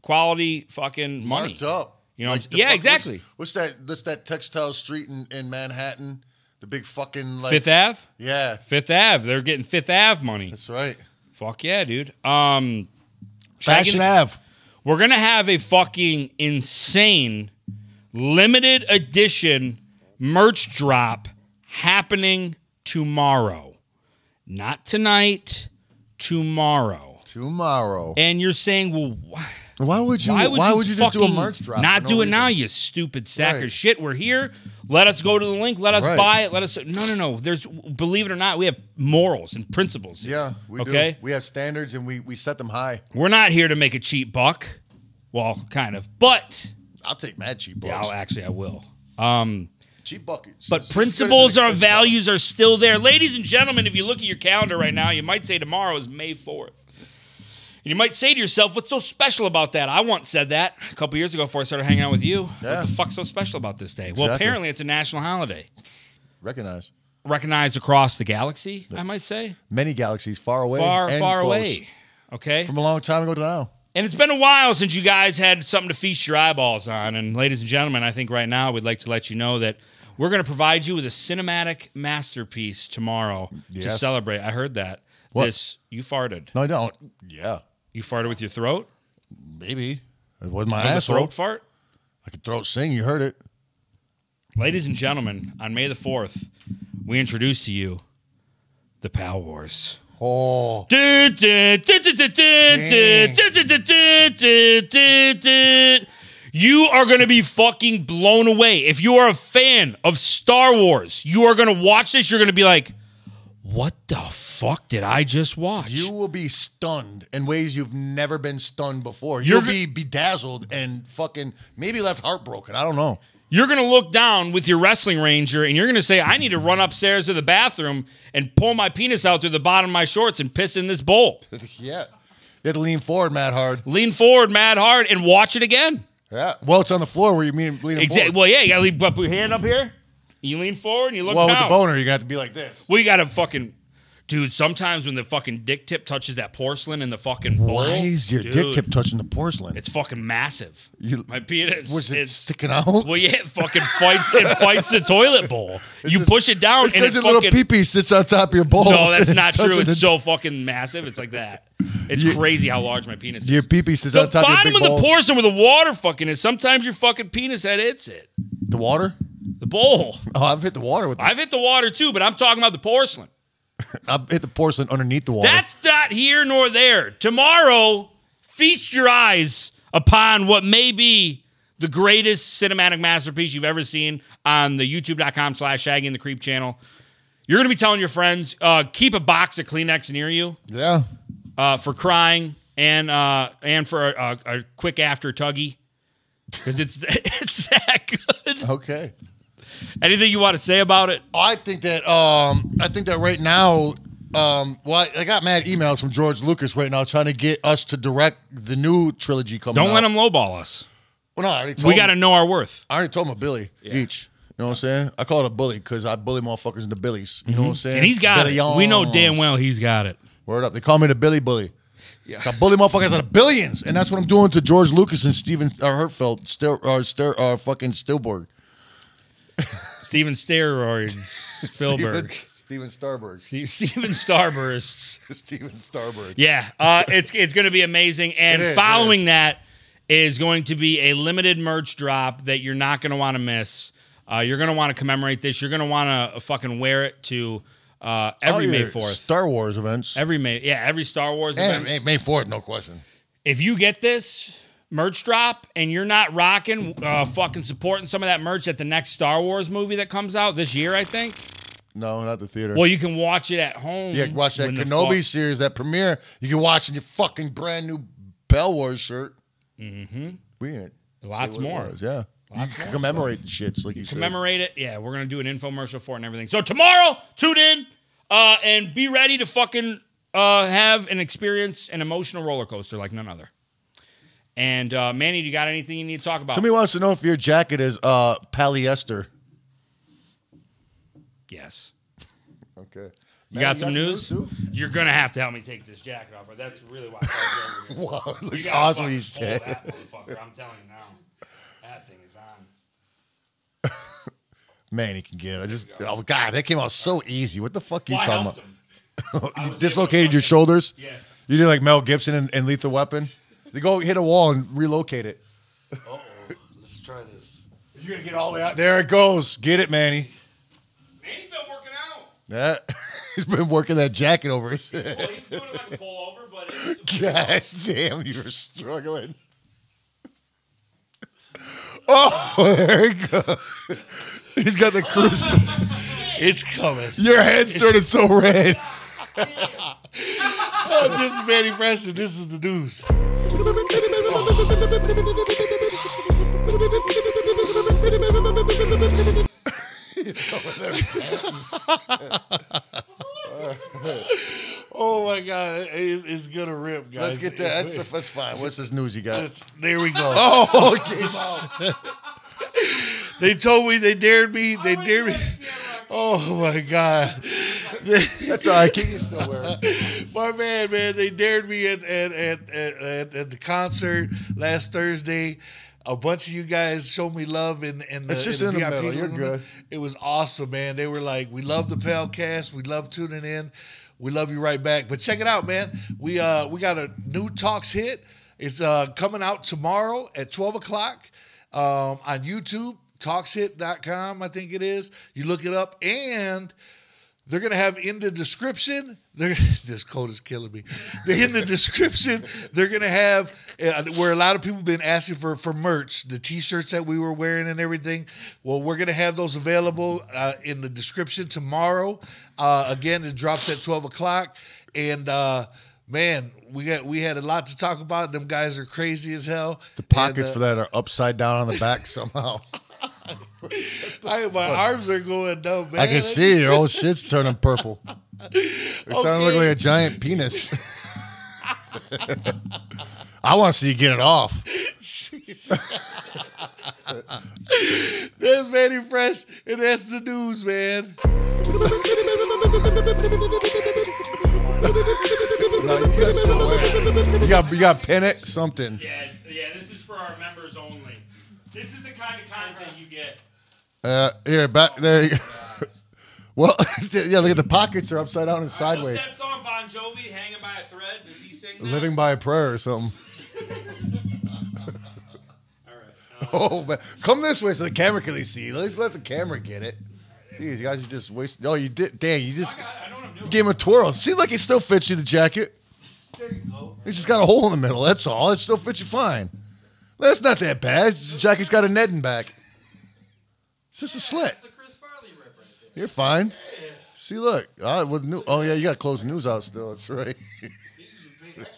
[SPEAKER 1] quality fucking money.
[SPEAKER 2] Marked up.
[SPEAKER 1] You know, what I'm
[SPEAKER 2] Like
[SPEAKER 1] s-
[SPEAKER 2] the
[SPEAKER 1] yeah,
[SPEAKER 2] fuck-
[SPEAKER 1] exactly.
[SPEAKER 2] What's, what's that? That's that textile street in, in Manhattan. The big fucking like
[SPEAKER 1] Fifth Ave?
[SPEAKER 2] Yeah,
[SPEAKER 1] Fifth Ave. They're getting Fifth Ave money. That's
[SPEAKER 2] right.
[SPEAKER 1] Fuck yeah, dude. Um
[SPEAKER 2] Fashion Ave.
[SPEAKER 1] We're gonna have a fucking insane limited edition merch drop happening tomorrow. Not tonight, tomorrow.
[SPEAKER 2] Tomorrow.
[SPEAKER 1] And you're saying, well, why?
[SPEAKER 2] Why would you? Why would you, just do a
[SPEAKER 1] fucking
[SPEAKER 2] merch drop? for
[SPEAKER 1] Not
[SPEAKER 2] no
[SPEAKER 1] do it
[SPEAKER 2] reason?
[SPEAKER 1] now, you stupid sack
[SPEAKER 2] Right.
[SPEAKER 1] of shit. We're here. Let us go to the link. Let us
[SPEAKER 2] Right.
[SPEAKER 1] buy it. Let us. No, no, no. There's believe it or not, we have morals and principles. here,
[SPEAKER 2] Yeah, we
[SPEAKER 1] okay.
[SPEAKER 2] do. We have standards and we we set them high.
[SPEAKER 1] We're not here to make a cheap buck. Well, kind of, but
[SPEAKER 2] I'll take mad cheap bucks.
[SPEAKER 1] yeah, I'll, actually I will. Um,
[SPEAKER 2] cheap buckets.
[SPEAKER 1] but principles or values are still there, ladies and gentlemen. If you look at your calendar right now, you might say tomorrow is May fourth. And you might say to yourself, what's so special about that? I once said that a couple years ago before I started hanging out with you.
[SPEAKER 2] Yeah.
[SPEAKER 1] What the fuck's so special about this day? Well,
[SPEAKER 2] Exactly.
[SPEAKER 1] apparently it's a national holiday
[SPEAKER 2] Recognize
[SPEAKER 1] recognized across the galaxy, I might say.
[SPEAKER 2] many galaxies far away,
[SPEAKER 1] Far,
[SPEAKER 2] and
[SPEAKER 1] far
[SPEAKER 2] close.
[SPEAKER 1] away. Okay.
[SPEAKER 2] from a long time ago to now.
[SPEAKER 1] And it's been a while since you guys had something to feast your eyeballs on. And ladies and gentlemen, I think right now we'd like to let you know that we're going to provide you with a cinematic masterpiece tomorrow to
[SPEAKER 2] Yes.
[SPEAKER 1] celebrate. I heard that.
[SPEAKER 2] What?
[SPEAKER 1] This you farted.
[SPEAKER 2] No, I don't. Yeah,
[SPEAKER 1] You farted with your throat?
[SPEAKER 2] maybe it wasn't my
[SPEAKER 1] was
[SPEAKER 2] asshole.
[SPEAKER 1] a throat fart?
[SPEAKER 2] I could throat sing. You heard it.
[SPEAKER 1] Ladies and gentlemen, on May the 4th, we introduce to you the Pal Wars.
[SPEAKER 2] Oh.
[SPEAKER 1] You are going to be fucking blown away. If you are a fan of Star Wars, you are going to watch this. You're going to be like, what the fuck did I just watch?
[SPEAKER 2] You will be stunned in ways you've never been stunned before.
[SPEAKER 1] You're
[SPEAKER 2] You'll be bedazzled and fucking maybe left heartbroken. I don't know.
[SPEAKER 1] You're going to look down with your wrestling ranger and you're going to say, I need to run upstairs to the bathroom and pull my penis out through the bottom of my shorts and piss in this bowl.
[SPEAKER 2] Yeah. You had to lean forward, Matt Hard.
[SPEAKER 1] Lean forward, mad hard, and watch it again.
[SPEAKER 2] Yeah. Well, it's on the floor where you mean leaning
[SPEAKER 1] Exactly.
[SPEAKER 2] forward.
[SPEAKER 1] Well, yeah, you got to lean, put your hand up here. You lean forward and you look
[SPEAKER 2] Well, with
[SPEAKER 1] down.
[SPEAKER 2] the boner, you're gonna have to be like this.
[SPEAKER 1] Well, you got to fucking. Dude, sometimes when the fucking dick tip touches that porcelain in the fucking bowl.
[SPEAKER 2] Why is your dick
[SPEAKER 1] dude,
[SPEAKER 2] kept touching the porcelain?
[SPEAKER 1] It's fucking massive.
[SPEAKER 2] You-
[SPEAKER 1] My penis.
[SPEAKER 2] was it
[SPEAKER 1] is-
[SPEAKER 2] sticking out?
[SPEAKER 1] Well, yeah, it fucking fights. It fights the toilet bowl. you push it down and
[SPEAKER 2] because
[SPEAKER 1] it
[SPEAKER 2] your little
[SPEAKER 1] fucking.
[SPEAKER 2] pee pee sits on top of your balls.
[SPEAKER 1] no, that's
[SPEAKER 2] and
[SPEAKER 1] not
[SPEAKER 2] touching
[SPEAKER 1] true.
[SPEAKER 2] the-
[SPEAKER 1] It's so fucking massive. It's like that. It's
[SPEAKER 2] You-
[SPEAKER 1] crazy how large my penis is.
[SPEAKER 2] your pee pee sits
[SPEAKER 1] the
[SPEAKER 2] on top of your
[SPEAKER 1] bottom
[SPEAKER 2] big
[SPEAKER 1] of,
[SPEAKER 2] balls.
[SPEAKER 1] the porcelain where the water fucking is. Sometimes your fucking penis head hits it.
[SPEAKER 2] The water?
[SPEAKER 1] The bowl.
[SPEAKER 2] Oh, I've hit the water with.
[SPEAKER 1] I've hit the water too, but I'm talking about the porcelain.
[SPEAKER 2] I've hit the porcelain underneath the water.
[SPEAKER 1] That's not here nor there. Tomorrow, feast your eyes upon what may be the greatest cinematic masterpiece you've ever seen on the youtube.com slash shaggy and the creep channel. You're going to be telling your friends, uh, keep a box of Kleenex near you
[SPEAKER 2] yeah.
[SPEAKER 1] uh, for crying and uh, and for a, a, a quick after tuggy because it's, it's that good.
[SPEAKER 2] Okay.
[SPEAKER 1] Anything you want to say about it?
[SPEAKER 2] I think that um I think that right now um well I, I got mad emails from George Lucas right now trying to get us to direct the new trilogy coming
[SPEAKER 1] Don't
[SPEAKER 2] out.
[SPEAKER 1] let them lowball us.
[SPEAKER 2] Well, no, I already told
[SPEAKER 1] We
[SPEAKER 2] him-
[SPEAKER 1] got to know our worth.
[SPEAKER 2] I already told him a Billy each. You know what I'm saying? I call it a bully because I bully motherfuckers into billies. You know what I'm saying?
[SPEAKER 1] Mhm. And he's got it. We know
[SPEAKER 2] Billions.
[SPEAKER 1] damn well he's got it.
[SPEAKER 2] Word up. They call me the Billy Bully. Yeah. I bully motherfuckers out of billions. And that's what I'm doing to George Lucas and Steven uh, Hertfeld, still, uh, Stir, uh, fucking Stillborg.
[SPEAKER 1] Steven Steroids Spielberg.
[SPEAKER 2] Steven, Steven Starberg.
[SPEAKER 1] Ste- Steven Starbursts.
[SPEAKER 2] Steven Starberg.
[SPEAKER 1] Yeah, uh, it's it's going to be amazing. And
[SPEAKER 2] It is,
[SPEAKER 1] following
[SPEAKER 2] it is.
[SPEAKER 1] that is going to be a limited merch drop that you're not going to want to miss. Uh, you're going to want to commemorate this. You're going to want to fucking wear it to uh,
[SPEAKER 2] All
[SPEAKER 1] every May
[SPEAKER 2] your
[SPEAKER 1] Fourth.
[SPEAKER 2] Oh, Star Wars events.
[SPEAKER 1] Every May, yeah, every Star Wars
[SPEAKER 2] And
[SPEAKER 1] event.
[SPEAKER 2] May 4th, no question.
[SPEAKER 1] if you get this merch drop and you're not rocking, uh, fucking supporting some of that merch at the next Star Wars movie that comes out this year, I think.
[SPEAKER 2] No, not the theater.
[SPEAKER 1] Well, you can watch it at home.
[SPEAKER 2] yeah, watch that
[SPEAKER 1] when the
[SPEAKER 2] Kenobi
[SPEAKER 1] fuck-
[SPEAKER 2] series, that premiere. You can watch in your fucking brand new Bell Wars shirt.
[SPEAKER 1] Mm-hmm.
[SPEAKER 2] Weird.
[SPEAKER 1] Lots
[SPEAKER 2] Say what it
[SPEAKER 1] more.
[SPEAKER 2] was, Yeah.
[SPEAKER 1] Lots
[SPEAKER 2] you
[SPEAKER 1] more,
[SPEAKER 2] can commemorate the shits like you, said.
[SPEAKER 1] commemorate it. Yeah, we're gonna do an infomercial for it and everything. So tomorrow, tune in uh, and be ready to fucking uh, have an experience, an emotional roller coaster like none other. And uh, Manny, do you got anything you need to talk about?
[SPEAKER 2] Somebody wants to know if your jacket is uh, polyester.
[SPEAKER 1] yes.
[SPEAKER 2] Okay.
[SPEAKER 1] You
[SPEAKER 2] Manny,
[SPEAKER 1] got some news? You're gonna have to help me take this jacket off, but that's really why. I called you over here.
[SPEAKER 2] Wow, it
[SPEAKER 1] You
[SPEAKER 2] looks
[SPEAKER 1] gotta
[SPEAKER 2] awesome
[SPEAKER 1] fucking
[SPEAKER 2] you
[SPEAKER 1] pull
[SPEAKER 2] said.
[SPEAKER 1] that motherfucker. I'm telling you now, that thing is on.
[SPEAKER 2] Man, he can get it. I just oh god, that came out so easy. What the fuck are you
[SPEAKER 1] Well, I
[SPEAKER 2] talking about? you dislocated your shoulders. Yeah. You did like Mel Gibson and, and Lethal Weapon. You go hit a wall and relocate it.
[SPEAKER 12] oh, let's try this.
[SPEAKER 2] You gotta get all the way out. There it goes. Get it, Manny.
[SPEAKER 1] Manny's been working out.
[SPEAKER 2] That he's been working that jacket over his head.
[SPEAKER 1] he's doing it like a pullover, but it's-
[SPEAKER 2] God damn, you were struggling. Oh, there he goes. He's got the cruise.
[SPEAKER 12] It's coming.
[SPEAKER 2] Your head's turning so red.
[SPEAKER 12] oh, this is Manny Preston. This is the news. oh my god, it- it's, it's gonna rip, guys.
[SPEAKER 2] Let's get that. That's, the, that's fine. What's this news you got?
[SPEAKER 12] That's- there we go.
[SPEAKER 2] Oh, okay.
[SPEAKER 12] they told me they dared me. They dared me. Oh my god.
[SPEAKER 2] That's all right. King is still wearing.
[SPEAKER 12] My man, man, they dared me at at, at, at, at at the concert last Thursday. A bunch of you guys showed me love in, in the
[SPEAKER 2] It's just
[SPEAKER 12] in
[SPEAKER 2] in
[SPEAKER 12] the
[SPEAKER 2] the
[SPEAKER 12] VIP
[SPEAKER 2] middle. You're
[SPEAKER 12] room.
[SPEAKER 2] good.
[SPEAKER 12] It was awesome, man. They were like, "We love the Palcast. We love tuning in. We love you right back." But check it out, man. We uh we got a new talks hit. It's uh coming out tomorrow at twelve o'clock um, on YouTube, talkshit.com, I think it is. You look it up, and they're gonna have in the description. They're, this code is killing me. They in the description. They're gonna have uh, where a lot of people been asking for for merch, the T-shirts that we were wearing and everything. Well, we're gonna have those available uh, in the description tomorrow. Uh, again, it drops at twelve o'clock, and uh, man, we got we had a lot to talk about. Them guys are crazy as hell.
[SPEAKER 2] The pockets
[SPEAKER 12] uh,
[SPEAKER 2] for that are upside down on the back somehow.
[SPEAKER 12] I, my arms are going numb, man.
[SPEAKER 2] I can see your old shit's turning purple. It's starting to look
[SPEAKER 12] Okay.
[SPEAKER 2] like a giant penis. I want to see you get it off.
[SPEAKER 12] That's Manny Fresh, and that's the news, man.
[SPEAKER 2] No, you got still wear it. You got you got pin it something.
[SPEAKER 1] Yeah, yeah. This is for our members only. This is the kind of content you get.
[SPEAKER 2] Uh, here back there. You go. Well, yeah, look at the pockets are upside down and sideways.
[SPEAKER 1] What's that song Bon Jovi, "Hanging by a Thread"? Does he sing that?
[SPEAKER 2] Living by a prayer or something. Oh man, come this way so the camera can at least see. Let's let the camera get it. Jeez, you guys are just wasting. Oh, you did, Dan. You just you gave him a twirl. See, like it still fits you the jacket. It's just got a hole in the middle. That's all. It still fits you fine. That's not that bad. The jacket's got a net in back. It's just a slit. You're fine. See, look. All right, with new, oh yeah, you got closed news out still. That's right.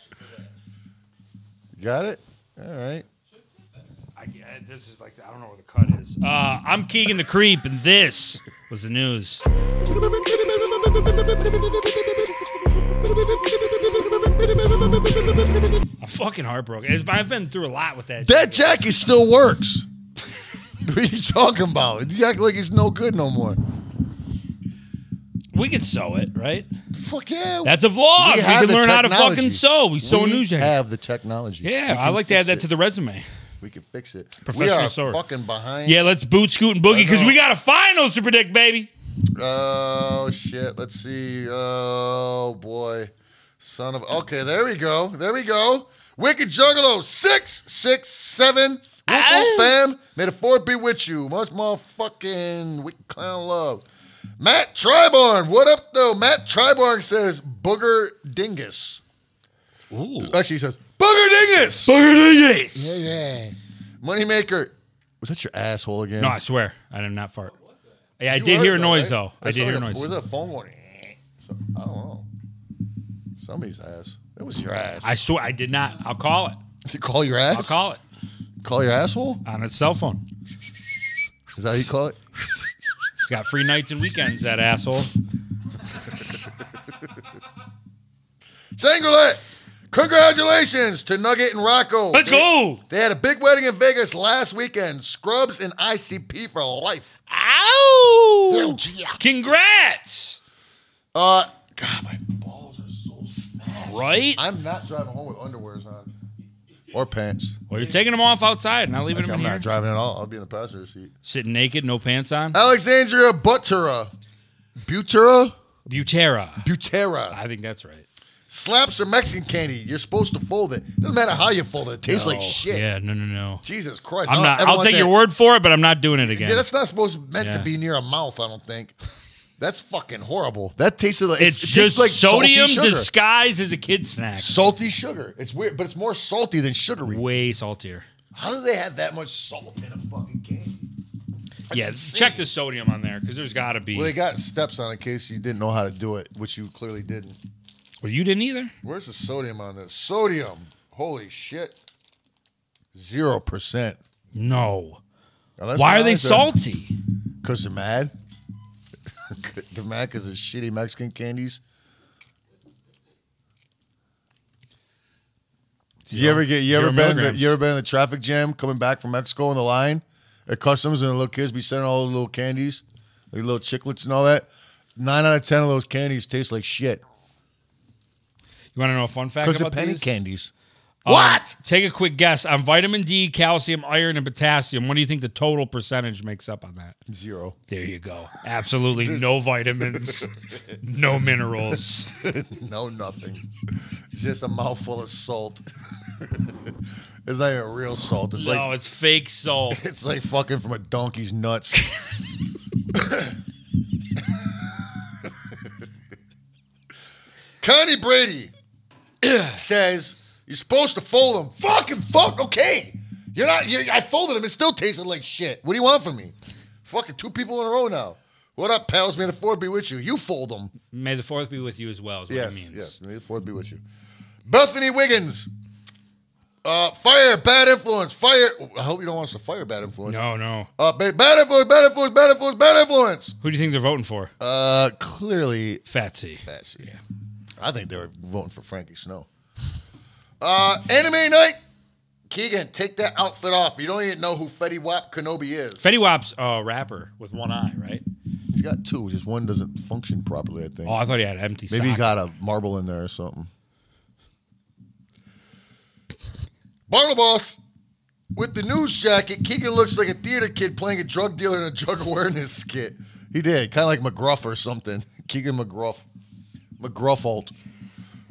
[SPEAKER 2] got it. All right.
[SPEAKER 1] I, yeah, this is like I don't know where the cut is. Uh, I'm Keegan the Creep, and this was the news. I'm fucking heartbroken. It's- I've been through a lot with that.
[SPEAKER 2] That jacket still works. what are you talking about? You act like it's no good no more.
[SPEAKER 1] We could sew it, right?
[SPEAKER 2] Fuck yeah.
[SPEAKER 1] That's a vlog. We,
[SPEAKER 2] have
[SPEAKER 1] can
[SPEAKER 2] the
[SPEAKER 1] learn how to
[SPEAKER 2] technology.
[SPEAKER 1] fucking sew. We sew new jackets.
[SPEAKER 2] have the technology.
[SPEAKER 1] Yeah,
[SPEAKER 2] We
[SPEAKER 1] I
[SPEAKER 2] can
[SPEAKER 1] like to add
[SPEAKER 2] fix
[SPEAKER 1] that
[SPEAKER 2] it.
[SPEAKER 1] to the resume.
[SPEAKER 2] We can fix it.
[SPEAKER 1] Professional
[SPEAKER 2] we are
[SPEAKER 1] sewer.
[SPEAKER 2] fucking behind.
[SPEAKER 1] Yeah, let's boot, scoot, and boogie because we got a finals to predict, baby.
[SPEAKER 2] Oh shit. Let's see. Oh boy. Son of. Okay, there we go. There we go. Wicked Juggalo six six seven.
[SPEAKER 1] Oh.
[SPEAKER 2] Woof, woof, fam. May the four be with you. Much more fucking wicked clown love. Matt Triborn, what up though? Matt Triborn says booger dingus.
[SPEAKER 1] Ooh.
[SPEAKER 2] Actually, he says booger Booger Dingus.
[SPEAKER 1] Booger Dingus.
[SPEAKER 2] Yeah, yeah. Moneymaker. Was that your asshole again?
[SPEAKER 1] No, I swear. I did not fart. Yeah, I
[SPEAKER 2] You
[SPEAKER 1] did
[SPEAKER 2] heard
[SPEAKER 1] hear a
[SPEAKER 2] though,
[SPEAKER 1] noise,
[SPEAKER 2] right?
[SPEAKER 1] though. I
[SPEAKER 2] That's
[SPEAKER 1] did
[SPEAKER 2] like
[SPEAKER 1] hear a
[SPEAKER 2] a-
[SPEAKER 1] noise.
[SPEAKER 2] Was that a phone going? So- I don't know. Somebody's ass. That was your ass.
[SPEAKER 1] I swear, I did not. I'll call it.
[SPEAKER 2] You call your ass?
[SPEAKER 1] I'll call it.
[SPEAKER 2] Call your asshole?
[SPEAKER 1] On its cell phone.
[SPEAKER 2] Is that how you call it?
[SPEAKER 1] It's got free nights and weekends, that asshole.
[SPEAKER 2] Singlet. Congratulations to Nugget and Rocco.
[SPEAKER 1] Let's
[SPEAKER 2] They-
[SPEAKER 1] go.
[SPEAKER 2] They had a big wedding in Vegas last weekend. Scrubs and ICP for life.
[SPEAKER 1] Ow! Congrats.
[SPEAKER 2] Uh, God, my balls are so smashed.
[SPEAKER 1] Right?
[SPEAKER 2] I'm not driving home with underwears on. Or pants.
[SPEAKER 1] Well, you're taking them off outside, not leaving
[SPEAKER 2] Like,
[SPEAKER 1] them
[SPEAKER 2] I'm
[SPEAKER 1] in
[SPEAKER 2] not
[SPEAKER 1] here.
[SPEAKER 2] driving at all. I'll be in the passenger seat.
[SPEAKER 1] Sitting naked, no pants on.
[SPEAKER 2] Alexandria Butera. Butera?
[SPEAKER 1] Butera.
[SPEAKER 2] Butera.
[SPEAKER 1] I think that's right.
[SPEAKER 2] Slaps are Mexican candy. You're supposed to fold it. Doesn't matter how you fold it. It tastes like
[SPEAKER 1] No.
[SPEAKER 2] shit.
[SPEAKER 1] Oh, Yeah, no, no, no.
[SPEAKER 2] Jesus Christ. I
[SPEAKER 1] I'm
[SPEAKER 2] don't
[SPEAKER 1] not.
[SPEAKER 2] ever
[SPEAKER 1] I'll
[SPEAKER 2] want
[SPEAKER 1] take
[SPEAKER 2] that.
[SPEAKER 1] your word for it, but I'm not doing it again.
[SPEAKER 2] Yeah, that's not supposed meant
[SPEAKER 1] Yeah.
[SPEAKER 2] to be near a mouth. I don't think. That's fucking horrible. That tasted like
[SPEAKER 1] it's
[SPEAKER 2] it tastes
[SPEAKER 1] just
[SPEAKER 2] like
[SPEAKER 1] like sodium
[SPEAKER 2] salty sugar.
[SPEAKER 1] disguised as a kid snack.
[SPEAKER 2] salty sugar. It's weird, but it's more salty than sugary.
[SPEAKER 1] Way saltier.
[SPEAKER 2] How do they have that much salt in a fucking candy?
[SPEAKER 1] yeah, check the sodium on there because there's got to be.
[SPEAKER 2] Well,
[SPEAKER 1] Well,
[SPEAKER 2] they got steps on it in case you didn't know how to do it, which you clearly didn't.
[SPEAKER 1] you didn't either.
[SPEAKER 2] Where's the sodium on this? Sodium. Holy shit. Zero percent.
[SPEAKER 1] No. Why are they salty?
[SPEAKER 2] Because they're mad. they're mad because of shitty Mexican candies. You ever get you
[SPEAKER 1] Zero
[SPEAKER 2] ever been in the,
[SPEAKER 1] milligrams.
[SPEAKER 2] you ever been in the traffic jam coming back from Mexico in the line at customs and the little kids be sending all the little candies, like little chiclets and all that. Nine out of ten of those candies taste like shit
[SPEAKER 1] You want to know a fun fact
[SPEAKER 2] because of
[SPEAKER 1] about
[SPEAKER 2] penny
[SPEAKER 1] these?
[SPEAKER 2] candies.
[SPEAKER 1] Um,
[SPEAKER 2] What?
[SPEAKER 1] Take a quick guess on vitamin D, calcium, iron, and potassium. What do you think the total percentage makes up on that?
[SPEAKER 2] Zero.
[SPEAKER 1] There you go. Absolutely no vitamins, no minerals.
[SPEAKER 2] no nothing. It's just a mouthful of salt. it's not even real salt. It's
[SPEAKER 1] no,
[SPEAKER 2] like
[SPEAKER 1] it's fake salt.
[SPEAKER 2] It's like fucking from a donkey's nuts. Connie Brady says you're supposed to fold them. Fucking fuck. Okay, you're not. You're, I folded them. It still tasted like shit. What do you want from me? Fucking two people in a row now. What up, pals? May the fourth be with you. You fold them.
[SPEAKER 1] May the fourth be with you as well. Is what
[SPEAKER 2] Yes,
[SPEAKER 1] it means.
[SPEAKER 2] yes. May the fourth be with you. Bethany Wiggins. Uh, fire, bad influence, fire. I hope you don't want us to fire bad influence.
[SPEAKER 1] No, no.
[SPEAKER 2] Uh, ba- bad influence, bad influence, bad influence, bad influence.
[SPEAKER 1] Who do you think they're voting for?
[SPEAKER 2] Uh, clearly
[SPEAKER 1] Fatsy.
[SPEAKER 2] Fatsy. Yeah. I think they were voting for Frankie Snow. Uh, anime night. Keegan, take that outfit off. You don't even know who Fetty Wap Kenobi is.
[SPEAKER 1] Fetty Wap's uh, rapper with one eye, right?
[SPEAKER 2] He's got two, just one doesn't function properly. I think.
[SPEAKER 1] Oh, I thought he had an empty.
[SPEAKER 2] Maybe he
[SPEAKER 1] sock.
[SPEAKER 2] got a marble in there or something. Barnabas, with the news jacket, Keegan looks like a theater kid playing a drug dealer in a drug awareness skit. He did, kind of like McGruff or something. Keegan McGruff. McGruffalt.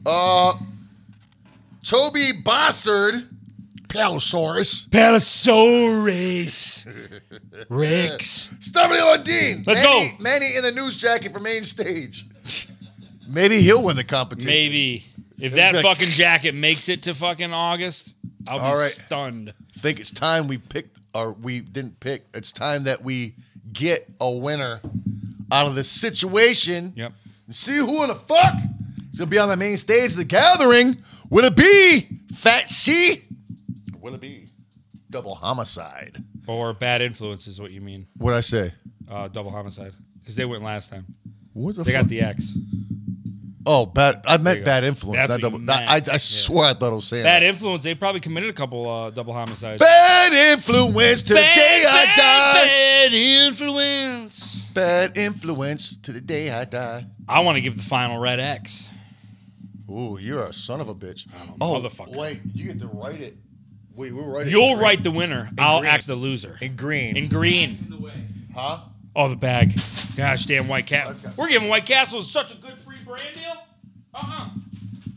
[SPEAKER 2] Uh, Toby Bossard, Palosaurus,
[SPEAKER 7] Palasaurus. Rex.
[SPEAKER 2] Stubby Lundeen.
[SPEAKER 7] Let's
[SPEAKER 2] Manny,
[SPEAKER 7] go.
[SPEAKER 2] Manny in the news jacket for main stage. Maybe he'll win the competition.
[SPEAKER 1] Maybe if
[SPEAKER 2] Maybe
[SPEAKER 1] that
[SPEAKER 2] like-
[SPEAKER 1] fucking jacket makes it to fucking August, I'll be
[SPEAKER 2] All right.
[SPEAKER 1] stunned.
[SPEAKER 2] think it's time we picked or we didn't pick. It's time that we get a winner out of this situation.
[SPEAKER 1] Yep.
[SPEAKER 2] And see who in the fuck is gonna be on the main stage of the gathering. Will it be Fat C? Will it be double homicide?
[SPEAKER 1] Or bad influence is what you mean.
[SPEAKER 2] What'd I say?
[SPEAKER 1] Uh, double homicide because they went last time.
[SPEAKER 2] What the
[SPEAKER 1] They got
[SPEAKER 2] fuck?
[SPEAKER 1] the X.
[SPEAKER 2] Oh, bad. I meant
[SPEAKER 1] you go.
[SPEAKER 2] bad influence.
[SPEAKER 1] That's
[SPEAKER 2] Not
[SPEAKER 1] what you
[SPEAKER 2] double. not-
[SPEAKER 1] meant.
[SPEAKER 2] I, I swear I thought I was saying
[SPEAKER 1] Bad
[SPEAKER 2] that.
[SPEAKER 1] influence. They probably committed a couple uh, double homicides.
[SPEAKER 2] Bad influence to the day I
[SPEAKER 1] bad,
[SPEAKER 2] die.
[SPEAKER 1] bad influence.
[SPEAKER 2] Bad influence to the day I die.
[SPEAKER 1] I want to give the final red X.
[SPEAKER 2] Ooh, you're a son of a bitch.
[SPEAKER 1] Oh, motherfucker.
[SPEAKER 2] wait, you get to write it. Wait, we'll write it. in
[SPEAKER 1] You'll
[SPEAKER 2] green.
[SPEAKER 1] write the winner. I'll
[SPEAKER 2] green.
[SPEAKER 1] act the loser.
[SPEAKER 2] in green.
[SPEAKER 1] In green.
[SPEAKER 2] huh?
[SPEAKER 1] Oh, the bag. Gosh, damn, White Castle.
[SPEAKER 2] Let's go.
[SPEAKER 1] We're giving White Castle such a good free brand deal. Uh uh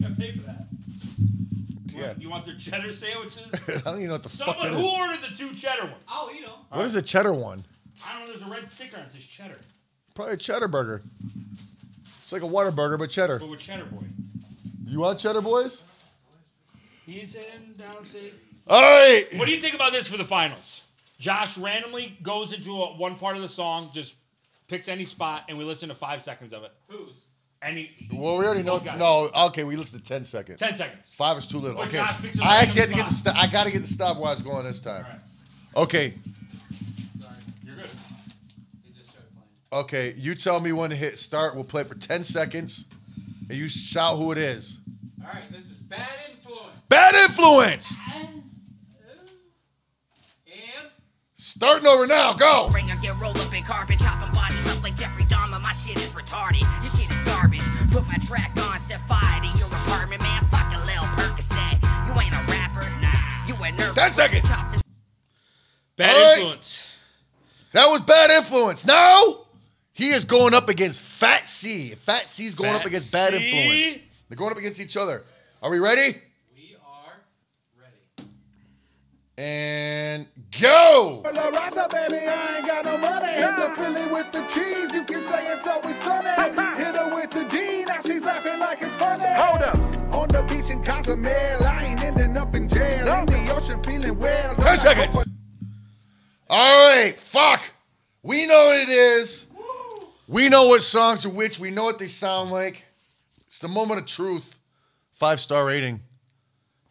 [SPEAKER 1] Gotta pay for that. You want-
[SPEAKER 2] Yeah.
[SPEAKER 1] You want their cheddar sandwiches?
[SPEAKER 2] I don't even know what the fuck
[SPEAKER 1] Someone
[SPEAKER 2] that
[SPEAKER 1] who
[SPEAKER 2] is.
[SPEAKER 1] ordered the two cheddar ones?
[SPEAKER 8] I'll eat them.
[SPEAKER 2] What is the cheddar one?
[SPEAKER 1] I don't know. There's a red sticker on it. It says cheddar.
[SPEAKER 2] Probably a cheddar burger. It's like a water burger, but cheddar.
[SPEAKER 1] But with cheddar boy.
[SPEAKER 2] You want cheddar, boys?
[SPEAKER 1] He's in downstate.
[SPEAKER 12] All right.
[SPEAKER 1] What do you think about this for the finals? Josh randomly goes into a, one part of the song, just picks any spot, and we listen to five seconds of it. Who's? Any?
[SPEAKER 2] Well, we already know.
[SPEAKER 1] both guys.
[SPEAKER 2] No, okay, we listed 10 seconds.
[SPEAKER 1] 10 seconds.
[SPEAKER 2] Five is too little.
[SPEAKER 1] But
[SPEAKER 2] Okay.
[SPEAKER 1] Josh picks a
[SPEAKER 2] I
[SPEAKER 1] random
[SPEAKER 2] actually had to get the st- I got to get the stopwatch going this time. Okay. Okay, you tell me when to hit start. We'll play for 10 seconds, and you shout who it is.
[SPEAKER 8] All right, this is bad influence.
[SPEAKER 2] Bad influence. Starting over now. Go.
[SPEAKER 6] Ringer get rolled up in carpet, chopping bodies up like Jeffrey Dahmer. My shit is retarded. Your shit is garbage. Put my track on, set fire to your apartment, man. Fuck a little Percocet. You ain't a rapper, nah. You a nerd. Ten seconds. Chop this
[SPEAKER 1] Bad
[SPEAKER 2] All right.
[SPEAKER 1] influence.
[SPEAKER 2] That was bad influence. Now he is going up against Fat C. Fat C's going up
[SPEAKER 1] Fat
[SPEAKER 2] against bad
[SPEAKER 1] C.
[SPEAKER 2] influence. They're going up against each other. Are we ready? We are ready. And go.
[SPEAKER 3] Well, I rise up, baby, I ain't got no money. Hit the Philly with the cheese, you can say it's always sunny. Hit her with the D, now she's laughing like it's funny. Hold up. On the beach in Cozumel, I ain't ending up in jail. In the ocean, feeling well.
[SPEAKER 2] Ten seconds. All right. Fuck. We know what it is. We know what songs are which. We know what they sound like. It's the moment of truth. Five star rating.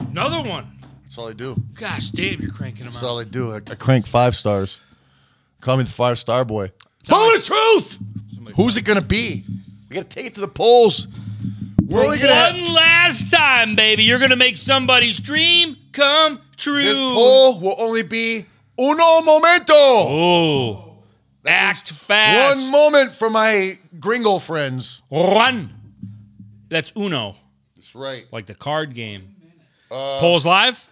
[SPEAKER 1] Another one.
[SPEAKER 2] That's all I do.
[SPEAKER 1] Gosh damn, you're cranking them
[SPEAKER 2] That's
[SPEAKER 1] out.
[SPEAKER 2] all I do. I, I crank five stars. Call me the five star boy. Tell me the truth. Who's it gonna be? We gotta take it to the polls. We're
[SPEAKER 1] For
[SPEAKER 2] only
[SPEAKER 1] one
[SPEAKER 2] gonna have-
[SPEAKER 1] last time, baby. You're gonna make somebody's dream come true.
[SPEAKER 2] this poll will only be uno momento.
[SPEAKER 1] Oh, act fast.
[SPEAKER 2] One moment for my gringo friends.
[SPEAKER 1] Run. That's uno,
[SPEAKER 2] That's right.
[SPEAKER 1] like the card game.
[SPEAKER 2] Uh,
[SPEAKER 1] Polls live?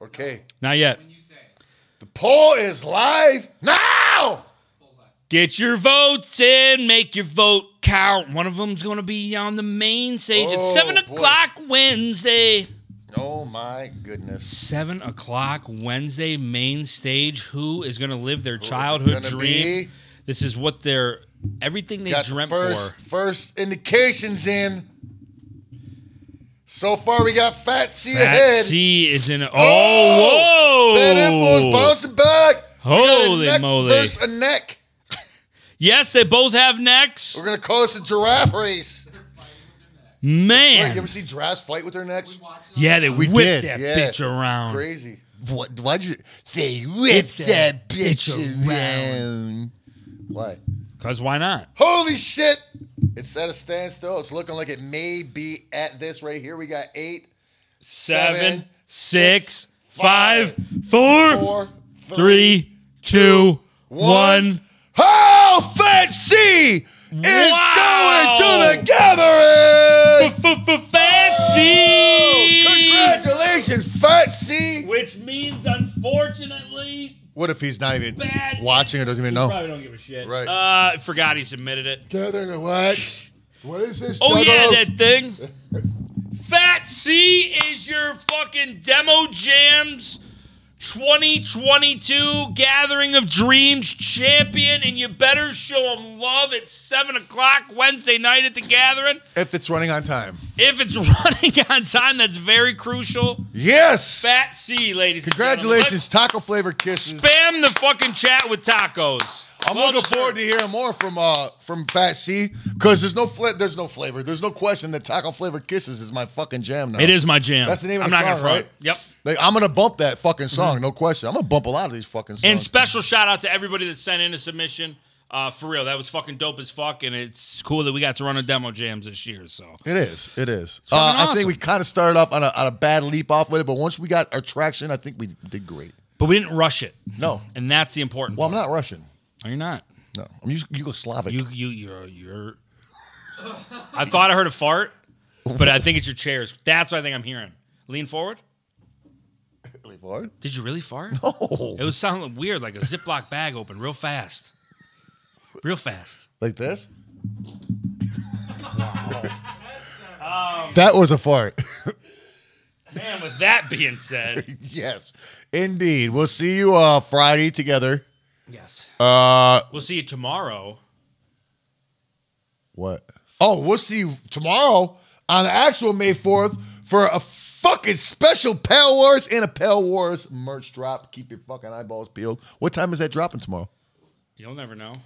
[SPEAKER 2] Okay.
[SPEAKER 1] Not yet.
[SPEAKER 2] The poll is live now.
[SPEAKER 1] Get your votes in. Make your vote count. One of them's going to be on the main stage
[SPEAKER 2] Oh,
[SPEAKER 1] at 7
[SPEAKER 2] boy.
[SPEAKER 1] o'clock Wednesday.
[SPEAKER 2] Oh my goodness.
[SPEAKER 1] 7 o'clock Wednesday, main stage. Who is going to live their
[SPEAKER 2] it
[SPEAKER 1] childhood
[SPEAKER 2] gonna
[SPEAKER 1] dream?
[SPEAKER 2] be?
[SPEAKER 1] This is what their everything they
[SPEAKER 2] Got the
[SPEAKER 1] dreamt
[SPEAKER 2] first,
[SPEAKER 1] for.
[SPEAKER 2] First indications in. So far, we got Fat C
[SPEAKER 1] That
[SPEAKER 2] ahead.
[SPEAKER 1] C is in. Oh,
[SPEAKER 2] Oh,
[SPEAKER 1] whoa.
[SPEAKER 2] That influence bouncing back. We got a
[SPEAKER 1] Holy
[SPEAKER 2] neck
[SPEAKER 1] moly.
[SPEAKER 2] versus a neck.
[SPEAKER 1] Yes, they both have necks.
[SPEAKER 2] We're gonna call this a giraffe race. Wait,
[SPEAKER 1] Man.
[SPEAKER 2] you ever see giraffes fight with their necks?
[SPEAKER 1] Yeah, they
[SPEAKER 2] We
[SPEAKER 1] whipped
[SPEAKER 2] did,
[SPEAKER 1] that
[SPEAKER 2] yeah.
[SPEAKER 1] bitch around.
[SPEAKER 2] Crazy. What? Why'd you? They
[SPEAKER 1] Whipped that bitch
[SPEAKER 2] around. Why?
[SPEAKER 1] Because why not?
[SPEAKER 2] Holy shit! It's at a standstill. It's looking like it may be at this right here. We got eight,
[SPEAKER 1] Seven,
[SPEAKER 2] seven,
[SPEAKER 1] six, five, four,
[SPEAKER 2] four,
[SPEAKER 1] three, two,
[SPEAKER 2] one.
[SPEAKER 1] one.
[SPEAKER 2] Oh, Fat C is
[SPEAKER 1] Wow.
[SPEAKER 2] going to the gathering. Oh,
[SPEAKER 1] Fancy!
[SPEAKER 2] Congratulations, Fat C.
[SPEAKER 1] Which means, unfortunately,
[SPEAKER 2] What if he's not even
[SPEAKER 1] Bad.
[SPEAKER 2] watching or doesn't even
[SPEAKER 1] he
[SPEAKER 2] know?
[SPEAKER 1] probably don't give a shit.
[SPEAKER 2] Oh. Right.
[SPEAKER 1] Uh, I forgot he submitted it.
[SPEAKER 2] Gathering to watch. What is this?
[SPEAKER 1] Oh, yeah,
[SPEAKER 2] Juggles?
[SPEAKER 1] that thing. Fat C is your fucking Demo Jams 2022 Gathering of Dreams champion, and you better show him love at 7 o'clock Wednesday night at the gathering.
[SPEAKER 2] If it's running on time.
[SPEAKER 1] If it's running on time, that's very crucial.
[SPEAKER 2] Yes.
[SPEAKER 1] Fat C, ladies
[SPEAKER 2] Congratulations, taco flavored kisses.
[SPEAKER 1] and gentlemen. Let's Spam the fucking chat with tacos.
[SPEAKER 2] I'm looking forward to hearing more from uh from Fat C because there's no fla- there's no flavor. There's no question that taco flavored kisses is my fucking jam now.
[SPEAKER 1] It is my jam.
[SPEAKER 2] That's the name of
[SPEAKER 1] I'm
[SPEAKER 2] the
[SPEAKER 1] not
[SPEAKER 2] song,
[SPEAKER 1] gonna front.
[SPEAKER 2] right?
[SPEAKER 1] Yep. Mm-hmm.
[SPEAKER 2] Like, I'm gonna bump that fucking song, no question. I'm gonna bump a lot of these fucking songs.
[SPEAKER 1] And special shout out to everybody that sent in a submission. Uh, for real, that was fucking dope as fuck, and it's cool that we got to run a demo jams this year. So
[SPEAKER 2] It is. It is. Uh,
[SPEAKER 1] fucking
[SPEAKER 2] I think
[SPEAKER 1] awesome.
[SPEAKER 2] we kind of started off on a, on a bad leap off with it, but once we got our traction, I think we did great.
[SPEAKER 1] But we didn't rush it.
[SPEAKER 2] No.
[SPEAKER 1] And that's the important
[SPEAKER 2] Well, I'm not Russian.
[SPEAKER 1] Are you not?
[SPEAKER 2] No. I'm Yug- Yugoslavic.
[SPEAKER 1] You you you're you're I thought I heard a fart, but I think it's your chairs. That's what I think I'm hearing. Lean forward.
[SPEAKER 2] Lean forward.
[SPEAKER 1] Did you really fart?
[SPEAKER 2] No.
[SPEAKER 1] It was sounding weird, like a Ziploc bag open real fast. Real fast.
[SPEAKER 2] like this? that was a fart.
[SPEAKER 1] Man, with that being said,
[SPEAKER 2] yes. Indeed. We'll see you uh, Friday together.
[SPEAKER 1] yes.
[SPEAKER 2] Uh,
[SPEAKER 1] We'll see you tomorrow.
[SPEAKER 2] What? Oh, we'll see you tomorrow on the actual May 4th for a fucking special Pal Wars and a Pal Wars merch drop. Keep your fucking eyeballs peeled. What time is that dropping tomorrow?
[SPEAKER 1] You'll never know.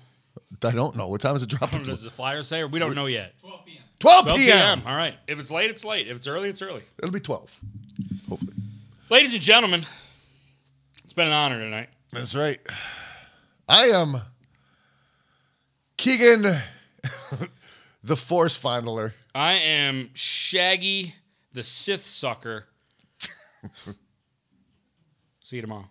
[SPEAKER 2] I don't know. What time is it
[SPEAKER 1] I
[SPEAKER 2] dropping
[SPEAKER 1] don't know,
[SPEAKER 2] tomorrow?
[SPEAKER 1] Does the flyer say? Or we don't know yet. 12 p.m.
[SPEAKER 2] 12
[SPEAKER 1] p.m. All right. If it's late, it's late. If it's early, it's early.
[SPEAKER 2] It'll be 12. Hopefully.
[SPEAKER 1] Ladies and gentlemen, it's been an honor tonight.
[SPEAKER 2] That's right. I am Keegan, the Force Fondler.
[SPEAKER 1] I am Shaggy the Sith Sucker. See you tomorrow.